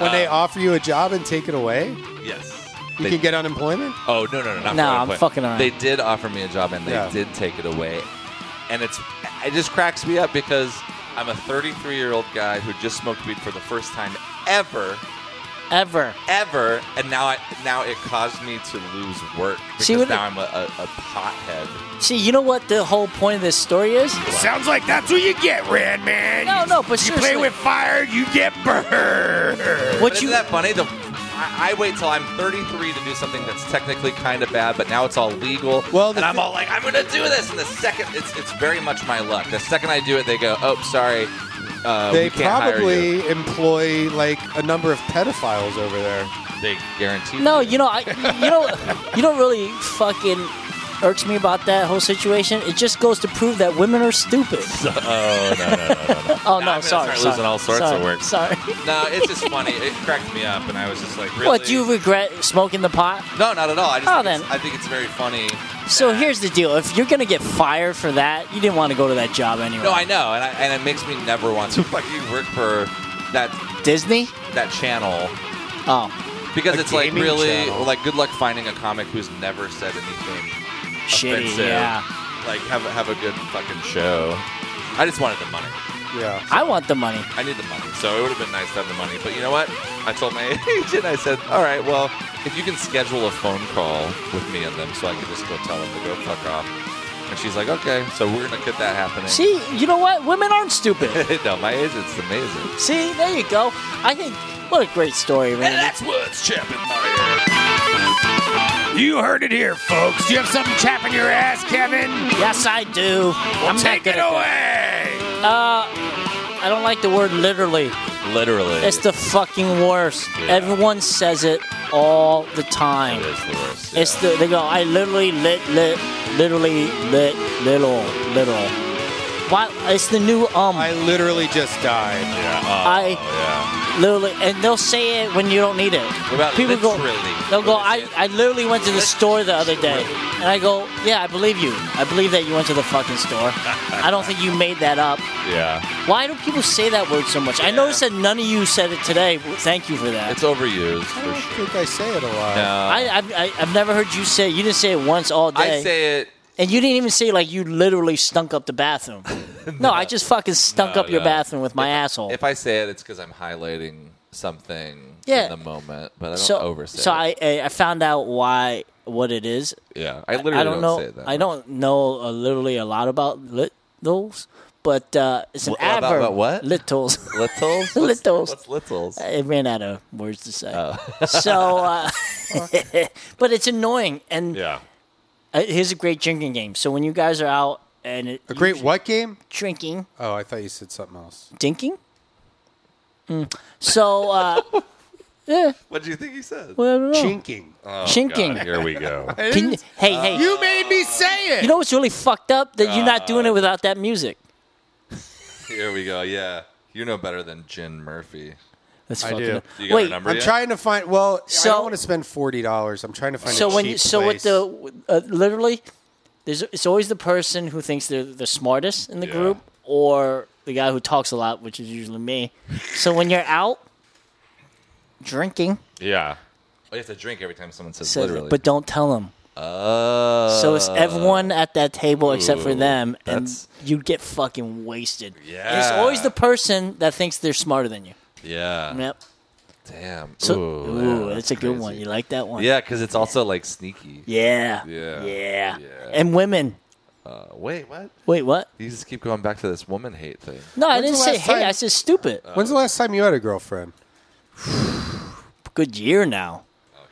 [SPEAKER 4] When they offer you a job and take it away,
[SPEAKER 3] Yes.
[SPEAKER 4] you
[SPEAKER 3] They-
[SPEAKER 4] can get unemployment.
[SPEAKER 3] Oh no no
[SPEAKER 1] No,
[SPEAKER 3] no! Not for
[SPEAKER 1] I'm
[SPEAKER 3] unemployment.
[SPEAKER 1] fucking around.
[SPEAKER 3] They did offer me a job and they
[SPEAKER 4] Yeah.
[SPEAKER 3] did take it away, and it's it just cracks me up because I'm a 33 year old guy who just smoked weed for the first time ever,
[SPEAKER 1] Ever.
[SPEAKER 3] ever, and now I now it caused me to lose work because
[SPEAKER 1] See, what
[SPEAKER 3] now
[SPEAKER 1] it-
[SPEAKER 3] I'm a, a, a pothead.
[SPEAKER 1] See, you know what the whole point of this story is?
[SPEAKER 6] Sounds like that's what you get, Rand Man.
[SPEAKER 1] No, no, but
[SPEAKER 6] you play
[SPEAKER 1] seriously.
[SPEAKER 6] with fire, you get burned.
[SPEAKER 3] But
[SPEAKER 1] What
[SPEAKER 3] isn't
[SPEAKER 1] you
[SPEAKER 3] that funny? The I, I wait till I'm 33 to do something that's technically kind of bad, but now it's all legal.
[SPEAKER 4] Well, the
[SPEAKER 3] and I'm
[SPEAKER 4] thi-
[SPEAKER 3] all like, I'm gonna do this, and the second it's it's very much my luck. The second I do it, they go, oh sorry. Uh, we
[SPEAKER 4] they
[SPEAKER 3] can't hire you."
[SPEAKER 4] probably employ like a number of pedophiles over there.
[SPEAKER 3] They guarantee.
[SPEAKER 1] No, you know, I, you know, you know, what really fucking irks me about that whole situation. It just goes to prove that women are stupid.
[SPEAKER 3] (laughs) oh no, no, no, no, no.
[SPEAKER 1] Oh no,
[SPEAKER 3] Now I'm
[SPEAKER 1] sorry,
[SPEAKER 3] gonna start
[SPEAKER 1] sorry,
[SPEAKER 3] losing all sorts
[SPEAKER 1] sorry,
[SPEAKER 3] of work.
[SPEAKER 1] Sorry.
[SPEAKER 3] No, it's just funny. It cracked me up, and I was just like, really?
[SPEAKER 1] What do you regret smoking the pot?
[SPEAKER 3] No, not at all. I just
[SPEAKER 1] Oh,
[SPEAKER 3] think it's-
[SPEAKER 1] then.
[SPEAKER 3] I think it's very funny.
[SPEAKER 1] So here's the deal: if you're gonna get fired for that, you didn't want to go to that job anyway.
[SPEAKER 3] No, I know, and I, and it makes me never want to fucking work for that
[SPEAKER 1] Disney.
[SPEAKER 3] that channel
[SPEAKER 1] Oh,
[SPEAKER 3] because
[SPEAKER 4] A
[SPEAKER 3] it's like
[SPEAKER 4] gaming
[SPEAKER 3] really
[SPEAKER 4] channel.
[SPEAKER 3] like good luck finding a comic who's never said anything
[SPEAKER 1] shitty.
[SPEAKER 3] offensive.
[SPEAKER 1] Yeah.
[SPEAKER 3] Like have a- have a good fucking show. I just wanted the money.
[SPEAKER 4] Yeah.
[SPEAKER 1] I want the money.
[SPEAKER 3] I need the money, so it would have been nice to have the money. But you know what? I told my (laughs) agent, I said, "All right, well, if you can schedule a phone call with me and them, so I can just go tell them to go fuck off." And she's like, "Okay, so we're gonna get that happening."
[SPEAKER 1] See, you know what? Women aren't stupid.
[SPEAKER 3] (laughs) no, my agent's amazing.
[SPEAKER 1] See, there you go. I think what a great story, man.
[SPEAKER 3] that's what's chapping my
[SPEAKER 6] You heard it here, folks. Do you have something chapping your ass, Kevin?
[SPEAKER 1] Yes, I do. I'm not
[SPEAKER 6] Take
[SPEAKER 1] good
[SPEAKER 6] it
[SPEAKER 1] at that. Uh,
[SPEAKER 6] away.
[SPEAKER 1] I don't like the word literally.
[SPEAKER 3] ear. Literally,
[SPEAKER 1] It's the fucking worst.
[SPEAKER 3] Yeah.
[SPEAKER 1] Everyone says it all the
[SPEAKER 3] It
[SPEAKER 1] time.
[SPEAKER 3] is the worst.
[SPEAKER 1] It's
[SPEAKER 3] yeah.
[SPEAKER 1] the they go. I literally lit lit literally lit little little. Why? It's the new um.
[SPEAKER 4] I
[SPEAKER 1] I,
[SPEAKER 4] literally just died.
[SPEAKER 3] yeah. oh, yeah.
[SPEAKER 1] literally and they'll say it when you don't need it.
[SPEAKER 3] about
[SPEAKER 1] People go.
[SPEAKER 3] literally?
[SPEAKER 1] They'll go.
[SPEAKER 3] What
[SPEAKER 1] I
[SPEAKER 3] is it?"
[SPEAKER 1] I literally went to the store the other day, and I go. Yeah, I believe you. I believe that you went to the fucking store. I don't think you made that up.
[SPEAKER 3] yeah.
[SPEAKER 1] Why do people say that word so much? I noticed that none of you said it today. Thank you for that.
[SPEAKER 3] It's overused
[SPEAKER 4] I
[SPEAKER 3] for
[SPEAKER 4] don't
[SPEAKER 3] sure.
[SPEAKER 4] think I say it a lot.
[SPEAKER 1] I,
[SPEAKER 3] No,
[SPEAKER 1] I've, I, I've never heard you say you didn't say it once all day,
[SPEAKER 3] I say it.
[SPEAKER 1] and you didn't even say like you literally stunk up the
[SPEAKER 3] (laughs)
[SPEAKER 1] bathroom. no, I just fucking stunk
[SPEAKER 3] No,
[SPEAKER 1] up your
[SPEAKER 3] no.
[SPEAKER 1] bathroom with my asshole.
[SPEAKER 3] If I say it, it's because I'm highlighting something
[SPEAKER 1] Yeah.
[SPEAKER 3] in the moment, but I don't
[SPEAKER 1] so
[SPEAKER 3] oversay.
[SPEAKER 1] so
[SPEAKER 3] it.
[SPEAKER 1] I I I found out why what it is.
[SPEAKER 3] yeah, I literally
[SPEAKER 1] I don't know.
[SPEAKER 3] say that.
[SPEAKER 1] I don't know uh, literally a lot about littles, but uh, it's an
[SPEAKER 3] Wh- about-
[SPEAKER 1] adverb.
[SPEAKER 3] about what?
[SPEAKER 1] littles? (laughs)
[SPEAKER 3] Littles.
[SPEAKER 1] Littles.
[SPEAKER 3] What's littles?
[SPEAKER 1] it ran out of words to say.
[SPEAKER 3] Oh. (laughs)
[SPEAKER 1] so, uh, (laughs) but it's annoying and.
[SPEAKER 3] Yeah.
[SPEAKER 1] Uh, here's a great drinking game. So when you guys are out and it,
[SPEAKER 4] A great what game?
[SPEAKER 1] drinking,
[SPEAKER 4] Oh, I thought you said something else.
[SPEAKER 1] dinking. Mm. So
[SPEAKER 4] (laughs) Oh,
[SPEAKER 1] uh, yeah,
[SPEAKER 3] What do you think he said?
[SPEAKER 1] well, I don't know.
[SPEAKER 4] Chinking.
[SPEAKER 3] Oh,
[SPEAKER 1] Chinking.
[SPEAKER 3] God, here we go.
[SPEAKER 1] Can you, hey, hey, you,
[SPEAKER 4] You made me say it.
[SPEAKER 1] know what's really fucked up that you're not doing it without that music.
[SPEAKER 3] (laughs) here we go. Yeah, you know better than Jen Murphy.
[SPEAKER 1] That's
[SPEAKER 4] I
[SPEAKER 1] fucked
[SPEAKER 4] do.
[SPEAKER 1] up.
[SPEAKER 3] Do you got
[SPEAKER 1] Wait,
[SPEAKER 3] her number
[SPEAKER 4] I'm
[SPEAKER 3] yet?
[SPEAKER 4] trying to find. Well, I
[SPEAKER 1] So-
[SPEAKER 4] don't want to spend forty dollars. I'm trying to find.
[SPEAKER 1] so
[SPEAKER 4] a
[SPEAKER 1] when
[SPEAKER 4] cheap
[SPEAKER 1] so with
[SPEAKER 4] place.
[SPEAKER 1] the uh, literally, there's it's always the person who thinks they're the smartest in the
[SPEAKER 3] Yeah.
[SPEAKER 1] group or the guy who talks a lot, which is usually me. So when you're out drinking,
[SPEAKER 3] Yeah. Oh, you have to drink every time someone says
[SPEAKER 1] says it,
[SPEAKER 3] literally.
[SPEAKER 1] but don't tell them.
[SPEAKER 3] Oh.
[SPEAKER 1] So it's everyone at that table except for
[SPEAKER 3] Ooh,
[SPEAKER 1] them, and
[SPEAKER 3] that's-
[SPEAKER 1] you get fucking wasted. And it's
[SPEAKER 3] Yeah.
[SPEAKER 1] always the person that thinks they're smarter than you.
[SPEAKER 3] Yeah.
[SPEAKER 1] Yep.
[SPEAKER 3] Damn.
[SPEAKER 1] So,
[SPEAKER 3] ooh,
[SPEAKER 1] ooh,
[SPEAKER 3] yeah,
[SPEAKER 1] that's, a good one.
[SPEAKER 3] crazy.
[SPEAKER 1] You like that one?
[SPEAKER 3] Yeah, because it's also like sneaky.
[SPEAKER 1] Yeah.
[SPEAKER 3] Yeah.
[SPEAKER 1] Yeah.
[SPEAKER 3] Yeah.
[SPEAKER 1] And women.
[SPEAKER 3] Uh, wait, what?
[SPEAKER 1] Wait, what?
[SPEAKER 3] You just keep going back to this woman hate thing.
[SPEAKER 1] No, I
[SPEAKER 4] When's
[SPEAKER 1] didn't
[SPEAKER 4] the
[SPEAKER 1] say
[SPEAKER 4] last
[SPEAKER 1] hey.
[SPEAKER 4] time-
[SPEAKER 1] I said stupid.
[SPEAKER 3] Uh,
[SPEAKER 4] When's the last time you had a girlfriend?
[SPEAKER 1] Good year now.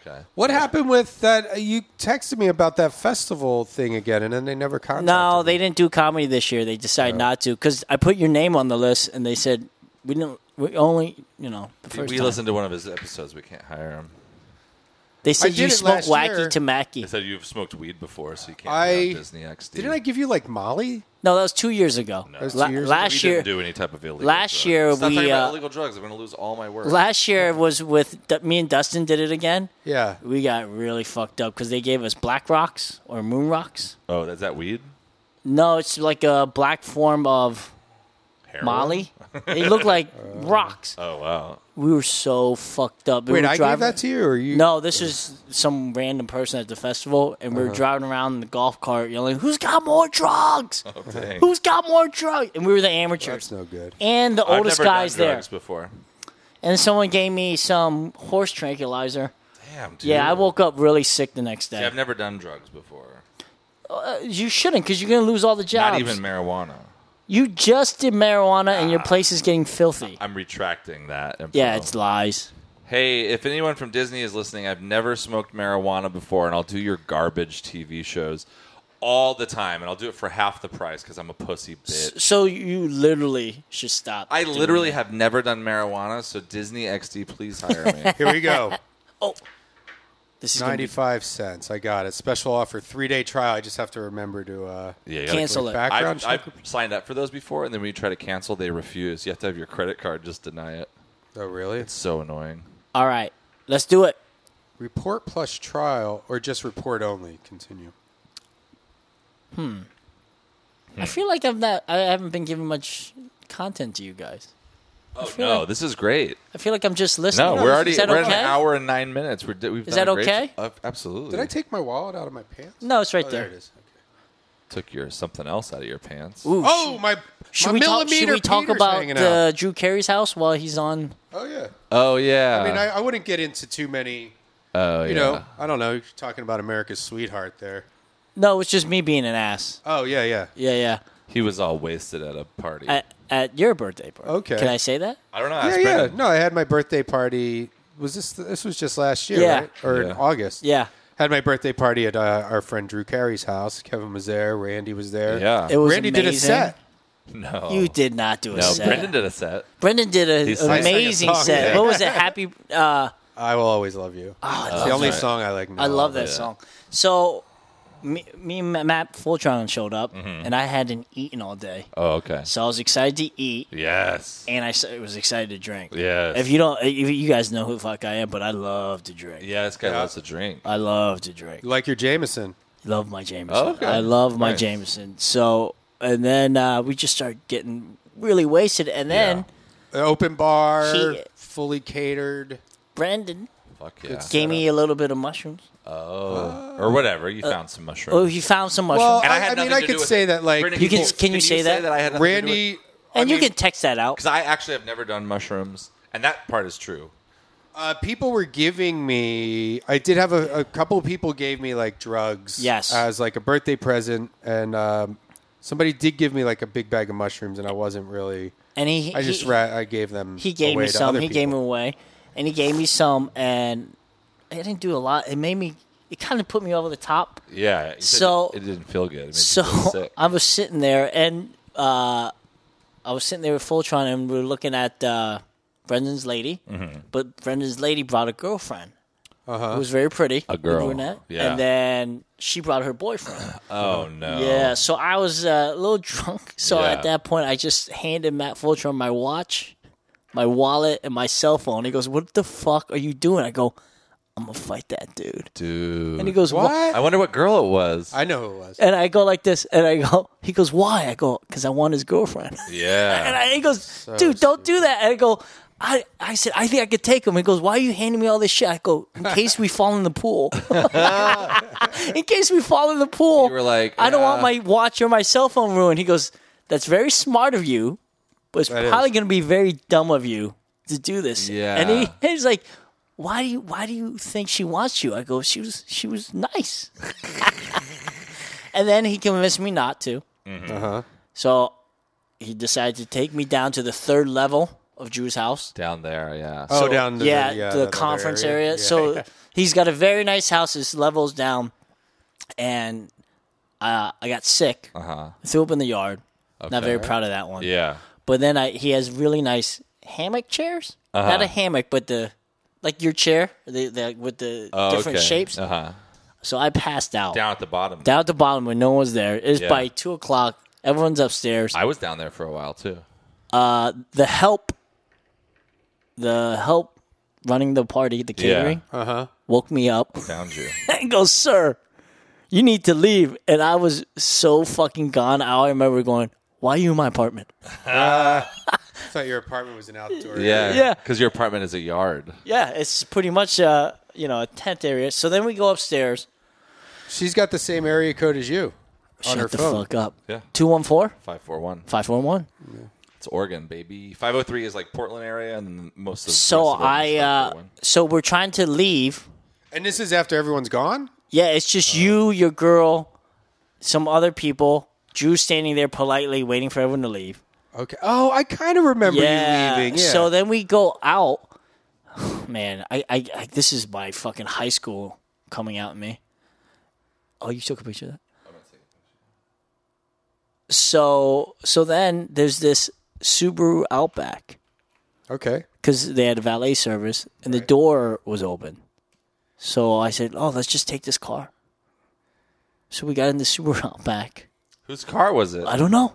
[SPEAKER 3] Okay.
[SPEAKER 4] What happened with that? uh, You texted me about that festival thing again, and then they never contacted.
[SPEAKER 1] No, they
[SPEAKER 4] me.
[SPEAKER 1] didn't do comedy this year. They decided not to because I put your name on the list, and they said we didn't. We only, you know, the first
[SPEAKER 3] we
[SPEAKER 1] time.
[SPEAKER 3] listened to one of his episodes. We can't hire him.
[SPEAKER 1] They said
[SPEAKER 4] did
[SPEAKER 1] you
[SPEAKER 4] it
[SPEAKER 1] smoke
[SPEAKER 4] last
[SPEAKER 1] wacky
[SPEAKER 4] year.
[SPEAKER 1] to
[SPEAKER 3] They
[SPEAKER 1] Mackey.
[SPEAKER 3] said you've smoked weed before, so you can't
[SPEAKER 4] I-
[SPEAKER 3] be on Disney XD.
[SPEAKER 4] Didn't I give you like Molly?
[SPEAKER 1] No, that was two years ago.
[SPEAKER 4] That was two
[SPEAKER 1] La-
[SPEAKER 4] years ago?
[SPEAKER 3] We
[SPEAKER 1] last
[SPEAKER 3] didn't
[SPEAKER 1] year,
[SPEAKER 3] do any type of illegal.
[SPEAKER 1] last
[SPEAKER 3] drugs.
[SPEAKER 1] year
[SPEAKER 3] Stop talking
[SPEAKER 1] we,
[SPEAKER 3] about
[SPEAKER 1] uh,
[SPEAKER 3] illegal drugs. I'm going to lose all my work.
[SPEAKER 1] Last year was with D- me and Dustin did it again.
[SPEAKER 4] Yeah.
[SPEAKER 1] We got really fucked up because they gave us black rocks or moon rocks.
[SPEAKER 3] oh, is that weed?
[SPEAKER 1] No, it's like a black form of
[SPEAKER 3] Heroin?
[SPEAKER 1] Molly. They look like rocks.
[SPEAKER 3] Oh wow.
[SPEAKER 1] We were so fucked up. We
[SPEAKER 4] Wait,
[SPEAKER 1] were
[SPEAKER 4] I gave
[SPEAKER 1] driving-
[SPEAKER 4] that to you, or you?
[SPEAKER 1] No, this is some random person at the festival, and we
[SPEAKER 4] Uh-huh.
[SPEAKER 1] were driving around in the golf cart yelling, "Who's got more drugs?
[SPEAKER 3] Oh, dang.
[SPEAKER 1] Who's got more drugs?" And we were the amateurs
[SPEAKER 4] That's no good.
[SPEAKER 1] and the
[SPEAKER 3] I've
[SPEAKER 1] oldest
[SPEAKER 3] never
[SPEAKER 1] guys
[SPEAKER 3] done
[SPEAKER 1] there.
[SPEAKER 3] drugs before.
[SPEAKER 1] And someone gave me some horse tranquilizer.
[SPEAKER 3] Damn, dude.
[SPEAKER 1] Yeah, I woke up really sick the next day.
[SPEAKER 3] See, I've never done drugs before.
[SPEAKER 1] You shouldn't, because you're gonna lose all the jobs.
[SPEAKER 3] Not even Ah. marijuana.
[SPEAKER 1] you just did marijuana, and your place is getting filthy.
[SPEAKER 3] I'm retracting that. info.
[SPEAKER 1] yeah, it's lies.
[SPEAKER 3] Hey, if anyone from Disney is listening, I've never smoked marijuana before, and I'll do your garbage TV shows all the time, and I'll do it for half the price because I'm a pussy bitch.
[SPEAKER 1] So you literally should stop.
[SPEAKER 3] I
[SPEAKER 1] doing
[SPEAKER 3] literally
[SPEAKER 1] that.
[SPEAKER 3] (laughs) have never done marijuana, so Disney XD, please hire me.
[SPEAKER 1] (laughs)
[SPEAKER 4] Here we go.
[SPEAKER 1] Oh, this is gonna be-
[SPEAKER 4] ninety-five cents. I got it. Special offer, three-day trial. I just have to remember to uh,
[SPEAKER 3] Yeah, you gotta-
[SPEAKER 1] cancel it.
[SPEAKER 4] Background
[SPEAKER 3] I've,
[SPEAKER 4] check.
[SPEAKER 3] I've signed up for those before, and then when you try to cancel, they refuse. You have to have your credit card just deny it.
[SPEAKER 4] Oh, really?
[SPEAKER 3] It's so annoying.
[SPEAKER 1] All right, let's do it.
[SPEAKER 4] Report plus trial, or just report only. Continue.
[SPEAKER 3] Hmm.
[SPEAKER 1] I feel like I'm not. I haven't been giving much content to you guys.
[SPEAKER 3] Oh no, this is great.
[SPEAKER 1] I feel like I'm just listening.
[SPEAKER 3] No, we're already
[SPEAKER 1] Is that
[SPEAKER 3] we're at
[SPEAKER 1] okay?
[SPEAKER 3] an hour and nine minutes. We're, di- we've
[SPEAKER 1] Is
[SPEAKER 3] done
[SPEAKER 1] that
[SPEAKER 3] a great
[SPEAKER 1] okay?
[SPEAKER 3] jo- uh, absolutely.
[SPEAKER 4] Did I take my wallet out of my pants?
[SPEAKER 1] No, it's right
[SPEAKER 4] Oh,
[SPEAKER 1] there.
[SPEAKER 4] There it is.
[SPEAKER 3] took your something else out of your pants?
[SPEAKER 1] Ooh,
[SPEAKER 4] Oh,
[SPEAKER 1] sh-
[SPEAKER 4] my,
[SPEAKER 1] should
[SPEAKER 4] my
[SPEAKER 1] we talk,
[SPEAKER 4] millimeter
[SPEAKER 1] should we talk
[SPEAKER 4] Peter's
[SPEAKER 1] about
[SPEAKER 4] hanging out.
[SPEAKER 1] uh, Drew Carey's house while he's on?
[SPEAKER 4] Oh yeah.
[SPEAKER 3] Oh yeah.
[SPEAKER 4] I
[SPEAKER 1] Uh.
[SPEAKER 4] mean, I, I wouldn't get into too many.
[SPEAKER 3] oh
[SPEAKER 4] You
[SPEAKER 3] yeah.
[SPEAKER 4] know, I don't know. You're talking about America's sweetheart there.
[SPEAKER 1] No, it's just me being an ass.
[SPEAKER 4] Oh yeah, yeah.
[SPEAKER 1] Yeah, yeah.
[SPEAKER 3] he was all wasted at a party. I,
[SPEAKER 1] At, at your birthday party.
[SPEAKER 4] Okay.
[SPEAKER 1] Can I say that?
[SPEAKER 3] don't know.
[SPEAKER 4] Yeah,
[SPEAKER 3] ask
[SPEAKER 4] yeah.
[SPEAKER 3] Brendan.
[SPEAKER 4] No, I had my birthday party. Was this this was just last year,
[SPEAKER 1] Yeah.
[SPEAKER 4] right? Or in
[SPEAKER 3] Yeah.
[SPEAKER 4] August?
[SPEAKER 1] Yeah.
[SPEAKER 4] Had my birthday party at uh, our friend Drew Carey's house. Kevin was there. Randy was there.
[SPEAKER 3] Yeah.
[SPEAKER 1] It was
[SPEAKER 4] Randy did a
[SPEAKER 1] amazing.
[SPEAKER 4] set.
[SPEAKER 3] no.
[SPEAKER 1] You did not do a
[SPEAKER 3] No,
[SPEAKER 1] set.
[SPEAKER 3] Brendan did a set.
[SPEAKER 1] Brendan did
[SPEAKER 3] He
[SPEAKER 1] an
[SPEAKER 3] sang a
[SPEAKER 1] amazing
[SPEAKER 4] song,
[SPEAKER 1] set.
[SPEAKER 4] yeah.
[SPEAKER 1] What was it? Happy.
[SPEAKER 3] (laughs)
[SPEAKER 1] Uh,
[SPEAKER 4] I will always love you.
[SPEAKER 1] Oh,
[SPEAKER 4] it's the only song I like. Now.
[SPEAKER 1] I love that
[SPEAKER 3] Oh, yeah.
[SPEAKER 1] song. So, me, me and Matt Fultron showed up,
[SPEAKER 3] Mm-hmm.
[SPEAKER 1] and I hadn't eaten all day.
[SPEAKER 3] Oh okay.
[SPEAKER 1] So I was excited to eat,
[SPEAKER 3] Yes.
[SPEAKER 1] and I s- was excited to drink.
[SPEAKER 3] Yes.
[SPEAKER 1] If you don't, if you guys know who the fuck I am, but I love to drink.
[SPEAKER 3] Yeah, this guy loves to drink.
[SPEAKER 1] I love to drink.
[SPEAKER 4] You like your Jameson?
[SPEAKER 1] Love my
[SPEAKER 4] Oh,
[SPEAKER 1] Jameson.
[SPEAKER 3] Okay.
[SPEAKER 1] I love my
[SPEAKER 3] Nice.
[SPEAKER 1] Jameson. So, and then uh, we just started getting really wasted, and then
[SPEAKER 4] An open bar,
[SPEAKER 1] He-
[SPEAKER 4] fully catered.
[SPEAKER 1] Brendan
[SPEAKER 3] Fuck yeah.
[SPEAKER 1] gave me a little bit of mushrooms.
[SPEAKER 3] Oh, or whatever. You found some mushrooms.
[SPEAKER 1] Oh, he found some mushrooms.
[SPEAKER 4] Well,
[SPEAKER 3] And
[SPEAKER 4] I- I
[SPEAKER 3] had
[SPEAKER 4] mean,
[SPEAKER 3] nothing
[SPEAKER 4] I
[SPEAKER 3] to
[SPEAKER 4] could
[SPEAKER 3] do with
[SPEAKER 4] say
[SPEAKER 3] it.
[SPEAKER 4] that, like,
[SPEAKER 3] Brendan,
[SPEAKER 1] You can- can you say that?
[SPEAKER 3] I had nothing to do with it?
[SPEAKER 4] Randy.
[SPEAKER 1] and you can text that out.
[SPEAKER 3] because I actually have never done mushrooms, and that part is true.
[SPEAKER 4] Uh, people were giving me. I did have a, a couple of people gave me like drugs.
[SPEAKER 1] Yes.
[SPEAKER 4] as like a birthday present, and um, somebody did give me like a big bag of mushrooms, and I wasn't really.
[SPEAKER 1] And he,
[SPEAKER 4] I just
[SPEAKER 1] he,
[SPEAKER 4] ra- I gave them.
[SPEAKER 1] he gave
[SPEAKER 4] away
[SPEAKER 1] me
[SPEAKER 4] to
[SPEAKER 1] some.
[SPEAKER 4] other
[SPEAKER 1] He gave me
[SPEAKER 4] people.
[SPEAKER 1] away, and he gave me some, and I didn't do a lot. It made me. It kind of put me over the top.
[SPEAKER 3] Yeah. you said
[SPEAKER 1] So-
[SPEAKER 3] it didn't feel good. It made you
[SPEAKER 1] So
[SPEAKER 3] feel sick.
[SPEAKER 1] (laughs) I was sitting there, and uh, I was sitting there with Fultron, and we were looking at uh, Brendan's lady.
[SPEAKER 3] Mm-hmm.
[SPEAKER 1] But Brendan's lady brought a girlfriend. Who was very pretty. A
[SPEAKER 3] girl, yeah.
[SPEAKER 1] And then she brought her boyfriend.
[SPEAKER 3] oh no.
[SPEAKER 1] Yeah, so I was uh, a little (laughs) drunk. So
[SPEAKER 3] Yeah.
[SPEAKER 1] at that point, I just handed Matt Fultron my watch, my wallet, and my cell phone. He goes, "What the fuck are you doing?" I go, "I'm gonna fight that dude."
[SPEAKER 3] Dude.
[SPEAKER 1] And he goes, "Why?"
[SPEAKER 3] I wonder what girl it was.
[SPEAKER 4] I know who
[SPEAKER 1] (laughs)
[SPEAKER 4] it was.
[SPEAKER 1] And I go like this, and I go, (laughs) "He goes, why?" I go, "Cause I want his girlfriend." (laughs)
[SPEAKER 3] yeah.
[SPEAKER 1] And I, he goes, "Dude, don't do that." And I go. I, I said, I think I could take him. He goes, Why are you handing me all this shit? I go, In case we fall in the
[SPEAKER 3] (laughs)
[SPEAKER 1] pool. (laughs) in case we fall in the pool.
[SPEAKER 3] You were like, uh,
[SPEAKER 1] I don't want my
[SPEAKER 3] yeah.
[SPEAKER 1] watch or my cell phone ruined. He goes, That's very smart of you, but it's probably going to be very dumb of you to do this.
[SPEAKER 3] Yeah.
[SPEAKER 1] And he, he's like, why do you why do you think she wants you? I go, she was she was nice. (laughs) and then he convinced me not to. Uh-huh.
[SPEAKER 3] Mm-hmm.
[SPEAKER 1] So he decided to take me down to the third level of Drew's house.
[SPEAKER 3] Down there. Yeah.
[SPEAKER 4] oh, down to
[SPEAKER 1] yeah,
[SPEAKER 3] uh,
[SPEAKER 4] the, yeah,
[SPEAKER 1] the
[SPEAKER 4] that other
[SPEAKER 1] conference area. So
[SPEAKER 3] (laughs)
[SPEAKER 1] he's got a very nice house. His levels down, and uh, I got sick. Uh-huh. Threw up in the yard. Not very proud of that one.
[SPEAKER 3] yeah.
[SPEAKER 1] But then I, he has really nice hammock chairs.
[SPEAKER 3] Uh-huh.
[SPEAKER 1] Not a hammock, but the like your chair, the, the with the
[SPEAKER 3] Oh,
[SPEAKER 1] different
[SPEAKER 3] okay.
[SPEAKER 1] shapes.
[SPEAKER 3] Uh huh.
[SPEAKER 1] So I passed out
[SPEAKER 3] Down at the bottom.
[SPEAKER 1] down at the bottom when no one's there. It's
[SPEAKER 3] Yeah.
[SPEAKER 1] by two o'clock. Everyone's upstairs.
[SPEAKER 3] I was down there for a while too.
[SPEAKER 1] the help, the help running the party, the catering,
[SPEAKER 3] Uh-huh.
[SPEAKER 1] woke me up.
[SPEAKER 3] Found you.
[SPEAKER 1] (laughs) and goes, "Sir, you need to leave." And I was so fucking gone. I remember going, "Why are you in my apartment?"
[SPEAKER 4] I thought your apartment was an outdoor.
[SPEAKER 3] Yeah.
[SPEAKER 1] (laughs) Yeah.
[SPEAKER 3] Because your apartment is a yard.
[SPEAKER 1] Yeah, it's pretty much uh, you know a tent area. So then we go upstairs.
[SPEAKER 4] she's got the same area code as you on her
[SPEAKER 1] Shut the
[SPEAKER 4] phone.
[SPEAKER 1] fuck up.
[SPEAKER 3] Yeah.
[SPEAKER 1] Two one four
[SPEAKER 3] Five four one.
[SPEAKER 1] five one one.
[SPEAKER 3] It's Oregon, baby. Five oh three is like Portland area, and then most of. the
[SPEAKER 1] So
[SPEAKER 3] rest of
[SPEAKER 1] I,
[SPEAKER 3] Oregon's 501.
[SPEAKER 1] uh, so we're trying to leave.
[SPEAKER 4] And this is after everyone's gone.
[SPEAKER 1] Yeah, it's just you, your girl, some other people. Drew standing there politely waiting for everyone to leave.
[SPEAKER 4] Okay. Oh, I kind of remember
[SPEAKER 1] yeah.
[SPEAKER 4] you leaving. Yeah.
[SPEAKER 1] So then we go out. (sighs) Man, I, I, I this is my fucking high school coming out in me. Oh, you took a picture of that? So so then there's this Subaru Outback
[SPEAKER 4] okay.
[SPEAKER 1] because they had a valet service and the door was open. So I said, "Oh, let's just take this car." So we got in the Subaru (laughs) Outback.
[SPEAKER 3] Whose car was it?
[SPEAKER 1] I don't know.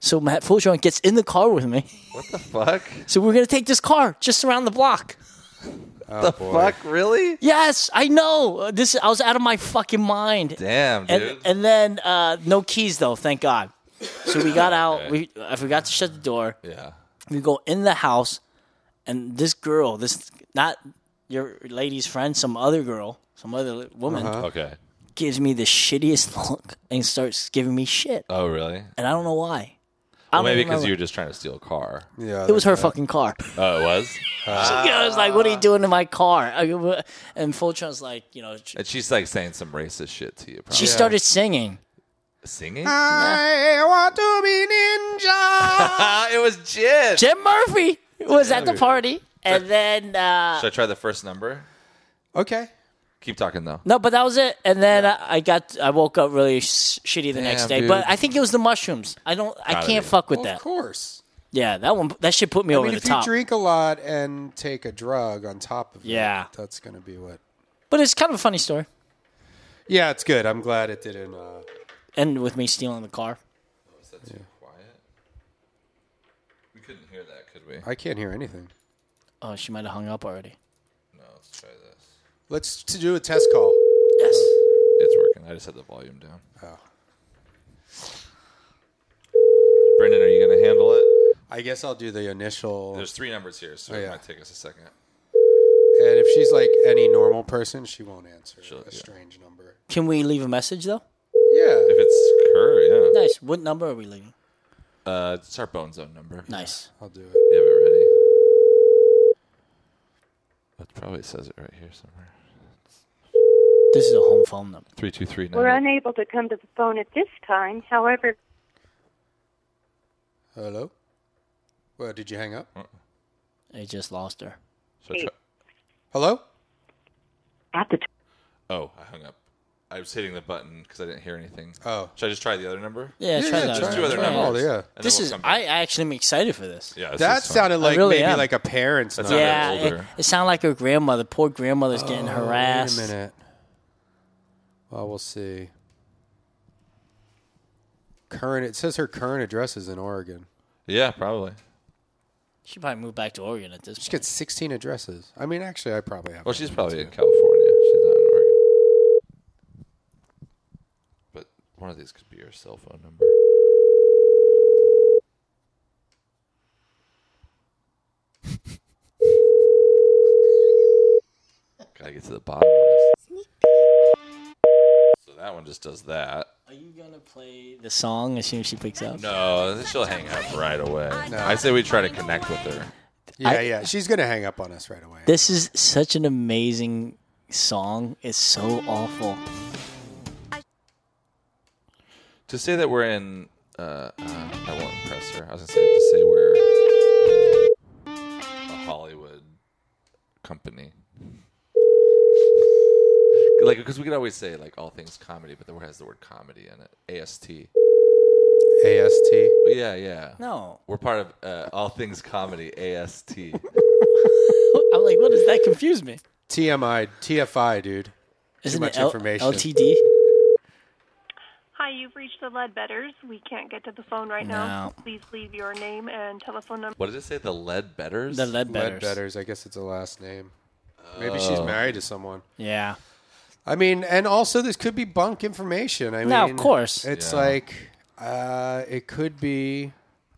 [SPEAKER 1] So Matt Fulgeron gets in the car with me.
[SPEAKER 3] What the fuck?
[SPEAKER 1] (laughs) So we're gonna take this car just around the block.
[SPEAKER 3] the fuck, really?
[SPEAKER 1] Yes, I know. Uh, This I was out of my fucking mind.
[SPEAKER 3] Damn, dude.
[SPEAKER 1] And, and then uh, no keys though, thank God. So we
[SPEAKER 3] (laughs)
[SPEAKER 1] got out. We I forgot to shut the door.
[SPEAKER 3] yeah.
[SPEAKER 1] We go in the house, and this girl, this not your lady's friend, some other girl, some other li- woman,
[SPEAKER 3] Okay.
[SPEAKER 1] gives me the shittiest (laughs) look and starts giving me shit,
[SPEAKER 3] Oh, really?
[SPEAKER 1] and I don't know why. I
[SPEAKER 3] Well,
[SPEAKER 1] don't
[SPEAKER 3] maybe
[SPEAKER 1] even know
[SPEAKER 3] because
[SPEAKER 1] why.
[SPEAKER 3] you were just trying to steal a car.
[SPEAKER 4] Yeah,
[SPEAKER 1] It was her fucking car.
[SPEAKER 3] Oh, it
[SPEAKER 1] (laughs)
[SPEAKER 3] was.
[SPEAKER 1] she goes like, "What are you doing in my car?" I go, "What?" And Fultron's like, you know, she
[SPEAKER 3] and she's like saying some racist shit to you. Probably.
[SPEAKER 1] she started singing.
[SPEAKER 3] singing.
[SPEAKER 4] I want to be ninja.
[SPEAKER 3] Ah, it was Jim.
[SPEAKER 1] Jim Murphy was at the party, and then uh,
[SPEAKER 3] Should I try the first number?
[SPEAKER 4] (laughs) okay.
[SPEAKER 3] Keep talking though.
[SPEAKER 1] no, but that was it. And then I I got, I woke up really sh- shitty the next
[SPEAKER 3] Damn,
[SPEAKER 1] day.
[SPEAKER 3] dude.
[SPEAKER 1] But I think it was the mushrooms. I don't, I
[SPEAKER 3] Gotta
[SPEAKER 1] can't
[SPEAKER 3] be.
[SPEAKER 1] fuck with
[SPEAKER 4] Well,
[SPEAKER 1] that.
[SPEAKER 4] of course.
[SPEAKER 1] Yeah, that one, that should put me
[SPEAKER 4] I
[SPEAKER 1] over the
[SPEAKER 4] mean, if
[SPEAKER 1] top.
[SPEAKER 4] you drink a lot and take a drug on top of
[SPEAKER 1] Yeah.
[SPEAKER 4] it, that's going to be what.
[SPEAKER 1] But it's kind of a funny story.
[SPEAKER 4] Yeah, it's good. I'm glad it didn't. Uh,
[SPEAKER 1] And with me stealing the car.
[SPEAKER 3] Is that too quiet? We couldn't hear that, could we?
[SPEAKER 4] I can't hear anything.
[SPEAKER 1] Oh, she might have hung up already.
[SPEAKER 3] No, let's try this.
[SPEAKER 4] Let's to do a test call.
[SPEAKER 1] Yes.
[SPEAKER 3] It's working. I just had the volume down.
[SPEAKER 4] Oh.
[SPEAKER 3] Brendan, are you going to handle it?
[SPEAKER 4] I guess I'll do the initial.
[SPEAKER 3] There's three numbers here, so
[SPEAKER 4] Oh,
[SPEAKER 3] it
[SPEAKER 4] yeah.
[SPEAKER 3] might take us a second.
[SPEAKER 4] and if she's like any normal person, she won't answer
[SPEAKER 3] She'll-
[SPEAKER 4] a
[SPEAKER 3] yeah.
[SPEAKER 4] strange number.
[SPEAKER 1] Can we leave a message though?
[SPEAKER 4] Yeah.
[SPEAKER 3] If it's her, yeah.
[SPEAKER 1] Nice. What number are we leaving?
[SPEAKER 3] Uh, it's our bone zone number.
[SPEAKER 1] Nice.
[SPEAKER 4] I'll do it.
[SPEAKER 3] You have it ready? That probably says it right here somewhere.
[SPEAKER 1] This is a home phone number.
[SPEAKER 3] Three two three
[SPEAKER 12] We're
[SPEAKER 3] nine.
[SPEAKER 12] unable to come to the phone at this time. However,
[SPEAKER 4] Hello? Well, did you hang up?
[SPEAKER 1] I just lost her.
[SPEAKER 3] So try-
[SPEAKER 4] Hello?
[SPEAKER 12] at the
[SPEAKER 3] oh, I hung up. I was hitting the button because I didn't hear anything.
[SPEAKER 4] Oh.
[SPEAKER 3] Should I just try the other number?
[SPEAKER 1] Yeah, try that.
[SPEAKER 3] There's two other
[SPEAKER 1] Try that.
[SPEAKER 4] Oh,
[SPEAKER 3] numbers.
[SPEAKER 4] yeah.
[SPEAKER 3] and then
[SPEAKER 1] This
[SPEAKER 3] we'll
[SPEAKER 1] is.
[SPEAKER 3] come
[SPEAKER 1] I
[SPEAKER 3] back.
[SPEAKER 1] actually am excited for this.
[SPEAKER 3] Yeah, this
[SPEAKER 4] That
[SPEAKER 3] is fun.
[SPEAKER 4] sounded like
[SPEAKER 1] really
[SPEAKER 4] maybe
[SPEAKER 1] am.
[SPEAKER 4] like a parent's
[SPEAKER 3] That's
[SPEAKER 4] number.
[SPEAKER 3] not-
[SPEAKER 1] Yeah,
[SPEAKER 3] older.
[SPEAKER 1] it, it sounded like her grandmother. Poor grandmother's getting harassed.
[SPEAKER 4] Oh, Wait a minute. Well, we'll see. Current. It says her current address is in Oregon.
[SPEAKER 3] Yeah, probably.
[SPEAKER 1] She probably moved back to Oregon at this
[SPEAKER 4] She
[SPEAKER 1] point.
[SPEAKER 4] gets 16 addresses. I mean, actually, I probably have.
[SPEAKER 3] Well,
[SPEAKER 4] one.
[SPEAKER 3] she's probably in California. She's not in Oregon. But one of these could be your cell phone number. (laughs) Gotta get to the bottom of this. So that one just does that.
[SPEAKER 1] Are you gonna play the song as soon as she picks up?
[SPEAKER 3] No, she'll hang up right away. I say we try to connect with her.
[SPEAKER 4] Yeah,
[SPEAKER 1] I-
[SPEAKER 4] yeah. She's gonna hang up on us right away.
[SPEAKER 1] This is such an amazing song. It's so awful.
[SPEAKER 3] To say that we're in, uh, uh, I won't impress her. I was gonna say to say we're a Hollywood company, like because we could always say like all things comedy, but the word has the word comedy in it. AST.
[SPEAKER 4] AST.
[SPEAKER 3] But yeah, yeah.
[SPEAKER 1] No,
[SPEAKER 3] We're part of uh, all things comedy. AST.
[SPEAKER 1] (laughs) I'm like, what does that confuse me?
[SPEAKER 4] TMI. TFI, dude.
[SPEAKER 1] Isn't
[SPEAKER 4] much
[SPEAKER 1] it L-
[SPEAKER 4] information.
[SPEAKER 1] LTD?
[SPEAKER 8] Hi, you've reached the Leadbetters. We can't get to the phone right now.
[SPEAKER 1] No.
[SPEAKER 8] Please leave your name and telephone number.
[SPEAKER 3] what did it say? The lead betters.
[SPEAKER 1] The lead betters.
[SPEAKER 4] Ledbetters. I guess it's a last name. Maybe she's
[SPEAKER 3] Oh.
[SPEAKER 4] married to someone.
[SPEAKER 1] Yeah.
[SPEAKER 4] I mean, and also this could be bunk information. I
[SPEAKER 1] No, of
[SPEAKER 4] mean,
[SPEAKER 1] course.
[SPEAKER 4] It's
[SPEAKER 3] Yeah.
[SPEAKER 4] like uh, it could be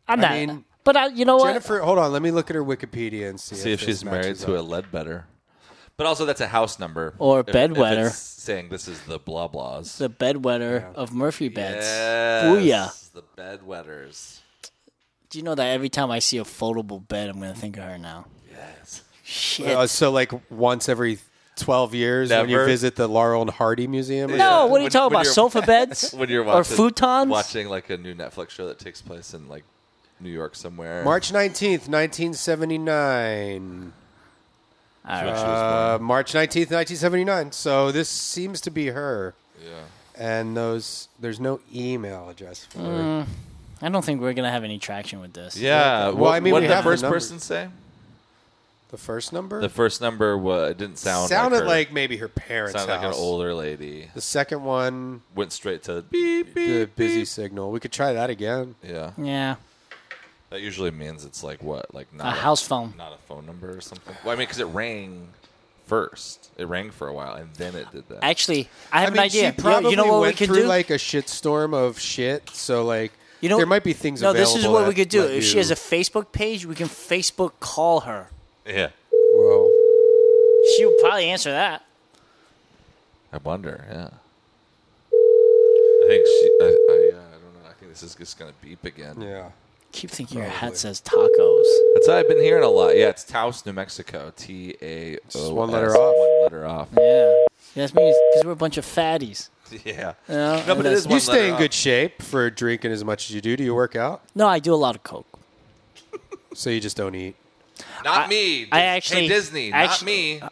[SPEAKER 1] I'm
[SPEAKER 4] I
[SPEAKER 1] not.
[SPEAKER 4] mean,
[SPEAKER 1] but I, you know what?
[SPEAKER 4] Jennifer. Hold on, let me look at her Wikipedia and see,
[SPEAKER 3] See if
[SPEAKER 4] this
[SPEAKER 3] she's married
[SPEAKER 4] matches
[SPEAKER 3] to a
[SPEAKER 4] up.
[SPEAKER 3] lead better. But also, that's a house number
[SPEAKER 1] Or
[SPEAKER 3] If- if
[SPEAKER 1] bedwetter.
[SPEAKER 3] it's saying this is the blah blahs.
[SPEAKER 1] the bedwetter of Murphy beds.
[SPEAKER 3] Yes,
[SPEAKER 1] Booyah.
[SPEAKER 3] The bedwetters.
[SPEAKER 1] Do you know that every time I see a foldable bed, I'm gonna think of her now?
[SPEAKER 3] Yes.
[SPEAKER 1] Shit.
[SPEAKER 4] Uh, so like once every twelve years when you
[SPEAKER 3] Never.
[SPEAKER 4] visit the Laurel and Hardy Museum. or
[SPEAKER 1] no,
[SPEAKER 4] something?
[SPEAKER 1] Oh, what are you
[SPEAKER 3] When-
[SPEAKER 1] talking
[SPEAKER 3] when
[SPEAKER 1] about?
[SPEAKER 3] you're-
[SPEAKER 1] Sofa beds
[SPEAKER 4] (laughs)
[SPEAKER 3] (laughs) When you're
[SPEAKER 1] or
[SPEAKER 3] watching,
[SPEAKER 1] futons?
[SPEAKER 3] watching like a new Netflix show that takes place in like New York somewhere.
[SPEAKER 4] March nineteenth, nineteen seventy nine.
[SPEAKER 1] All
[SPEAKER 3] When
[SPEAKER 1] right.
[SPEAKER 3] she was
[SPEAKER 4] Uh,
[SPEAKER 3] born.
[SPEAKER 4] March nineteenth, nineteen seventy nine. So this seems to be her.
[SPEAKER 3] Yeah.
[SPEAKER 4] And those, there's no email address for her.
[SPEAKER 1] Mm. I don't think we're gonna have any traction with this.
[SPEAKER 3] Yeah.
[SPEAKER 4] Well,
[SPEAKER 3] what,
[SPEAKER 4] I mean,
[SPEAKER 3] what
[SPEAKER 4] we
[SPEAKER 3] did the
[SPEAKER 4] have the
[SPEAKER 3] first
[SPEAKER 4] numbers.
[SPEAKER 3] person say?
[SPEAKER 4] The The first number?
[SPEAKER 3] The first number was it didn't sound
[SPEAKER 4] Sounded
[SPEAKER 3] her.
[SPEAKER 4] like maybe her parents'
[SPEAKER 3] Sounded like an
[SPEAKER 4] house.
[SPEAKER 3] older lady.
[SPEAKER 4] The second one
[SPEAKER 3] went straight to
[SPEAKER 4] the busy signal. We could try that again.
[SPEAKER 3] Yeah.
[SPEAKER 1] Yeah.
[SPEAKER 3] That usually means it's like what, like not
[SPEAKER 1] A house phone.
[SPEAKER 3] not a phone number or something. Well, I mean, because it rang first. It rang for a while, and then it did that.
[SPEAKER 1] Actually, I have
[SPEAKER 4] mean,
[SPEAKER 1] an idea.
[SPEAKER 4] She
[SPEAKER 1] You know-
[SPEAKER 4] probably
[SPEAKER 1] you know what
[SPEAKER 4] went
[SPEAKER 1] we could
[SPEAKER 4] through
[SPEAKER 1] do?
[SPEAKER 4] like a shitstorm of shit. So like,
[SPEAKER 1] You know,
[SPEAKER 4] there might be things.
[SPEAKER 1] No, this is
[SPEAKER 4] available
[SPEAKER 1] what we
[SPEAKER 4] that
[SPEAKER 1] could do.
[SPEAKER 4] let
[SPEAKER 1] If she
[SPEAKER 4] you-
[SPEAKER 1] has a Facebook page, we can Facebook call her.
[SPEAKER 3] yeah.
[SPEAKER 4] Whoa.
[SPEAKER 1] She would probably answer that.
[SPEAKER 3] I wonder. Yeah. I think she. I. I, uh, I don't know. I think this is just gonna beep again.
[SPEAKER 4] Yeah.
[SPEAKER 1] Keep thinking your hat says tacos.
[SPEAKER 3] That's what I've been hearing a lot. Yeah, it's Taos, New Mexico. T A O.
[SPEAKER 1] Just one letter
[SPEAKER 3] S,
[SPEAKER 1] off.
[SPEAKER 3] One letter off.
[SPEAKER 1] Yeah, that's me because we're a bunch of fatties.
[SPEAKER 3] (laughs) Yeah.
[SPEAKER 1] You know,
[SPEAKER 3] No, but
[SPEAKER 1] and
[SPEAKER 3] it is
[SPEAKER 1] that's-
[SPEAKER 4] You stay in good shape for drinking as much as you do. Do you work out?
[SPEAKER 1] No, I do a lot of coke.
[SPEAKER 4] So you just don't eat.
[SPEAKER 3] Not me.
[SPEAKER 1] I
[SPEAKER 3] Hey,
[SPEAKER 1] actually-
[SPEAKER 3] Disney.
[SPEAKER 1] actu- (laughs)
[SPEAKER 3] not me.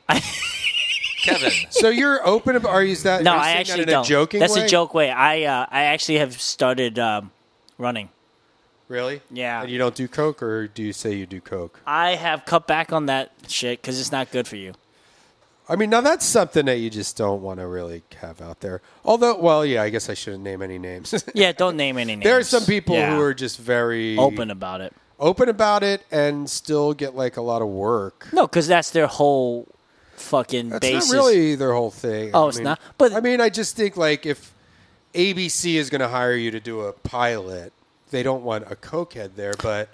[SPEAKER 3] Kevin.
[SPEAKER 4] So you're open about? Are you that?
[SPEAKER 1] No,
[SPEAKER 4] are you
[SPEAKER 1] I
[SPEAKER 4] saying
[SPEAKER 1] actually
[SPEAKER 4] that in
[SPEAKER 1] don't.
[SPEAKER 4] A joking
[SPEAKER 1] that's
[SPEAKER 4] way?
[SPEAKER 1] a joke way. I uh, I actually have started um, running.
[SPEAKER 4] Really?
[SPEAKER 1] Yeah.
[SPEAKER 4] And you don't do coke, or do you say you do coke?
[SPEAKER 1] I have cut back on that shit because it's not good for you.
[SPEAKER 4] I mean, now that's something that you just don't want to really have out there. Although, well, yeah, I guess I shouldn't name any names. (laughs)
[SPEAKER 1] Yeah, don't name any names.
[SPEAKER 4] there are some people
[SPEAKER 1] Yeah.
[SPEAKER 4] who are just very
[SPEAKER 1] open about it.
[SPEAKER 4] open about it, and still get like a lot of work.
[SPEAKER 1] No, because that's their whole fucking
[SPEAKER 4] That's
[SPEAKER 1] basis.
[SPEAKER 4] not really their whole thing.
[SPEAKER 1] Oh, it's
[SPEAKER 4] mean-
[SPEAKER 1] not?
[SPEAKER 4] But I mean, I just think like if ABC is going to hire you to do a pilot, they don't want a cokehead there. But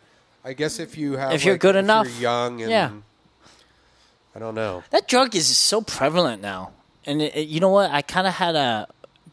[SPEAKER 4] I guess if you have,
[SPEAKER 1] If you're
[SPEAKER 4] like,
[SPEAKER 1] good
[SPEAKER 4] if
[SPEAKER 1] enough,
[SPEAKER 4] you're young, and
[SPEAKER 1] yeah.
[SPEAKER 4] I don't know.
[SPEAKER 1] That drug is so prevalent now, and it, it- you know what? I kind of had a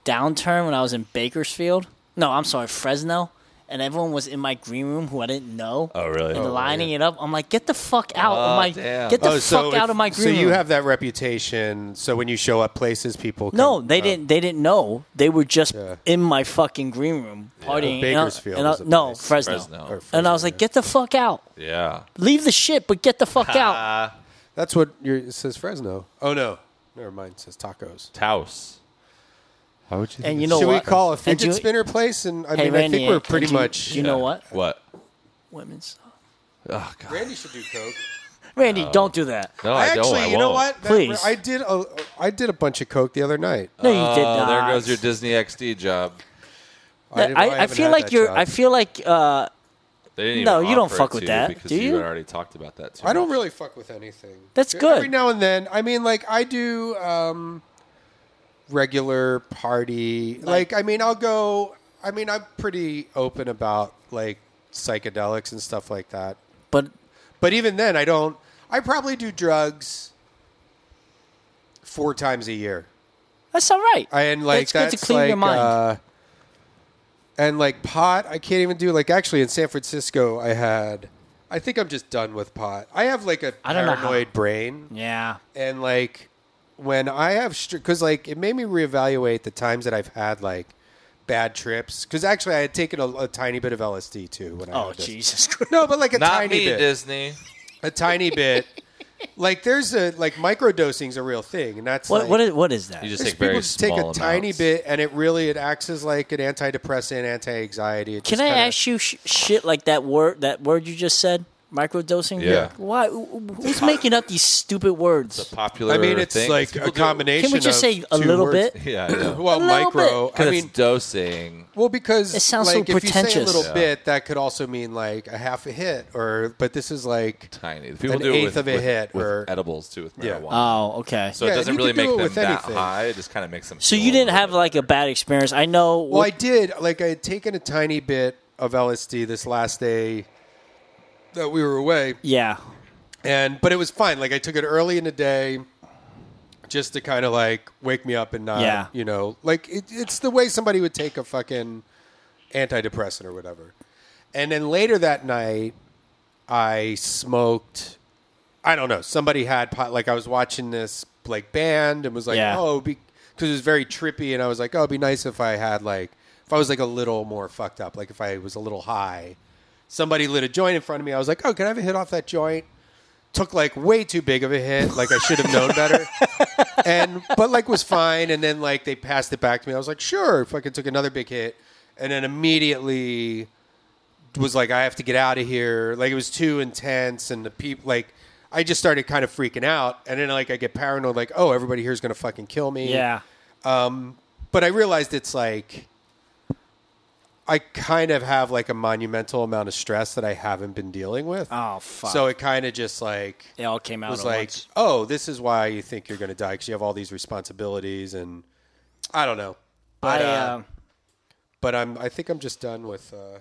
[SPEAKER 1] downturn when I was in Bakersfield. No, I'm sorry, Fresno, and everyone was in my green room who I didn't know.
[SPEAKER 3] Oh, really?
[SPEAKER 1] And
[SPEAKER 4] Oh,
[SPEAKER 1] lining it up, I'm like, get the fuck out of my, get the
[SPEAKER 4] Oh,
[SPEAKER 1] fuck
[SPEAKER 4] so
[SPEAKER 1] out
[SPEAKER 4] if-
[SPEAKER 1] of my
[SPEAKER 4] So
[SPEAKER 1] green room.
[SPEAKER 4] you have that reputation. So when you show up places, people come,
[SPEAKER 1] No,
[SPEAKER 3] uh,
[SPEAKER 1] they
[SPEAKER 4] oh.
[SPEAKER 1] didn't. They didn't know. They were just in my fucking green room partying. And I-
[SPEAKER 4] Bakersfield
[SPEAKER 1] and I-
[SPEAKER 4] is a
[SPEAKER 1] no,
[SPEAKER 4] place.
[SPEAKER 1] Fresno.
[SPEAKER 4] Fresno. Or
[SPEAKER 1] And I was like, get the fuck out.
[SPEAKER 3] Yeah.
[SPEAKER 1] Leave the shit, but get the fuck out.
[SPEAKER 3] (laughs)
[SPEAKER 4] That's what you're, it says. Fresno. Oh no, never mind. It says tacos.
[SPEAKER 3] Taos. How would you?
[SPEAKER 1] And you know
[SPEAKER 4] Should
[SPEAKER 1] what?
[SPEAKER 4] we call a
[SPEAKER 1] uh, And
[SPEAKER 4] fidget
[SPEAKER 1] you-
[SPEAKER 4] spinner place? And I
[SPEAKER 1] Hey,
[SPEAKER 4] mean,
[SPEAKER 1] Randy,
[SPEAKER 4] I think we're
[SPEAKER 1] and
[SPEAKER 4] pretty
[SPEAKER 1] you-
[SPEAKER 4] much.
[SPEAKER 1] you know what?
[SPEAKER 3] What?
[SPEAKER 1] Women's.
[SPEAKER 3] Oh God.
[SPEAKER 4] Randy should do coke.
[SPEAKER 1] Randy,
[SPEAKER 3] Oh.
[SPEAKER 1] don't do that.
[SPEAKER 3] No, I,
[SPEAKER 4] actually,
[SPEAKER 3] don't. I
[SPEAKER 4] you
[SPEAKER 3] won't.
[SPEAKER 4] know what? That-
[SPEAKER 1] Please. Uh,
[SPEAKER 4] I did a I did a bunch of coke the other night.
[SPEAKER 1] No, you did
[SPEAKER 3] Oh,
[SPEAKER 1] not.
[SPEAKER 3] There goes your Disney XD job.
[SPEAKER 1] That-
[SPEAKER 4] didn't- I
[SPEAKER 1] I, I,
[SPEAKER 4] haven't
[SPEAKER 1] feel
[SPEAKER 4] had
[SPEAKER 1] like
[SPEAKER 4] that
[SPEAKER 1] you're.
[SPEAKER 4] job.
[SPEAKER 1] I feel like. uh
[SPEAKER 3] They didn't even
[SPEAKER 1] No, you don't
[SPEAKER 3] offer it
[SPEAKER 1] fuck
[SPEAKER 3] to
[SPEAKER 1] with
[SPEAKER 3] you
[SPEAKER 1] that,
[SPEAKER 3] because
[SPEAKER 1] do
[SPEAKER 3] you
[SPEAKER 1] you?
[SPEAKER 3] had already talked about that. Too
[SPEAKER 4] I don't
[SPEAKER 3] much.
[SPEAKER 4] really fuck with anything.
[SPEAKER 1] That's
[SPEAKER 4] Every
[SPEAKER 1] good.
[SPEAKER 4] now and then, I mean, like I do um, regular party. Like, I mean, I'll go. I mean, I'm pretty open about like psychedelics and stuff like that.
[SPEAKER 1] But
[SPEAKER 4] But even then, I don't. I probably do drugs four times a year.
[SPEAKER 1] that's all right.
[SPEAKER 4] and like
[SPEAKER 1] That's good to
[SPEAKER 4] that's,
[SPEAKER 1] clean
[SPEAKER 4] like,
[SPEAKER 1] your mind.
[SPEAKER 4] Uh, and like pot, I can't even do. Like actually, in San Francisco, I had. I think I'm just done with pot. I have like a
[SPEAKER 1] I don't know how-
[SPEAKER 4] paranoid brain,
[SPEAKER 1] yeah.
[SPEAKER 4] and like when I have because like it made me reevaluate the times that I've had like bad trips. Because actually, I had taken a, a tiny bit of LSD too. When I
[SPEAKER 1] Oh
[SPEAKER 4] had this.
[SPEAKER 1] Jesus (laughs) Christ.
[SPEAKER 4] No, but like a (laughs)
[SPEAKER 3] Not
[SPEAKER 4] tiny
[SPEAKER 3] me,
[SPEAKER 4] bit
[SPEAKER 3] Disney.
[SPEAKER 4] a tiny
[SPEAKER 3] (laughs)
[SPEAKER 4] bit. Like there's a like microdosing's a real thing, and that's
[SPEAKER 1] What
[SPEAKER 4] like,
[SPEAKER 1] what is, what is that?
[SPEAKER 3] You just
[SPEAKER 4] there's
[SPEAKER 3] take very
[SPEAKER 4] people just take a
[SPEAKER 3] small
[SPEAKER 4] tiny
[SPEAKER 3] amounts.
[SPEAKER 4] bit, and it really it acts as like an antidepressant, anti-anxiety. It
[SPEAKER 1] Can
[SPEAKER 4] just
[SPEAKER 1] I
[SPEAKER 4] kinda-
[SPEAKER 1] ask you sh- shit like that word? That word you just said, microdosing.
[SPEAKER 3] Yeah.
[SPEAKER 1] Why? Who's making up these stupid words?
[SPEAKER 3] Popular.
[SPEAKER 4] I mean, it's
[SPEAKER 3] thing.
[SPEAKER 4] like a combination.
[SPEAKER 1] Can we just
[SPEAKER 4] of
[SPEAKER 1] say a
[SPEAKER 4] two
[SPEAKER 1] little
[SPEAKER 4] words.
[SPEAKER 1] bit?
[SPEAKER 3] (laughs) Yeah. I know.
[SPEAKER 4] Well,
[SPEAKER 1] A little
[SPEAKER 4] micro. I
[SPEAKER 3] 'Cause
[SPEAKER 4] mean,
[SPEAKER 3] it's dosing.
[SPEAKER 4] well, because
[SPEAKER 1] It sounds so
[SPEAKER 4] like if you say a
[SPEAKER 1] pretentious.
[SPEAKER 4] little
[SPEAKER 1] Yeah.
[SPEAKER 4] bit, that could also mean like a half a hit, or but this is like
[SPEAKER 3] Tiny. People
[SPEAKER 4] an
[SPEAKER 3] do it
[SPEAKER 4] eighth
[SPEAKER 3] with,
[SPEAKER 4] of a
[SPEAKER 3] with-
[SPEAKER 4] hit,
[SPEAKER 3] with
[SPEAKER 4] or
[SPEAKER 3] edibles too with
[SPEAKER 4] Yeah.
[SPEAKER 3] marijuana.
[SPEAKER 1] Oh, okay.
[SPEAKER 3] so
[SPEAKER 4] Yeah,
[SPEAKER 3] it
[SPEAKER 4] and
[SPEAKER 3] doesn't
[SPEAKER 4] you
[SPEAKER 3] really
[SPEAKER 4] can do
[SPEAKER 3] make
[SPEAKER 4] it
[SPEAKER 3] them
[SPEAKER 4] with
[SPEAKER 3] that
[SPEAKER 4] anything.
[SPEAKER 3] high. It just kind of makes them.
[SPEAKER 1] So
[SPEAKER 3] feel
[SPEAKER 1] you
[SPEAKER 3] a
[SPEAKER 1] didn't
[SPEAKER 3] little
[SPEAKER 1] have like a bad experience. I know.
[SPEAKER 4] Well, I did. Like I had taken a tiny bit of LSD this last day that we were away,
[SPEAKER 1] yeah.
[SPEAKER 4] and but it was fine. Like I took it early in the day, just to kind of like wake me up and not,
[SPEAKER 1] Yeah.
[SPEAKER 4] you know, like it, it's the way somebody would take a fucking antidepressant or whatever. And then later that night, I smoked. I don't know. Somebody had pot. Like I was watching this like band and was like,
[SPEAKER 1] Yeah.
[SPEAKER 4] oh, because it was very trippy, and I was like, oh, it'd be nice if I had like if I was like a little more fucked up, like if I was a little high. Somebody lit a joint in front of me. I was like, oh, can I have a hit off that joint? Took like way too big of a hit. Like I should have known better. and but like was fine. And then like they passed it back to me. I was like, sure. Fucking took another big hit, and then immediately was like, I have to get out of here. Like it was too intense, and the people like. I just started kind of freaking out, and then like I get paranoid, like oh everybody here's gonna fucking kill me.
[SPEAKER 1] Yeah.
[SPEAKER 4] Um, but I realized it's like I kind of have like a monumental amount of stress that I haven't been dealing with.
[SPEAKER 1] Oh fuck.
[SPEAKER 4] So it kind of just like
[SPEAKER 1] it all came out
[SPEAKER 4] was
[SPEAKER 1] at
[SPEAKER 4] like,
[SPEAKER 1] once.
[SPEAKER 4] oh, this is why you think you're going to die because you have all these responsibilities and I don't know. But,
[SPEAKER 1] I,
[SPEAKER 4] uh,
[SPEAKER 1] uh,
[SPEAKER 4] but I'm I think I'm just done with. Uh,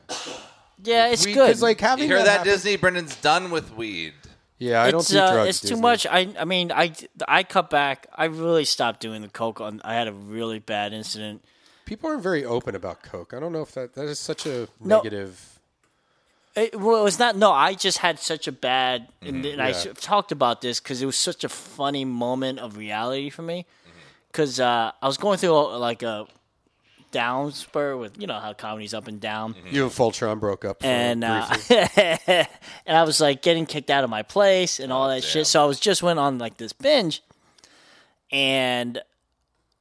[SPEAKER 1] yeah, it's
[SPEAKER 4] we-
[SPEAKER 1] good.
[SPEAKER 4] 'cause, like, having
[SPEAKER 3] you hear
[SPEAKER 4] that
[SPEAKER 3] that,
[SPEAKER 4] happen-
[SPEAKER 3] Disney? Brendan's done with weed.
[SPEAKER 4] yeah, I don't
[SPEAKER 1] it's,
[SPEAKER 4] do
[SPEAKER 1] uh,
[SPEAKER 4] drugs.
[SPEAKER 1] It's too
[SPEAKER 4] Disney.
[SPEAKER 1] much. I I mean I I cut back. I really stopped doing the coke. On I had a really bad incident.
[SPEAKER 4] People are very open about coke. I don't know if that that is such a
[SPEAKER 1] No.
[SPEAKER 4] negative.
[SPEAKER 1] It, well, it was not. No, I just had such a bad, and, and I
[SPEAKER 4] Yeah.
[SPEAKER 1] s- talked about this because it was such a funny moment of reality for me. Because uh, I was going through uh, like a down spur with you know how comedy's up and down,
[SPEAKER 4] You and Fultron broke up, for
[SPEAKER 1] and uh,
[SPEAKER 4] briefly.
[SPEAKER 1] (laughs) and I was like getting kicked out of my place and
[SPEAKER 4] Oh,
[SPEAKER 1] all that shit. So I was just went on like this binge, and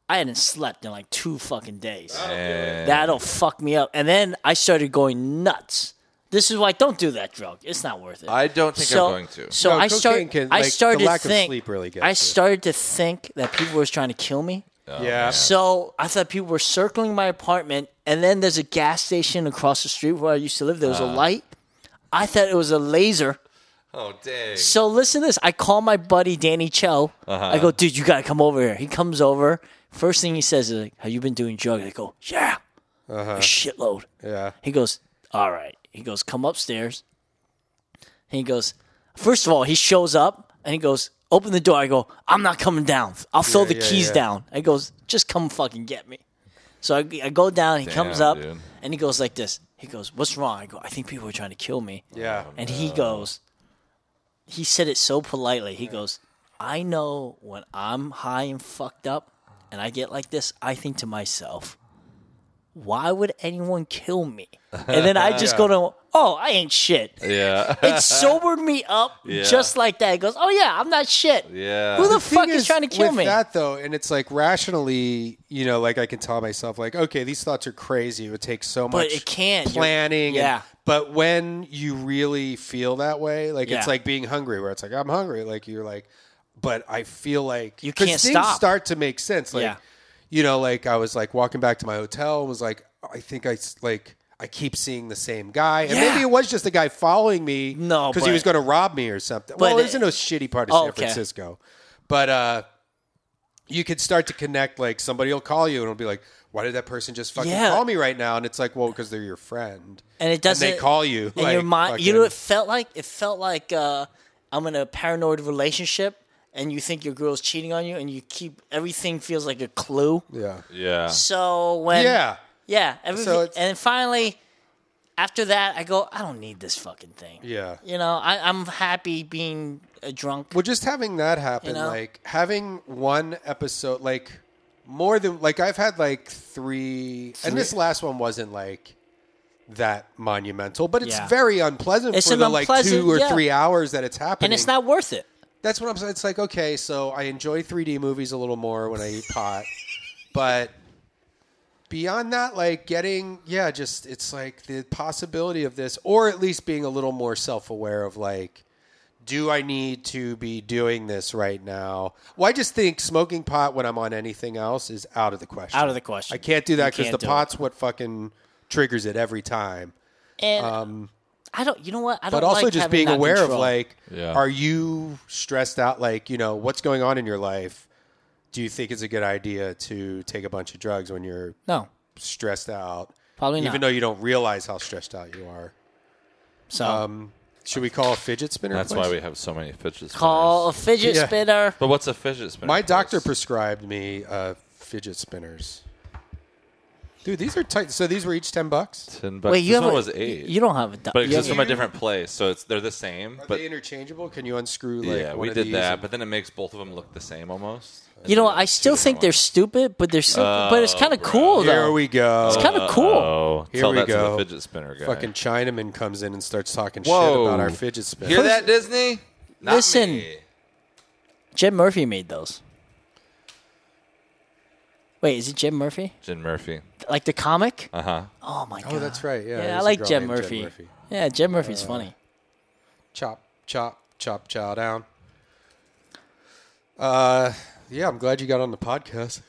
[SPEAKER 1] I hadn't slept in like two fucking days. That'll fuck me up. And then I started going nuts. This is why don't do that drug. It's not worth it.
[SPEAKER 3] I don't think
[SPEAKER 1] So-
[SPEAKER 3] I'm going to.
[SPEAKER 1] So
[SPEAKER 4] No,
[SPEAKER 1] I
[SPEAKER 4] cocaine
[SPEAKER 1] started.
[SPEAKER 4] can-
[SPEAKER 1] I
[SPEAKER 4] like, the
[SPEAKER 1] started to
[SPEAKER 4] lack of
[SPEAKER 1] think.
[SPEAKER 4] sleep really gets
[SPEAKER 1] I
[SPEAKER 4] you.
[SPEAKER 1] started to think that people was trying to kill me. (laughs)
[SPEAKER 4] yeah,
[SPEAKER 1] So I thought people were circling my apartment, and then there's a gas station across the street where I used to live. There was a light. I thought it was a laser.
[SPEAKER 3] Oh dang!
[SPEAKER 1] So listen to this. I call my buddy Danny Cho.
[SPEAKER 3] Uh-huh.
[SPEAKER 1] I go, dude, you gotta come over here. He comes over. First thing he says is, like, "Have you been doing drugs?" I go, "Yeah, a shitload."
[SPEAKER 4] Uh-huh. yeah.
[SPEAKER 1] He goes, All right. He goes, Come upstairs. And he goes, First of all, he shows up and he goes, Open the door. I go, I'm not coming down. I'll throw
[SPEAKER 4] Yeah,
[SPEAKER 1] the
[SPEAKER 4] yeah,
[SPEAKER 1] keys
[SPEAKER 4] yeah.
[SPEAKER 1] down. I goes, Just come fucking get me. So I, I go down. He comes
[SPEAKER 3] Damn,
[SPEAKER 1] up
[SPEAKER 3] dude.
[SPEAKER 1] and he goes like this. He goes, What's wrong? I go, I think people are trying to kill me.
[SPEAKER 4] Yeah.
[SPEAKER 1] And he goes, He said it so politely. He goes, I know when I'm high and fucked up and I get like this, I think to myself, why would anyone kill me? And then I
[SPEAKER 3] (laughs)
[SPEAKER 1] just go to, oh, I ain't shit.
[SPEAKER 3] Yeah, (laughs)
[SPEAKER 1] It sobered me up
[SPEAKER 3] Yeah.
[SPEAKER 1] just like that. It goes, oh yeah, I'm not shit.
[SPEAKER 3] yeah.
[SPEAKER 1] Who the, fuck
[SPEAKER 4] thing
[SPEAKER 1] is, trying to kill
[SPEAKER 4] with
[SPEAKER 1] me?
[SPEAKER 4] That though, and it's like rationally, you know, like I can tell myself, like, okay, these thoughts are crazy. It would take so
[SPEAKER 1] But
[SPEAKER 4] much
[SPEAKER 1] it can't. You're-
[SPEAKER 4] planning. and-
[SPEAKER 1] yeah.
[SPEAKER 4] but when you really feel that way, like
[SPEAKER 1] Yeah.
[SPEAKER 4] it's like being hungry, where it's like I'm hungry, like you're like, but I feel like
[SPEAKER 1] You
[SPEAKER 4] 'cause
[SPEAKER 1] can't
[SPEAKER 4] things
[SPEAKER 1] stop.
[SPEAKER 4] Start to make sense, like
[SPEAKER 1] Yeah.
[SPEAKER 4] you know, like I was like walking back to my hotel and was like, I think I s- like. I keep seeing the same guy, and
[SPEAKER 1] Yeah.
[SPEAKER 4] maybe it was just a guy following me.
[SPEAKER 1] No,
[SPEAKER 4] because he
[SPEAKER 1] but-
[SPEAKER 4] was going to rob me or something.
[SPEAKER 1] but
[SPEAKER 4] well,
[SPEAKER 1] it-
[SPEAKER 4] there's no shitty part of
[SPEAKER 1] Oh,
[SPEAKER 4] San
[SPEAKER 1] okay.
[SPEAKER 4] Francisco, but uh, you could start to connect. Like somebody will call you and it'll be like, "Why did that person just fucking
[SPEAKER 1] Yeah.
[SPEAKER 4] call me right now?" And it's like, "Well, because they're your friend."
[SPEAKER 1] and it doesn't.
[SPEAKER 4] they call you.
[SPEAKER 1] And your
[SPEAKER 4] like,
[SPEAKER 1] mind. You know, what it
[SPEAKER 4] fucking-
[SPEAKER 1] felt like it felt like uh, I'm in a paranoid relationship, and you think your girl's cheating on you, and you keep everything feels like a clue.
[SPEAKER 4] yeah,
[SPEAKER 3] yeah.
[SPEAKER 1] So when
[SPEAKER 4] yeah.
[SPEAKER 1] yeah, everything,
[SPEAKER 4] So it's-
[SPEAKER 1] and then finally, after that, I go, I don't need this fucking thing.
[SPEAKER 4] Yeah.
[SPEAKER 1] You know, I, I'm happy being a drunk.
[SPEAKER 4] Well, just having that happen,
[SPEAKER 1] You know?
[SPEAKER 4] like having one episode, like more than like I've had like three, and this last one wasn't like that monumental, but it's
[SPEAKER 1] Yeah.
[SPEAKER 4] very unpleasant
[SPEAKER 1] It's
[SPEAKER 4] for
[SPEAKER 1] an
[SPEAKER 4] the like
[SPEAKER 1] unpleasant-
[SPEAKER 4] two or
[SPEAKER 1] yeah.
[SPEAKER 4] three hours that it's happening,
[SPEAKER 1] and it's not worth it.
[SPEAKER 4] That's what I'm saying. It's like, okay, so I enjoy 3D movies a little more when I eat pot. but beyond that, like getting, yeah, just it's like the possibility of this, or at least being a little more self aware of like, do I need to be doing this right now? Well, I just think smoking pot when I'm on anything else is out of the question.
[SPEAKER 1] Out of the question.
[SPEAKER 4] I can't do that
[SPEAKER 1] You
[SPEAKER 4] because the
[SPEAKER 1] can't do it.
[SPEAKER 4] pot's what fucking triggers it every time.
[SPEAKER 1] And I don't, you know what? I don't
[SPEAKER 4] but also
[SPEAKER 1] like
[SPEAKER 4] just
[SPEAKER 1] having
[SPEAKER 4] being
[SPEAKER 1] that
[SPEAKER 4] aware
[SPEAKER 1] control.
[SPEAKER 4] of like
[SPEAKER 3] Yeah.
[SPEAKER 4] are you stressed out like you know what's going on in your life do you think it's a good idea to take a bunch of drugs when you're
[SPEAKER 1] No.
[SPEAKER 4] stressed out
[SPEAKER 1] Probably
[SPEAKER 4] even
[SPEAKER 1] not.
[SPEAKER 4] though you don't realize how stressed out you are Um,
[SPEAKER 1] So
[SPEAKER 4] should we call a fidget spinner
[SPEAKER 3] That's
[SPEAKER 4] place?
[SPEAKER 3] why we have so many fidget spinners.
[SPEAKER 1] call a fidget
[SPEAKER 4] Yeah.
[SPEAKER 1] spinner.
[SPEAKER 3] But what's a fidget spinner?
[SPEAKER 4] my
[SPEAKER 3] place?
[SPEAKER 4] doctor prescribed me uh, fidget spinners dude these are tight so these were each 10 bucks
[SPEAKER 3] Ten bucks.
[SPEAKER 1] Wait, you
[SPEAKER 3] this
[SPEAKER 1] have
[SPEAKER 3] one
[SPEAKER 1] a-
[SPEAKER 3] was eight.
[SPEAKER 1] You don't have a. Do-
[SPEAKER 3] But
[SPEAKER 1] you
[SPEAKER 3] it's just
[SPEAKER 1] have
[SPEAKER 3] from a different place, so it's they're the same.
[SPEAKER 4] are
[SPEAKER 3] But
[SPEAKER 4] they interchangeable can you unscrew like
[SPEAKER 3] yeah,
[SPEAKER 4] one
[SPEAKER 3] we
[SPEAKER 4] of
[SPEAKER 3] did
[SPEAKER 4] these
[SPEAKER 3] that.
[SPEAKER 4] and-
[SPEAKER 3] But then it makes both of them look the same almost.
[SPEAKER 1] you know, I still think they're stupid, but they're stupid. but it's kind of cool
[SPEAKER 4] here
[SPEAKER 1] though.
[SPEAKER 4] we go
[SPEAKER 1] it's kind of cool.
[SPEAKER 3] Oh,
[SPEAKER 4] Here
[SPEAKER 3] tell
[SPEAKER 4] we
[SPEAKER 3] that to
[SPEAKER 4] go.
[SPEAKER 3] the fidget spinner guy.
[SPEAKER 4] Fucking Chinaman comes in and starts talking shit
[SPEAKER 3] Whoa.
[SPEAKER 4] about our fidget spinner.
[SPEAKER 3] Hear that, Disney? Not
[SPEAKER 1] Listen.
[SPEAKER 3] me.
[SPEAKER 1] Jim Murphy made those. Wait, is it Jim Murphy?
[SPEAKER 3] Jim Murphy.
[SPEAKER 1] Like the comic?
[SPEAKER 3] Uh huh.
[SPEAKER 1] Oh my god!
[SPEAKER 4] Oh, that's right. Yeah,
[SPEAKER 1] Yeah,
[SPEAKER 4] there's
[SPEAKER 1] I
[SPEAKER 4] a
[SPEAKER 1] like
[SPEAKER 4] girl
[SPEAKER 1] Jim
[SPEAKER 4] named Uh, Jen
[SPEAKER 1] Murphy. Yeah, Jim Murphy's funny.
[SPEAKER 4] Chop, chop, chop, chow down. Uh, yeah, I'm glad you got on
[SPEAKER 1] (laughs)
[SPEAKER 4] the podcast.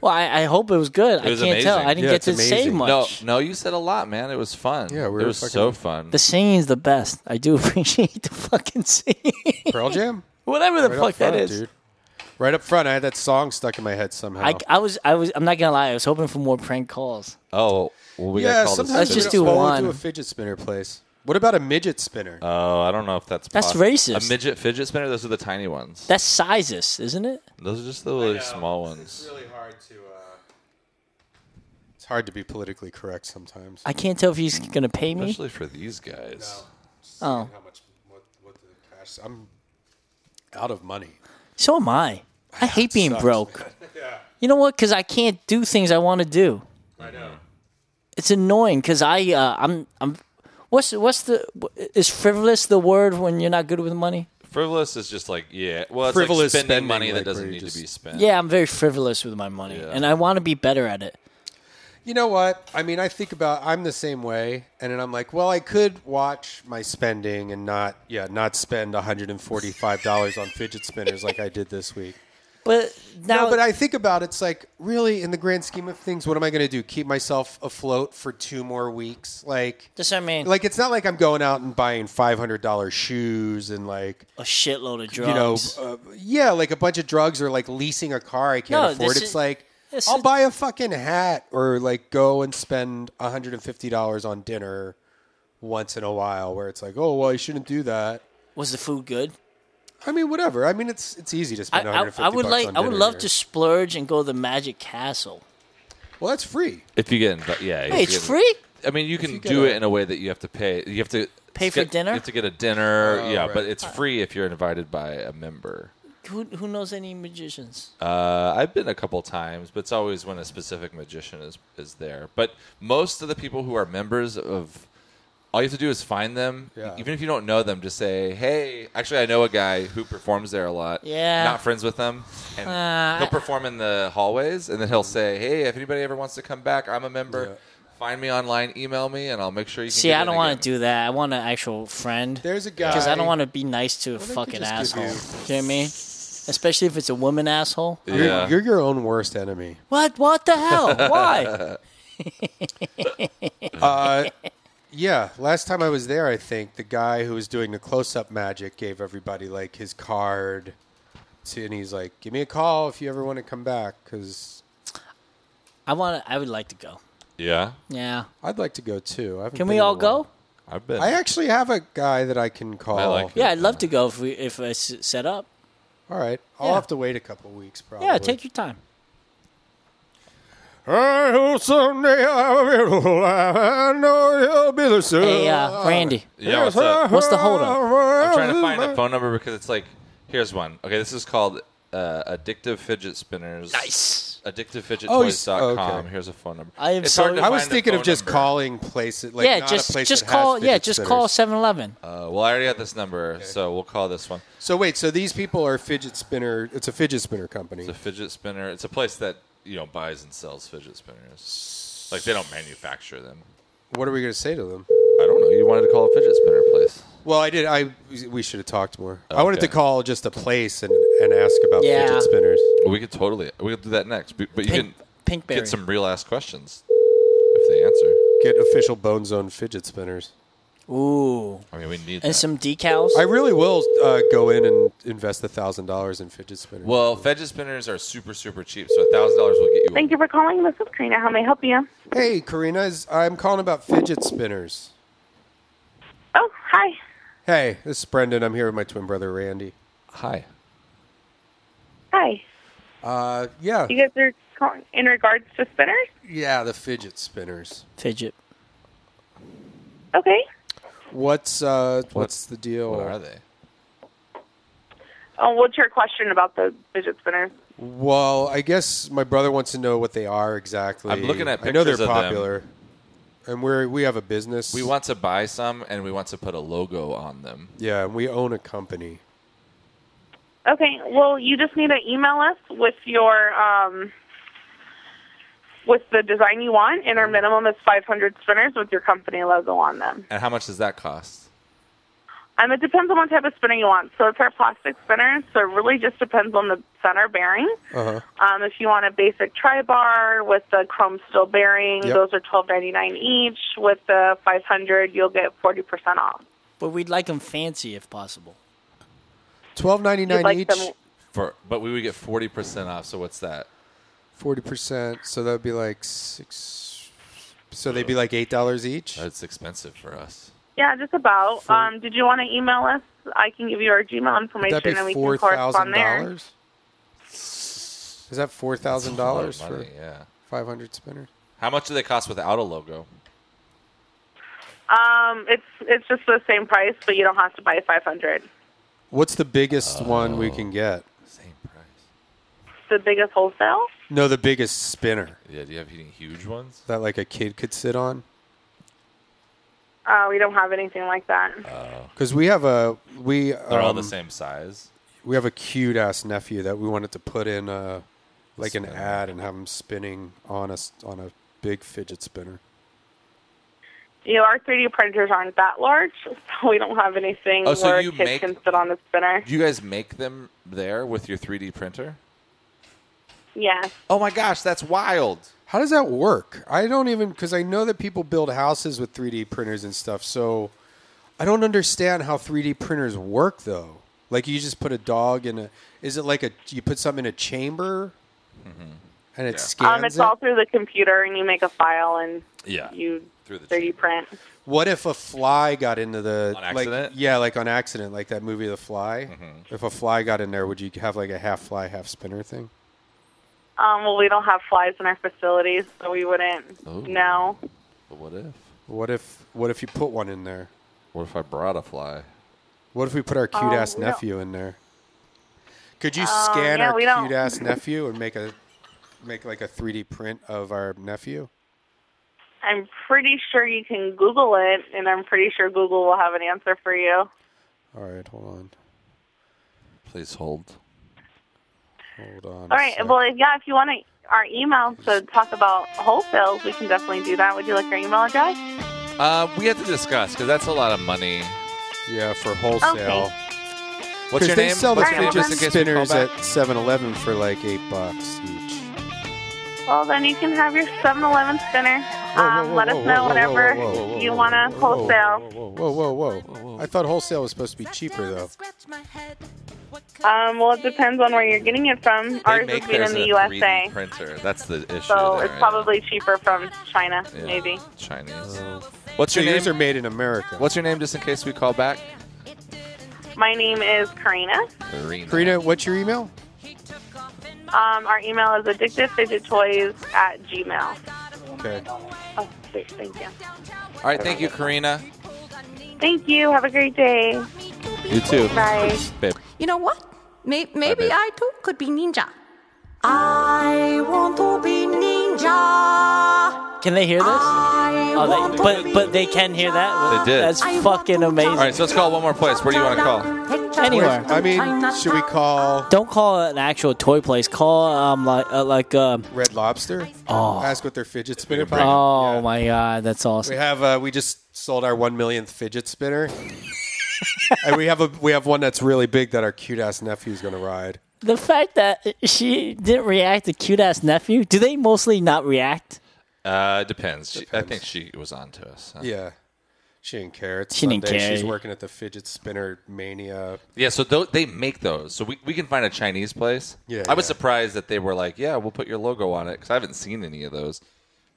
[SPEAKER 1] Well, I, I hope it was good. I can't tell. I didn't get to say much.
[SPEAKER 3] No, no, you said a lot, man. It was fun.
[SPEAKER 1] Yeah, we
[SPEAKER 3] it
[SPEAKER 1] were
[SPEAKER 3] was
[SPEAKER 1] fucking-
[SPEAKER 3] so fun.
[SPEAKER 1] The singing's the best. I do (laughs) appreciate the fucking singing.
[SPEAKER 4] Pearl Jam?
[SPEAKER 1] Whatever the
[SPEAKER 4] up
[SPEAKER 1] fuck that
[SPEAKER 4] front,
[SPEAKER 1] is.
[SPEAKER 4] Dude. Right up front, I had that song stuck in my head somehow.
[SPEAKER 1] I, I was I was I'm not gonna lie. I was hoping for more prank calls.
[SPEAKER 3] oh, well, we
[SPEAKER 4] yeah,
[SPEAKER 3] got
[SPEAKER 4] sometimes
[SPEAKER 1] Let's
[SPEAKER 4] we
[SPEAKER 1] just
[SPEAKER 4] don't
[SPEAKER 1] do
[SPEAKER 4] fall into
[SPEAKER 1] one.
[SPEAKER 4] a fidget spinner place. What about a midget spinner?
[SPEAKER 3] Oh, I don't know if that's
[SPEAKER 1] That's
[SPEAKER 3] possi-
[SPEAKER 1] racist.
[SPEAKER 3] A midget fidget spinner. Those are the tiny ones.
[SPEAKER 1] That's sizes, isn't it?
[SPEAKER 3] Those are just the really small ones.
[SPEAKER 4] really hard to. Uh... It's hard to be politically correct sometimes.
[SPEAKER 1] I can't tell if he's gonna pay me.
[SPEAKER 3] Especially for these guys.
[SPEAKER 1] Oh,
[SPEAKER 4] I'm out of money.
[SPEAKER 1] so am I. I hate being
[SPEAKER 4] sucks,
[SPEAKER 1] broke.
[SPEAKER 4] man. (laughs) Yeah.
[SPEAKER 1] You know what? Because I can't do things I want to do.
[SPEAKER 4] I know.
[SPEAKER 1] It's annoying because I uh, I'm I'm. What's what's the is frivolous the word when you're not good with money?
[SPEAKER 3] Frivolous is just like yeah. Well, it's like
[SPEAKER 4] Frivolous
[SPEAKER 3] spending,
[SPEAKER 4] spending,
[SPEAKER 3] money
[SPEAKER 4] like,
[SPEAKER 3] that doesn't
[SPEAKER 4] where
[SPEAKER 3] need
[SPEAKER 4] you
[SPEAKER 3] to be
[SPEAKER 1] Yeah,
[SPEAKER 3] spent.
[SPEAKER 1] I'm very frivolous with my money,
[SPEAKER 4] Yeah.
[SPEAKER 1] and I want to be better at it.
[SPEAKER 4] You know what? I mean, I think about I'm the same way, and then I'm like, well, I could watch my spending and not, yeah, not spend 145 dollars on fidget spinners like I did this week.
[SPEAKER 1] But now,
[SPEAKER 4] no, but I think about it, it's like really in the grand scheme of things, what am I going to do? Keep myself afloat for two more weeks? Like,
[SPEAKER 1] that's what I mean.
[SPEAKER 4] like it's not like I'm going out and buying $500 shoes and like
[SPEAKER 1] a shitload of
[SPEAKER 4] you know,
[SPEAKER 1] drugs.
[SPEAKER 4] uh, yeah, like a bunch of drugs or like leasing a car I can't
[SPEAKER 1] No,
[SPEAKER 4] afford.
[SPEAKER 1] this
[SPEAKER 4] It's
[SPEAKER 1] is-
[SPEAKER 4] like
[SPEAKER 1] this
[SPEAKER 4] I'll
[SPEAKER 1] is-
[SPEAKER 4] buy a fucking hat or like go and spend hundred and fifty dollars on dinner once in a while. Where it's like, oh well, you shouldn't do that.
[SPEAKER 1] Was the food good?
[SPEAKER 4] I mean, whatever. I mean, it's it's easy to
[SPEAKER 1] I,
[SPEAKER 4] spend.
[SPEAKER 1] I,
[SPEAKER 4] 150
[SPEAKER 1] I would
[SPEAKER 4] bucks
[SPEAKER 1] like
[SPEAKER 4] on
[SPEAKER 1] I would
[SPEAKER 4] dinner
[SPEAKER 1] love
[SPEAKER 4] here.
[SPEAKER 1] to splurge and go to the Magic Castle.
[SPEAKER 4] Well, that's free.
[SPEAKER 3] If you get invi- yeah. if
[SPEAKER 1] Wait,
[SPEAKER 3] you
[SPEAKER 1] it's
[SPEAKER 3] get-
[SPEAKER 1] free?
[SPEAKER 3] I mean, you can
[SPEAKER 1] you get
[SPEAKER 3] do
[SPEAKER 1] a-
[SPEAKER 3] it in a way that you have to pay. You have to
[SPEAKER 1] Pay for
[SPEAKER 3] get-
[SPEAKER 1] dinner?
[SPEAKER 3] You have to get a dinner.
[SPEAKER 1] Oh,
[SPEAKER 3] yeah,
[SPEAKER 1] right.
[SPEAKER 3] but it's free if you're invited by a member.
[SPEAKER 1] Who who knows any magicians?
[SPEAKER 3] Uh, I've been a couple times, but it's always when a specific magician is is there. But most of the people who are members of, all you have to do is find them. E-,
[SPEAKER 4] Yeah.
[SPEAKER 3] Even if you don't know them, just say, "Hey, actually, I know a guy who performs there a lot.
[SPEAKER 1] Yeah.
[SPEAKER 3] not friends with them, and
[SPEAKER 1] Uh,
[SPEAKER 3] he'll perform in the hallways, and then he'll say, "Hey, if anybody ever wants to come back, I'm a member. Find me online, email me, and I'll make sure you." Can
[SPEAKER 1] See,
[SPEAKER 3] get
[SPEAKER 1] I
[SPEAKER 3] in
[SPEAKER 1] don't
[SPEAKER 3] again."
[SPEAKER 1] want to do that. I want an actual friend.
[SPEAKER 4] There's a
[SPEAKER 1] because I
[SPEAKER 4] guy-
[SPEAKER 1] don't want to be nice to a
[SPEAKER 4] they could
[SPEAKER 1] fucking
[SPEAKER 4] just
[SPEAKER 1] asshole.
[SPEAKER 4] give
[SPEAKER 1] You. know what I mean? Especially if it's a woman asshole.
[SPEAKER 4] You're, you're your own worst enemy.
[SPEAKER 1] What? What the
[SPEAKER 4] (laughs)
[SPEAKER 1] hell? Why? (laughs)
[SPEAKER 4] uh, yeah, last time I was there, I think the guy who was doing the close-up magic gave everybody like his card, to, and he's like, "Give me a call if you ever want to come back, because
[SPEAKER 1] I want. I would like to go.
[SPEAKER 3] Yeah,
[SPEAKER 1] Yeah.
[SPEAKER 4] I'd like to go too." I haven't
[SPEAKER 1] Can we
[SPEAKER 4] been in a
[SPEAKER 1] all go?
[SPEAKER 3] I've been.
[SPEAKER 4] while. I actually have a guy that I can call.
[SPEAKER 1] Yeah, I'd love to go if we if it's set up.
[SPEAKER 4] All right, I'll
[SPEAKER 1] Yeah.
[SPEAKER 4] have to wait a couple weeks probably.
[SPEAKER 1] Yeah, take your time.
[SPEAKER 4] I hope someday I have a beautiful life. I know you'll be the same.
[SPEAKER 1] Hey, uh, Randy.
[SPEAKER 3] Yeah, what's up?
[SPEAKER 1] What's the holdup?
[SPEAKER 3] I'm trying to find a phone number because it's like, here's one. Okay, this is called uh, Addictive Fidget Spinners.
[SPEAKER 1] Nice.
[SPEAKER 4] Oh, you s-
[SPEAKER 3] AddictiveFidgetToys.com.
[SPEAKER 4] oh, okay.
[SPEAKER 3] Here's a phone number.
[SPEAKER 1] I am
[SPEAKER 3] It's
[SPEAKER 1] so-
[SPEAKER 3] hard to
[SPEAKER 4] I was
[SPEAKER 3] find a
[SPEAKER 4] thinking of
[SPEAKER 3] phone
[SPEAKER 4] just
[SPEAKER 3] number.
[SPEAKER 4] calling places like
[SPEAKER 1] yeah,
[SPEAKER 4] not
[SPEAKER 1] just
[SPEAKER 4] a place
[SPEAKER 1] just
[SPEAKER 4] that has
[SPEAKER 1] call. Yeah,
[SPEAKER 4] fidget
[SPEAKER 1] just
[SPEAKER 4] spinners.
[SPEAKER 1] call Seven Eleven.
[SPEAKER 3] Uh, well, I already got this number, so we'll call this one.
[SPEAKER 4] So wait, so these people are fidget spinner. It's a fidget spinner company.
[SPEAKER 3] It's a fidget spinner. It's a place that you know buys and sells fidget spinners. Like they don't manufacture them.
[SPEAKER 4] What are we going to say to them?
[SPEAKER 3] I don't know. You wanted to call a fidget spinner place.
[SPEAKER 4] Well, I did. I we should have talked more. I wanted
[SPEAKER 3] Okay.
[SPEAKER 4] to call just a place and, and ask about
[SPEAKER 1] Yeah.
[SPEAKER 4] fidget spinners.
[SPEAKER 3] We could totally. We could do that next. But but you
[SPEAKER 1] Pink-
[SPEAKER 3] can
[SPEAKER 1] Pinkberry.
[SPEAKER 3] get some real ass questions if they answer.
[SPEAKER 4] Get official Bone Zone fidget spinners.
[SPEAKER 1] Ooh,
[SPEAKER 3] I mean, we need
[SPEAKER 1] and
[SPEAKER 3] that.
[SPEAKER 1] some decals.
[SPEAKER 4] I really will uh, go in and invest a thousand dollars in fidget spinners.
[SPEAKER 3] Well, fidget spinners are super super cheap, so thousand dollars will get you.
[SPEAKER 12] Thank you for calling. This is Karina. How may I help you?
[SPEAKER 4] hey, Karina, is, I'm calling about fidget spinners.
[SPEAKER 12] Oh, hi.
[SPEAKER 4] Hey, this is Brendan. I'm here with my twin brother Randy.
[SPEAKER 3] Hi.
[SPEAKER 12] Hi.
[SPEAKER 4] Uh, yeah,
[SPEAKER 12] You guys are calling in regards to spinners?
[SPEAKER 4] yeah, the fidget spinners.
[SPEAKER 1] fidget.
[SPEAKER 12] Okay.
[SPEAKER 4] What's uh, what's the deal?
[SPEAKER 3] What are they?
[SPEAKER 12] Oh, what's your question about the fidget spinners?
[SPEAKER 4] Well, I guess my brother wants to know what they are exactly.
[SPEAKER 3] I'm looking at
[SPEAKER 4] I know they're
[SPEAKER 3] pictures of them.
[SPEAKER 4] popular, and we're we have a business.
[SPEAKER 3] We want to buy some, and we want to put a logo on them.
[SPEAKER 4] yeah, and we own a company.
[SPEAKER 12] Okay. Well, you just need to email us with your um, with the design you want, and our minimum is 500 spinners with your company logo on them.
[SPEAKER 3] And how much does that cost?
[SPEAKER 12] Um, it depends on what type of spinner you want. So it's our plastic spinner, so it really just depends on the center bearing.
[SPEAKER 4] Uh-huh.
[SPEAKER 12] Um, if you want a basic tri bar with the chrome steel bearing,
[SPEAKER 1] Yep.
[SPEAKER 12] those are twelve ninety nine each. With the five hundred, you'll get forty percent off.
[SPEAKER 1] But we'd like them fancy if possible.
[SPEAKER 4] Twelve ninety
[SPEAKER 12] You'd
[SPEAKER 4] nine
[SPEAKER 12] like
[SPEAKER 4] each,
[SPEAKER 12] them-
[SPEAKER 3] For but we would get forty percent off. So what's that?
[SPEAKER 4] forty percent. So that'd be like six. So they'd be like eight dollars each.
[SPEAKER 3] That's expensive for us.
[SPEAKER 12] Yeah, just about. Um, did you want to email us? I can give you our Gmail information
[SPEAKER 4] Would that
[SPEAKER 12] and
[SPEAKER 4] be
[SPEAKER 12] we
[SPEAKER 4] four
[SPEAKER 12] can
[SPEAKER 4] thousand
[SPEAKER 12] correspond there.
[SPEAKER 4] dollars? Is that four thousand dollars
[SPEAKER 3] That's a lot
[SPEAKER 4] for
[SPEAKER 3] of money, yeah.
[SPEAKER 4] five hundred spinners?
[SPEAKER 3] How much do they cost without a logo?
[SPEAKER 12] Um, it's it's just the same price, but you don't have to buy five hundred.
[SPEAKER 4] What's the biggest one we can get?
[SPEAKER 12] The biggest wholesale.
[SPEAKER 4] No, the biggest spinner
[SPEAKER 3] Yeah, do you have any huge ones?
[SPEAKER 4] that like a kid could sit on.
[SPEAKER 12] Uh, we don't have anything like that.
[SPEAKER 3] Uh.
[SPEAKER 4] Because we have a we
[SPEAKER 3] They're all the
[SPEAKER 4] um,
[SPEAKER 3] same size.
[SPEAKER 4] We have a cute ass nephew that we wanted to put in a like an ad and have him spinning on a s- on a big fidget spinner.
[SPEAKER 12] You know, our 3D printers aren't that large, (laughs) so we don't have anything
[SPEAKER 3] Oh, so
[SPEAKER 12] where a
[SPEAKER 3] you
[SPEAKER 12] kid
[SPEAKER 3] make-
[SPEAKER 12] can sit on the spinner.
[SPEAKER 3] Do you guys make them there with your 3D printer?
[SPEAKER 12] Yeah.
[SPEAKER 3] Oh my gosh, that's wild.
[SPEAKER 4] How does that work? I don't even because I know that people build houses with 3D printers and stuff. So I don't understand how 3D printers work though. Like you just put a dog in a. Is it like a you put something in a chamber, and it scans
[SPEAKER 12] Um, it's
[SPEAKER 4] it?
[SPEAKER 12] all through the computer, and you make a file and
[SPEAKER 4] Yeah.
[SPEAKER 12] you
[SPEAKER 3] through the
[SPEAKER 12] 3D print.
[SPEAKER 4] What if a fly got into the
[SPEAKER 3] On
[SPEAKER 4] Like, yeah, like on accident, like that movie The Fly.
[SPEAKER 3] Mm-hmm.
[SPEAKER 4] If a fly got in there, would you have like a half fly, half spinner thing?
[SPEAKER 12] Um, well, we don't have flies in our facilities, so we wouldn't
[SPEAKER 4] Oh.
[SPEAKER 12] know.
[SPEAKER 3] But what if?
[SPEAKER 4] What if what if you put one in there?
[SPEAKER 3] What if I brought a fly?
[SPEAKER 4] What if we put our cute
[SPEAKER 12] Um,
[SPEAKER 4] ass
[SPEAKER 12] we don't-
[SPEAKER 4] nephew in there? Could you
[SPEAKER 12] Um,
[SPEAKER 4] scan
[SPEAKER 12] yeah,
[SPEAKER 4] our
[SPEAKER 12] we don't-
[SPEAKER 4] cute ass nephew and make a make like a 3D print of our nephew?
[SPEAKER 12] I'm pretty sure you can Google it, and I'm pretty sure Google will have an answer for you.
[SPEAKER 4] All right, hold on.
[SPEAKER 3] Please hold.
[SPEAKER 4] Hold on.
[SPEAKER 12] All right. Well, yeah, if you want to, our email to talk about wholesales, we can definitely do that. Would you like our email address?
[SPEAKER 3] Uh, we have to discuss because that's a lot of money.
[SPEAKER 4] Yeah, for wholesale.
[SPEAKER 12] Okay.
[SPEAKER 3] What's
[SPEAKER 4] 'Cause
[SPEAKER 3] your
[SPEAKER 4] they
[SPEAKER 3] name?
[SPEAKER 4] sell the
[SPEAKER 3] What's your name,
[SPEAKER 4] fidget
[SPEAKER 3] just in case we call
[SPEAKER 4] spinners at
[SPEAKER 3] back?
[SPEAKER 4] 7-Eleven for like eight bucks each.
[SPEAKER 12] Well, then you can have your 7-Eleven spinner. Um, let us know whenever you want to wholesale.
[SPEAKER 4] Whoa, whoa, whoa. I thought wholesale was supposed to be cheaper, though.
[SPEAKER 12] Um, well, it depends on where you're getting it from. Ours
[SPEAKER 3] They
[SPEAKER 12] is
[SPEAKER 3] make
[SPEAKER 12] made
[SPEAKER 3] theirs
[SPEAKER 12] in
[SPEAKER 3] a
[SPEAKER 12] the USA,
[SPEAKER 3] 3D printer. That's the issue.
[SPEAKER 12] so
[SPEAKER 3] there,
[SPEAKER 12] it's
[SPEAKER 3] yeah.
[SPEAKER 12] probably cheaper from China,
[SPEAKER 3] Yeah.
[SPEAKER 12] maybe.
[SPEAKER 3] Chinese. What's your
[SPEAKER 4] So
[SPEAKER 3] name?
[SPEAKER 4] yours are made in America.
[SPEAKER 3] What's your name, just in case we call back?
[SPEAKER 12] My name is Karina.
[SPEAKER 3] Karina.
[SPEAKER 4] Karina, what's your email?
[SPEAKER 12] Um, our email is addictivefidgettoys at gmail.
[SPEAKER 4] Okay.
[SPEAKER 12] Oh, sweet. Thank you.
[SPEAKER 3] All right, thank you, Karina.
[SPEAKER 12] Thank you. Have a great day.
[SPEAKER 3] You too.
[SPEAKER 12] Bye.
[SPEAKER 3] Babe.
[SPEAKER 10] You know what? May- maybe
[SPEAKER 3] babe.
[SPEAKER 10] I too could be ninja. I want to be ninja.
[SPEAKER 1] Can they hear this? Oh, they, but but they can hear that.
[SPEAKER 3] They did.
[SPEAKER 1] That's fucking amazing.
[SPEAKER 3] All right, so let's call one more place. Where do you want to call?
[SPEAKER 1] Anywhere.
[SPEAKER 4] I mean, should we call
[SPEAKER 1] Don't call it an actual toy place. Call um like uh, like um.
[SPEAKER 4] Red Lobster?
[SPEAKER 1] Oh.
[SPEAKER 4] Ask what their fidget spinner price.
[SPEAKER 1] Oh my god, that's
[SPEAKER 4] We
[SPEAKER 1] awesome.
[SPEAKER 4] have uh, we just sold our one millionth fidget spinner, and we have a we have one that's really big that our cute ass nephew's gonna ride.
[SPEAKER 1] The fact that she didn't react to cute ass nephew. Do they mostly not react?
[SPEAKER 3] Uh, it depends. She- I think she was on to us.
[SPEAKER 4] Yeah, she didn't care. It's
[SPEAKER 1] She didn't
[SPEAKER 4] Sunday.
[SPEAKER 1] care.
[SPEAKER 4] She's working at the fidget spinner mania.
[SPEAKER 3] Yeah, so tho- they make those. So we, we can find a Chinese place.
[SPEAKER 4] Yeah,
[SPEAKER 3] I was
[SPEAKER 4] yeah.
[SPEAKER 3] surprised that they were like, yeah, we'll put your logo on it because I haven't seen any of those.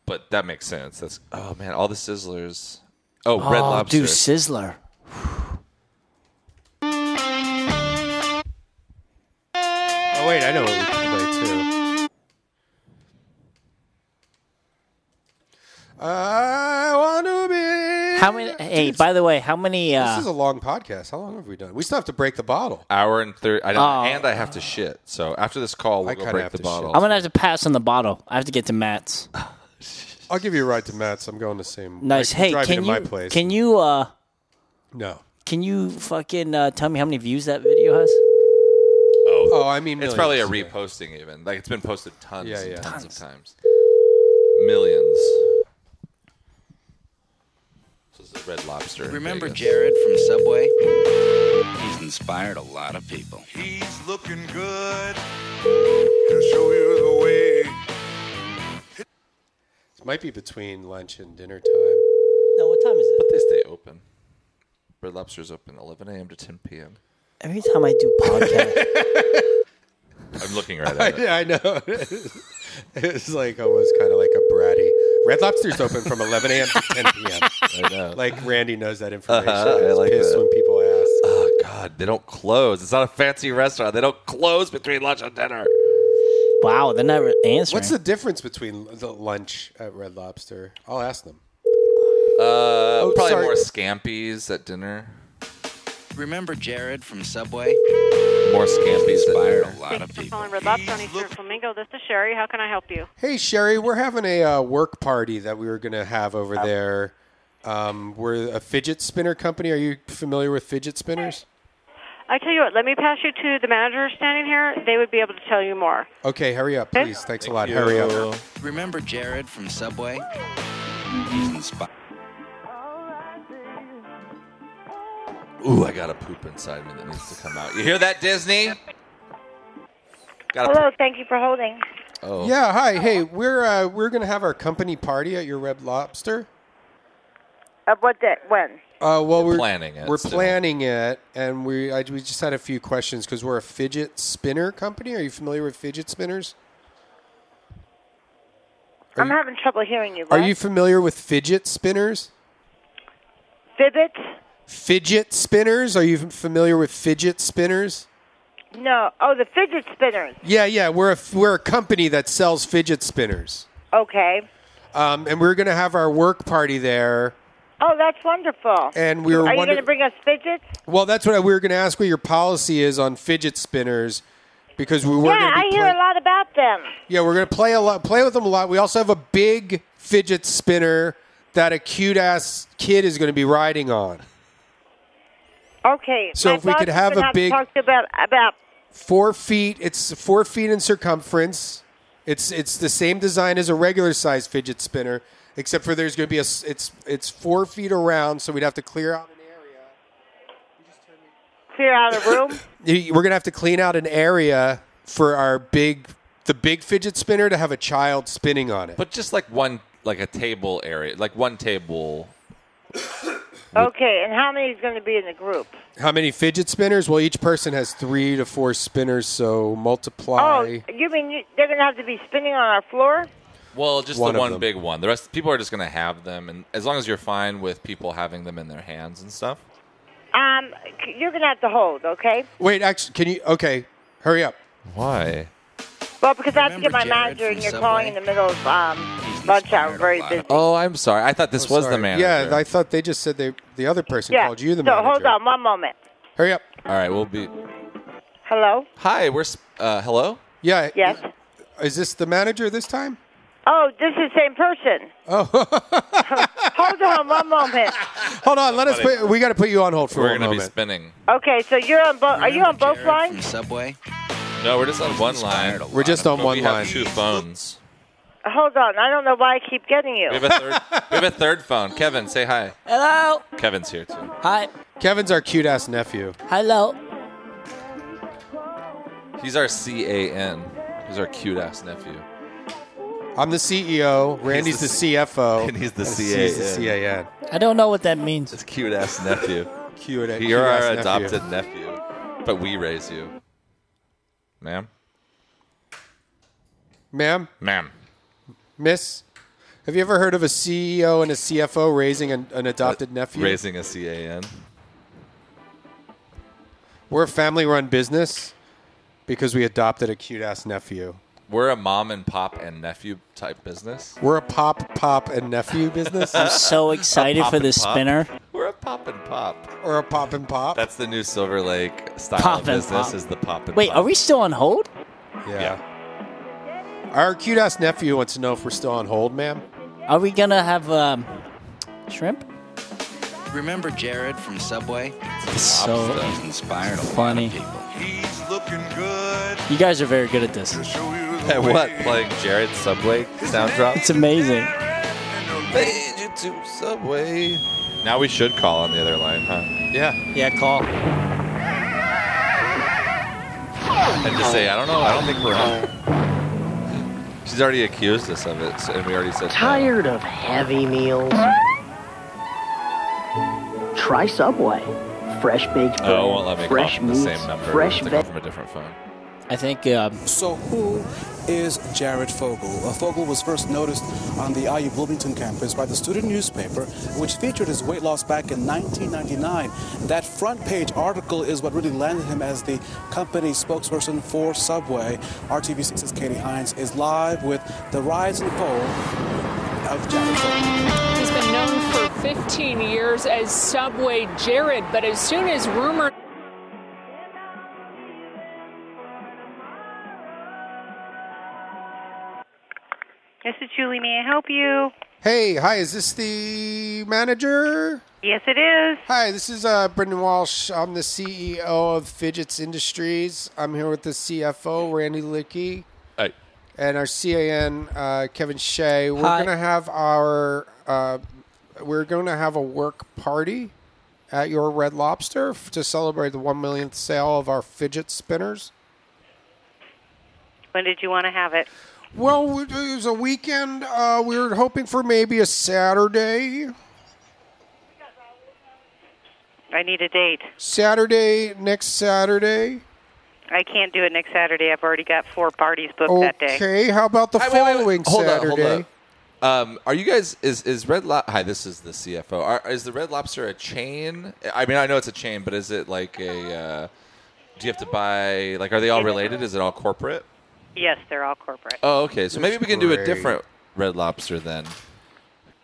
[SPEAKER 3] But that makes sense. That's oh man, all the sizzlers. Oh, red
[SPEAKER 1] Oh,
[SPEAKER 3] lobster.
[SPEAKER 1] Dude, Sizzler.
[SPEAKER 4] Oh wait, I know what we can play too. I want to be.
[SPEAKER 1] How many? Hey, by the way, how many? Uh,
[SPEAKER 4] This is a long podcast. How long have we done? We still have to break the bottle.
[SPEAKER 3] Hour and thirty. I
[SPEAKER 1] Oh.
[SPEAKER 3] don't and I have to shit. So after this call, we'll go
[SPEAKER 4] kinda
[SPEAKER 3] break
[SPEAKER 4] have
[SPEAKER 3] the
[SPEAKER 4] to
[SPEAKER 3] bottle.
[SPEAKER 1] I'm gonna have to pass on the bottle. I have to get to Matt's.
[SPEAKER 4] I'll give you a ride to Matt's. I'm going the same.
[SPEAKER 1] Nice.
[SPEAKER 4] I-
[SPEAKER 1] Hey,
[SPEAKER 4] drive
[SPEAKER 1] can
[SPEAKER 4] to
[SPEAKER 1] you
[SPEAKER 4] my place.
[SPEAKER 1] can you uh
[SPEAKER 4] no.
[SPEAKER 1] can you fucking uh, tell me how many views that video has?
[SPEAKER 3] Oh,
[SPEAKER 4] Oh, I mean, millions.
[SPEAKER 3] it's probably a reposting even. Like it's been posted tons,
[SPEAKER 4] Yeah,
[SPEAKER 3] and
[SPEAKER 4] yeah.
[SPEAKER 3] tons of times, millions. This is the Red Lobster. in
[SPEAKER 5] Remember
[SPEAKER 3] Vegas.
[SPEAKER 5] Jared from Subway? He's inspired a lot of people.
[SPEAKER 6] He's looking good. He'll show you the way.
[SPEAKER 4] It might be between lunch and dinner time. (laughs)
[SPEAKER 1] No, what time is it?
[SPEAKER 3] But they stay open. Red Lobster's open 11 a.m. to 10 p.m.
[SPEAKER 1] Every time I do podcast,
[SPEAKER 3] I'm looking (laughs) right at it.
[SPEAKER 4] I, I know. (laughs) it's like almost kind of like a bratty. Red Lobster's open from 11 a.m. to 10 p.m.
[SPEAKER 3] (laughs) I know.
[SPEAKER 4] Like Randy knows that information.
[SPEAKER 3] Uh-huh, I
[SPEAKER 4] I
[SPEAKER 3] like
[SPEAKER 4] pissed
[SPEAKER 3] that.
[SPEAKER 4] when people ask.
[SPEAKER 3] Oh God, they don't close. It's not a fancy restaurant. They don't close between lunch and dinner.
[SPEAKER 1] wow, they're never answering.
[SPEAKER 4] What's the difference between the lunch at Red Lobster? I'll ask them.
[SPEAKER 3] Uh, probably
[SPEAKER 4] Oh, sorry.
[SPEAKER 3] more scampies at dinner.
[SPEAKER 5] Remember Jared from Subway?
[SPEAKER 3] More scampies at
[SPEAKER 5] Inspired
[SPEAKER 3] dinner.
[SPEAKER 5] a lot of
[SPEAKER 10] for
[SPEAKER 5] people.
[SPEAKER 10] calling Red Lobster on East River Flamingo. This is Sherry. How can I help you?
[SPEAKER 4] Hey Sherry, we're having a uh, work party that we were going to have over there. Um, we're a fidget spinner company. Are you familiar with fidget spinners?
[SPEAKER 10] I tell you what, let me pass you to the manager standing here. They would be able to tell you more.
[SPEAKER 4] Okay, hurry up,
[SPEAKER 10] Okay.
[SPEAKER 4] please. Thanks a lot. Hurry up.
[SPEAKER 5] Remember Jared from Subway? He's inspired.
[SPEAKER 3] Ooh, I got a poop inside me that needs to come out. You hear that, Disney? Got a
[SPEAKER 12] Hello, thank you for holding.
[SPEAKER 3] Oh.
[SPEAKER 4] Yeah, hi. Hey, we're uh, we're going to have our company party at your Red Lobster.
[SPEAKER 12] Uh, what day? When?
[SPEAKER 4] Uh, well, we're
[SPEAKER 3] planning it
[SPEAKER 4] We're
[SPEAKER 3] still.
[SPEAKER 4] planning it, and we I, we just had a few questions because we're a fidget spinner company. Are you familiar with fidget spinners? Are
[SPEAKER 12] I'm
[SPEAKER 4] you-
[SPEAKER 12] having trouble hearing you.
[SPEAKER 4] Are
[SPEAKER 12] What?
[SPEAKER 4] you familiar with fidget spinners?
[SPEAKER 12] Fibbit?
[SPEAKER 4] Fidget spinners? Are you familiar with fidget spinners?
[SPEAKER 12] No. Oh, the fidget spinners.
[SPEAKER 4] Yeah, yeah. We're a, we're a company that sells fidget spinners.
[SPEAKER 12] Okay.
[SPEAKER 4] Um, and we're going to have our work party there.
[SPEAKER 12] Oh, that's wonderful.
[SPEAKER 4] And we were
[SPEAKER 12] Are you
[SPEAKER 4] wonder-
[SPEAKER 12] going to bring us fidgets?
[SPEAKER 4] Well, that's what I, we were going to ask what your policy is on fidget spinners because we were
[SPEAKER 12] yeah,
[SPEAKER 4] going to
[SPEAKER 12] I
[SPEAKER 4] be
[SPEAKER 12] hear
[SPEAKER 4] play-
[SPEAKER 12] a lot about them.
[SPEAKER 4] Yeah, we're going to play a lot play with them a lot. We also have a big fidget spinner that a cute ass kid is going to be riding on.
[SPEAKER 12] Okay.
[SPEAKER 4] So
[SPEAKER 12] my
[SPEAKER 4] if we could
[SPEAKER 12] boss is
[SPEAKER 4] have a
[SPEAKER 12] gonna
[SPEAKER 4] big-
[SPEAKER 12] to talk to you about about.
[SPEAKER 4] 4 feet, it's 4 feet in circumference. It's it's the same design as a regular size fidget spinner except for there's going to be a s- it's it's 4 feet around so we'd have to clear out
[SPEAKER 12] Clear out a room.
[SPEAKER 4] (laughs) Y- we're gonna have to clean out an area for our big the big fidget spinner to have a child spinning on it
[SPEAKER 3] But just like one, like a table area, like one table.
[SPEAKER 12] okay. And how many is going to be in the group?
[SPEAKER 4] how many fidget spinners well each person has three to four spinners so multiply
[SPEAKER 12] Oh, you mean you, they're going to have to be spinning on our floor?
[SPEAKER 3] Well, just
[SPEAKER 4] One
[SPEAKER 3] the
[SPEAKER 4] of
[SPEAKER 3] one
[SPEAKER 4] them.
[SPEAKER 3] big one. The rest people are just gonna have them, and as long as you're fine with people having them in their hands and stuff.
[SPEAKER 12] Um, c- you're going to have to hold, okay?
[SPEAKER 4] wait actually can you okay hurry up
[SPEAKER 3] why
[SPEAKER 12] Well, because I have to get my
[SPEAKER 4] Remember Jared
[SPEAKER 12] manager, and
[SPEAKER 4] from
[SPEAKER 12] you're
[SPEAKER 4] Subway?
[SPEAKER 12] calling in the middle of um, lunch hour. I'm very busy.
[SPEAKER 3] Oh, I'm sorry. I thought this was the manager.
[SPEAKER 4] Oh, yeah i thought they just said they the other person
[SPEAKER 12] yeah.
[SPEAKER 4] called you the
[SPEAKER 12] so
[SPEAKER 4] manager
[SPEAKER 12] hold on one moment.
[SPEAKER 4] hurry up
[SPEAKER 3] All right, we'll be.
[SPEAKER 12] Hello.
[SPEAKER 3] Hi, we're. s- Uh, hello.
[SPEAKER 4] yeah
[SPEAKER 12] Yes.
[SPEAKER 4] is this the manager this time
[SPEAKER 12] Oh, this is the same person.
[SPEAKER 13] (laughs)
[SPEAKER 4] Oh.
[SPEAKER 12] hold on one moment.
[SPEAKER 4] hold on let us
[SPEAKER 3] Buddy.
[SPEAKER 4] put, we got to put you on hold for
[SPEAKER 3] we're
[SPEAKER 4] one
[SPEAKER 3] gonna be
[SPEAKER 4] moment
[SPEAKER 3] spinning.
[SPEAKER 12] Okay, so you're on both. Are you on both lines?
[SPEAKER 5] Subway.
[SPEAKER 3] No, we're just on one line.
[SPEAKER 4] We're just on
[SPEAKER 3] But
[SPEAKER 4] one
[SPEAKER 3] we have
[SPEAKER 4] line.
[SPEAKER 3] two phones.
[SPEAKER 12] Hold on. I don't know why I keep getting you.
[SPEAKER 3] We have a third. we have a third phone. Kevin, say hi.
[SPEAKER 1] Hello.
[SPEAKER 3] Kevin's here too.
[SPEAKER 1] Hi.
[SPEAKER 4] kevin's our cute ass nephew
[SPEAKER 1] Hello.
[SPEAKER 3] He's our C A N. He's our cute ass nephew.
[SPEAKER 4] i'm the ceo randy's the,
[SPEAKER 3] the E
[SPEAKER 4] cfo
[SPEAKER 3] (laughs) and he's the
[SPEAKER 4] he's the
[SPEAKER 3] CAN.
[SPEAKER 4] CAN.
[SPEAKER 1] I don't know what that means.
[SPEAKER 3] It's cute ass nephew.
[SPEAKER 4] Cute.
[SPEAKER 3] You're
[SPEAKER 4] cute ass
[SPEAKER 3] our
[SPEAKER 4] nephew.
[SPEAKER 3] adopted nephew. but we raise you, ma'am.
[SPEAKER 4] ma'am
[SPEAKER 3] Ma'am.
[SPEAKER 4] Miss, have you ever heard of a CEO and a CFO raising an, an adopted
[SPEAKER 3] Uh,
[SPEAKER 4] nephew?
[SPEAKER 3] Raising a C A N.
[SPEAKER 4] We're a family run business because we adopted a cute ass nephew.
[SPEAKER 3] We're a mom and pop and nephew type business.
[SPEAKER 4] We're a pop, pop, and nephew business.
[SPEAKER 3] (laughs)
[SPEAKER 1] I'm so excited
[SPEAKER 3] pop
[SPEAKER 1] for
[SPEAKER 3] and
[SPEAKER 1] this
[SPEAKER 3] pop.
[SPEAKER 1] spinner.
[SPEAKER 3] We're a pop and pop.
[SPEAKER 4] Or a pop and pop.
[SPEAKER 3] That's the new Silver Lake style
[SPEAKER 1] Pop
[SPEAKER 3] of
[SPEAKER 1] and
[SPEAKER 3] business
[SPEAKER 1] pop.
[SPEAKER 3] is the pop and
[SPEAKER 1] Wait,
[SPEAKER 3] pop.
[SPEAKER 1] are we still on hold?
[SPEAKER 4] Yeah. Our cute ass nephew wants to know if we're still on hold, ma'am.
[SPEAKER 1] Are we gonna have um, shrimp?
[SPEAKER 5] Remember Jared from Subway?
[SPEAKER 1] It's so
[SPEAKER 5] He's inspired a
[SPEAKER 1] funny.
[SPEAKER 6] He's looking good.
[SPEAKER 1] You guys are very good at this.
[SPEAKER 3] At (laughs) what? Playing Jared Subway sound drop?
[SPEAKER 1] It's amazing.
[SPEAKER 3] Made you to Subway. Now we should call on the other line, huh? Yeah.
[SPEAKER 1] Yeah, call.
[SPEAKER 3] And just say, I don't know. I don't think we're on. She's already accused us of it, so- and we already said.
[SPEAKER 14] Tired of heavy meals? Try Subway. Fresh baked bread.
[SPEAKER 3] Oh, it won't let me
[SPEAKER 14] fresh
[SPEAKER 3] call from
[SPEAKER 14] meats,
[SPEAKER 3] the same number.
[SPEAKER 14] Fresh
[SPEAKER 3] I have to call
[SPEAKER 14] veg.
[SPEAKER 3] from a different phone.
[SPEAKER 1] I think. Um,
[SPEAKER 5] So, who is Jared Fogle? Uh, Fogle was first noticed on the IU Bloomington campus by the student newspaper, which featured his weight loss back in 1999. That front page article is what really landed him as the company spokesperson for Subway. RTV6's Katie Hines is live with the rise and fall of Jared Fogle.
[SPEAKER 15] He's been known for 15 years as Subway Jared, but as soon as rumor.
[SPEAKER 13] This is Julie. May I help you?
[SPEAKER 4] Hey, hi, is this the manager?
[SPEAKER 13] Yes, it is.
[SPEAKER 4] Hi, this is uh, Brendan Walsh. I'm the CEO of Fidgets Industries. I'm here with the CFO, Randy Lickey.
[SPEAKER 3] Hey.
[SPEAKER 4] And our CAN, uh, Kevin Shea. We're
[SPEAKER 16] Hi.
[SPEAKER 4] going to have our, uh, we're going to have a work party at your Red Lobster f- to celebrate the one millionth sale of our fidget spinners.
[SPEAKER 13] When did you want to have it?
[SPEAKER 4] Well, it was a weekend. Uh, we were hoping for maybe a Saturday.
[SPEAKER 13] I need a date.
[SPEAKER 4] Saturday, next Saturday.
[SPEAKER 13] I can't do it next Saturday. I've already got four parties booked that day.
[SPEAKER 4] Okay, how about the following
[SPEAKER 3] Hold on,
[SPEAKER 4] Saturday?
[SPEAKER 3] hold on. Um, are you guys is is Red Lobster? Hi, this is the CFO. Are, is the Red Lobster a chain? I mean, I know it's a chain, but is it like a? Uh, do you have to buy? Like, are they all related? Is it all corporate?
[SPEAKER 13] Yes, they're all corporate.
[SPEAKER 3] Oh, okay. So maybe we can do a
[SPEAKER 1] Great.
[SPEAKER 3] different Red Lobster then,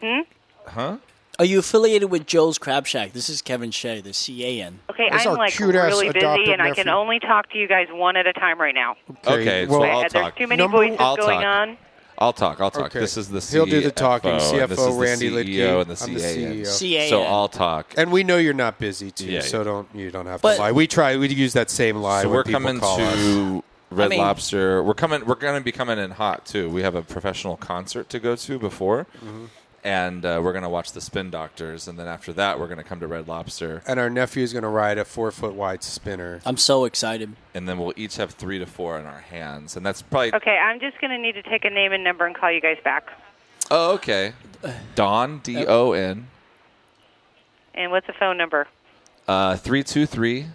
[SPEAKER 13] Hmm?
[SPEAKER 3] huh?
[SPEAKER 1] Are you affiliated with Joe's Crab Shack? This is Kevin Shea, the CAN.
[SPEAKER 13] Okay, I'm like really busy, and I can only talk to you guys one at a time right now.
[SPEAKER 3] Okay, so
[SPEAKER 13] I-
[SPEAKER 3] I'll
[SPEAKER 13] there's
[SPEAKER 3] talk.
[SPEAKER 13] too many voices
[SPEAKER 3] I'll
[SPEAKER 13] going
[SPEAKER 3] talk.
[SPEAKER 13] on.
[SPEAKER 3] I'll talk. I'll talk.
[SPEAKER 4] Okay.
[SPEAKER 3] This is the CFO.
[SPEAKER 4] He'll do the talking,
[SPEAKER 3] and This
[SPEAKER 4] CFO
[SPEAKER 3] is
[SPEAKER 4] Randy
[SPEAKER 3] the
[SPEAKER 4] Lidke.
[SPEAKER 3] CEO and the
[SPEAKER 4] I'm the
[SPEAKER 3] CAN.
[SPEAKER 13] E
[SPEAKER 4] CEO.
[SPEAKER 3] So
[SPEAKER 4] CAN.
[SPEAKER 3] I'll talk.
[SPEAKER 4] And we know you're not busy too,
[SPEAKER 3] Yeah,
[SPEAKER 4] so don't you don't have
[SPEAKER 3] But-
[SPEAKER 4] to lie. We try. We use that same lie.
[SPEAKER 3] So
[SPEAKER 4] when
[SPEAKER 3] we're
[SPEAKER 4] people
[SPEAKER 3] coming
[SPEAKER 4] call us.
[SPEAKER 3] to Red
[SPEAKER 4] I mean-
[SPEAKER 3] Lobster. We're coming. We're going to be coming in hot too. We have a professional concert to go to before,
[SPEAKER 4] Mhm.
[SPEAKER 3] and uh, we're going to watch the Spin Doctors, and then after that, we're going to come to Red Lobster,
[SPEAKER 4] And our nephew is going to ride a four foot wide spinner.
[SPEAKER 1] I'm so excited.
[SPEAKER 3] and then we'll each have three to four in our hands, and that's probably.
[SPEAKER 13] Okay, I'm just going to need to take a name and number and call you guys back.
[SPEAKER 3] Oh, okay. Don D O N
[SPEAKER 13] And what's the phone number?
[SPEAKER 3] uh, three two three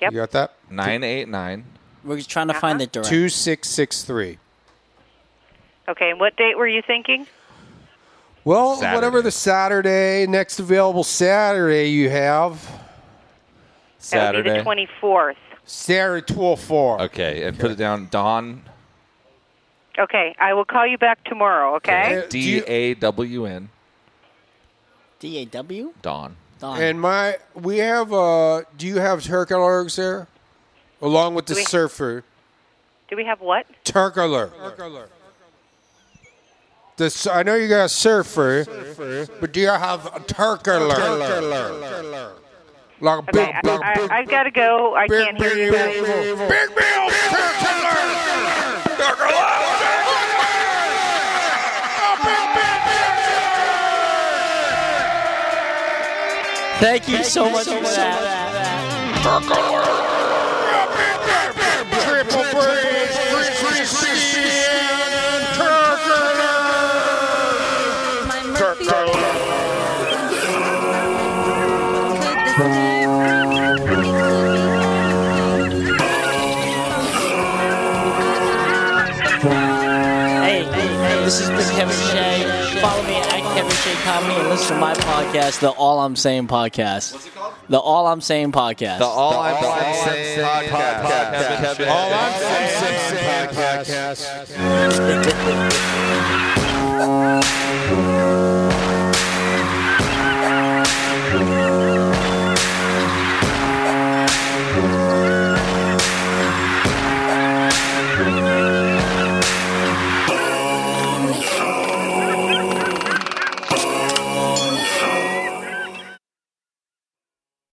[SPEAKER 13] Yep.
[SPEAKER 4] You got that?
[SPEAKER 3] nine eight nine.
[SPEAKER 1] We're just trying to find the direct.
[SPEAKER 4] Two six six three.
[SPEAKER 13] Okay, and what date were you thinking?
[SPEAKER 4] Well,
[SPEAKER 3] Saturday.
[SPEAKER 4] whatever the Saturday next available Saturday you have,
[SPEAKER 3] Saturday.
[SPEAKER 13] That would be the 24th.
[SPEAKER 4] Saturday twelve four.
[SPEAKER 3] Okay, and put it down. Don
[SPEAKER 13] Okay, I will call you back tomorrow, okay?
[SPEAKER 3] D A W N.
[SPEAKER 1] D A W?
[SPEAKER 3] Don.
[SPEAKER 4] And my, we have. uh Do you have Turk alerts there, along with the
[SPEAKER 13] Do we-
[SPEAKER 4] surfer
[SPEAKER 13] Do we have what?
[SPEAKER 4] Turk alert? The, s- I know you got a surfer, but do you have a Turk alert? Like a big,
[SPEAKER 13] Okay, I, I, I've got to go. I can't hear you guys.
[SPEAKER 1] Thank you so much for that.
[SPEAKER 4] Triple breeze,
[SPEAKER 1] Hey, this has been Kevin Shea. Follow me at Kevin Shea Comedy and listen to my podcast, the All I'm Saying podcast. What's it called? The All I'm Saying podcast. The
[SPEAKER 3] All I'm
[SPEAKER 1] Saying podcast.
[SPEAKER 4] All I'm saying podcast.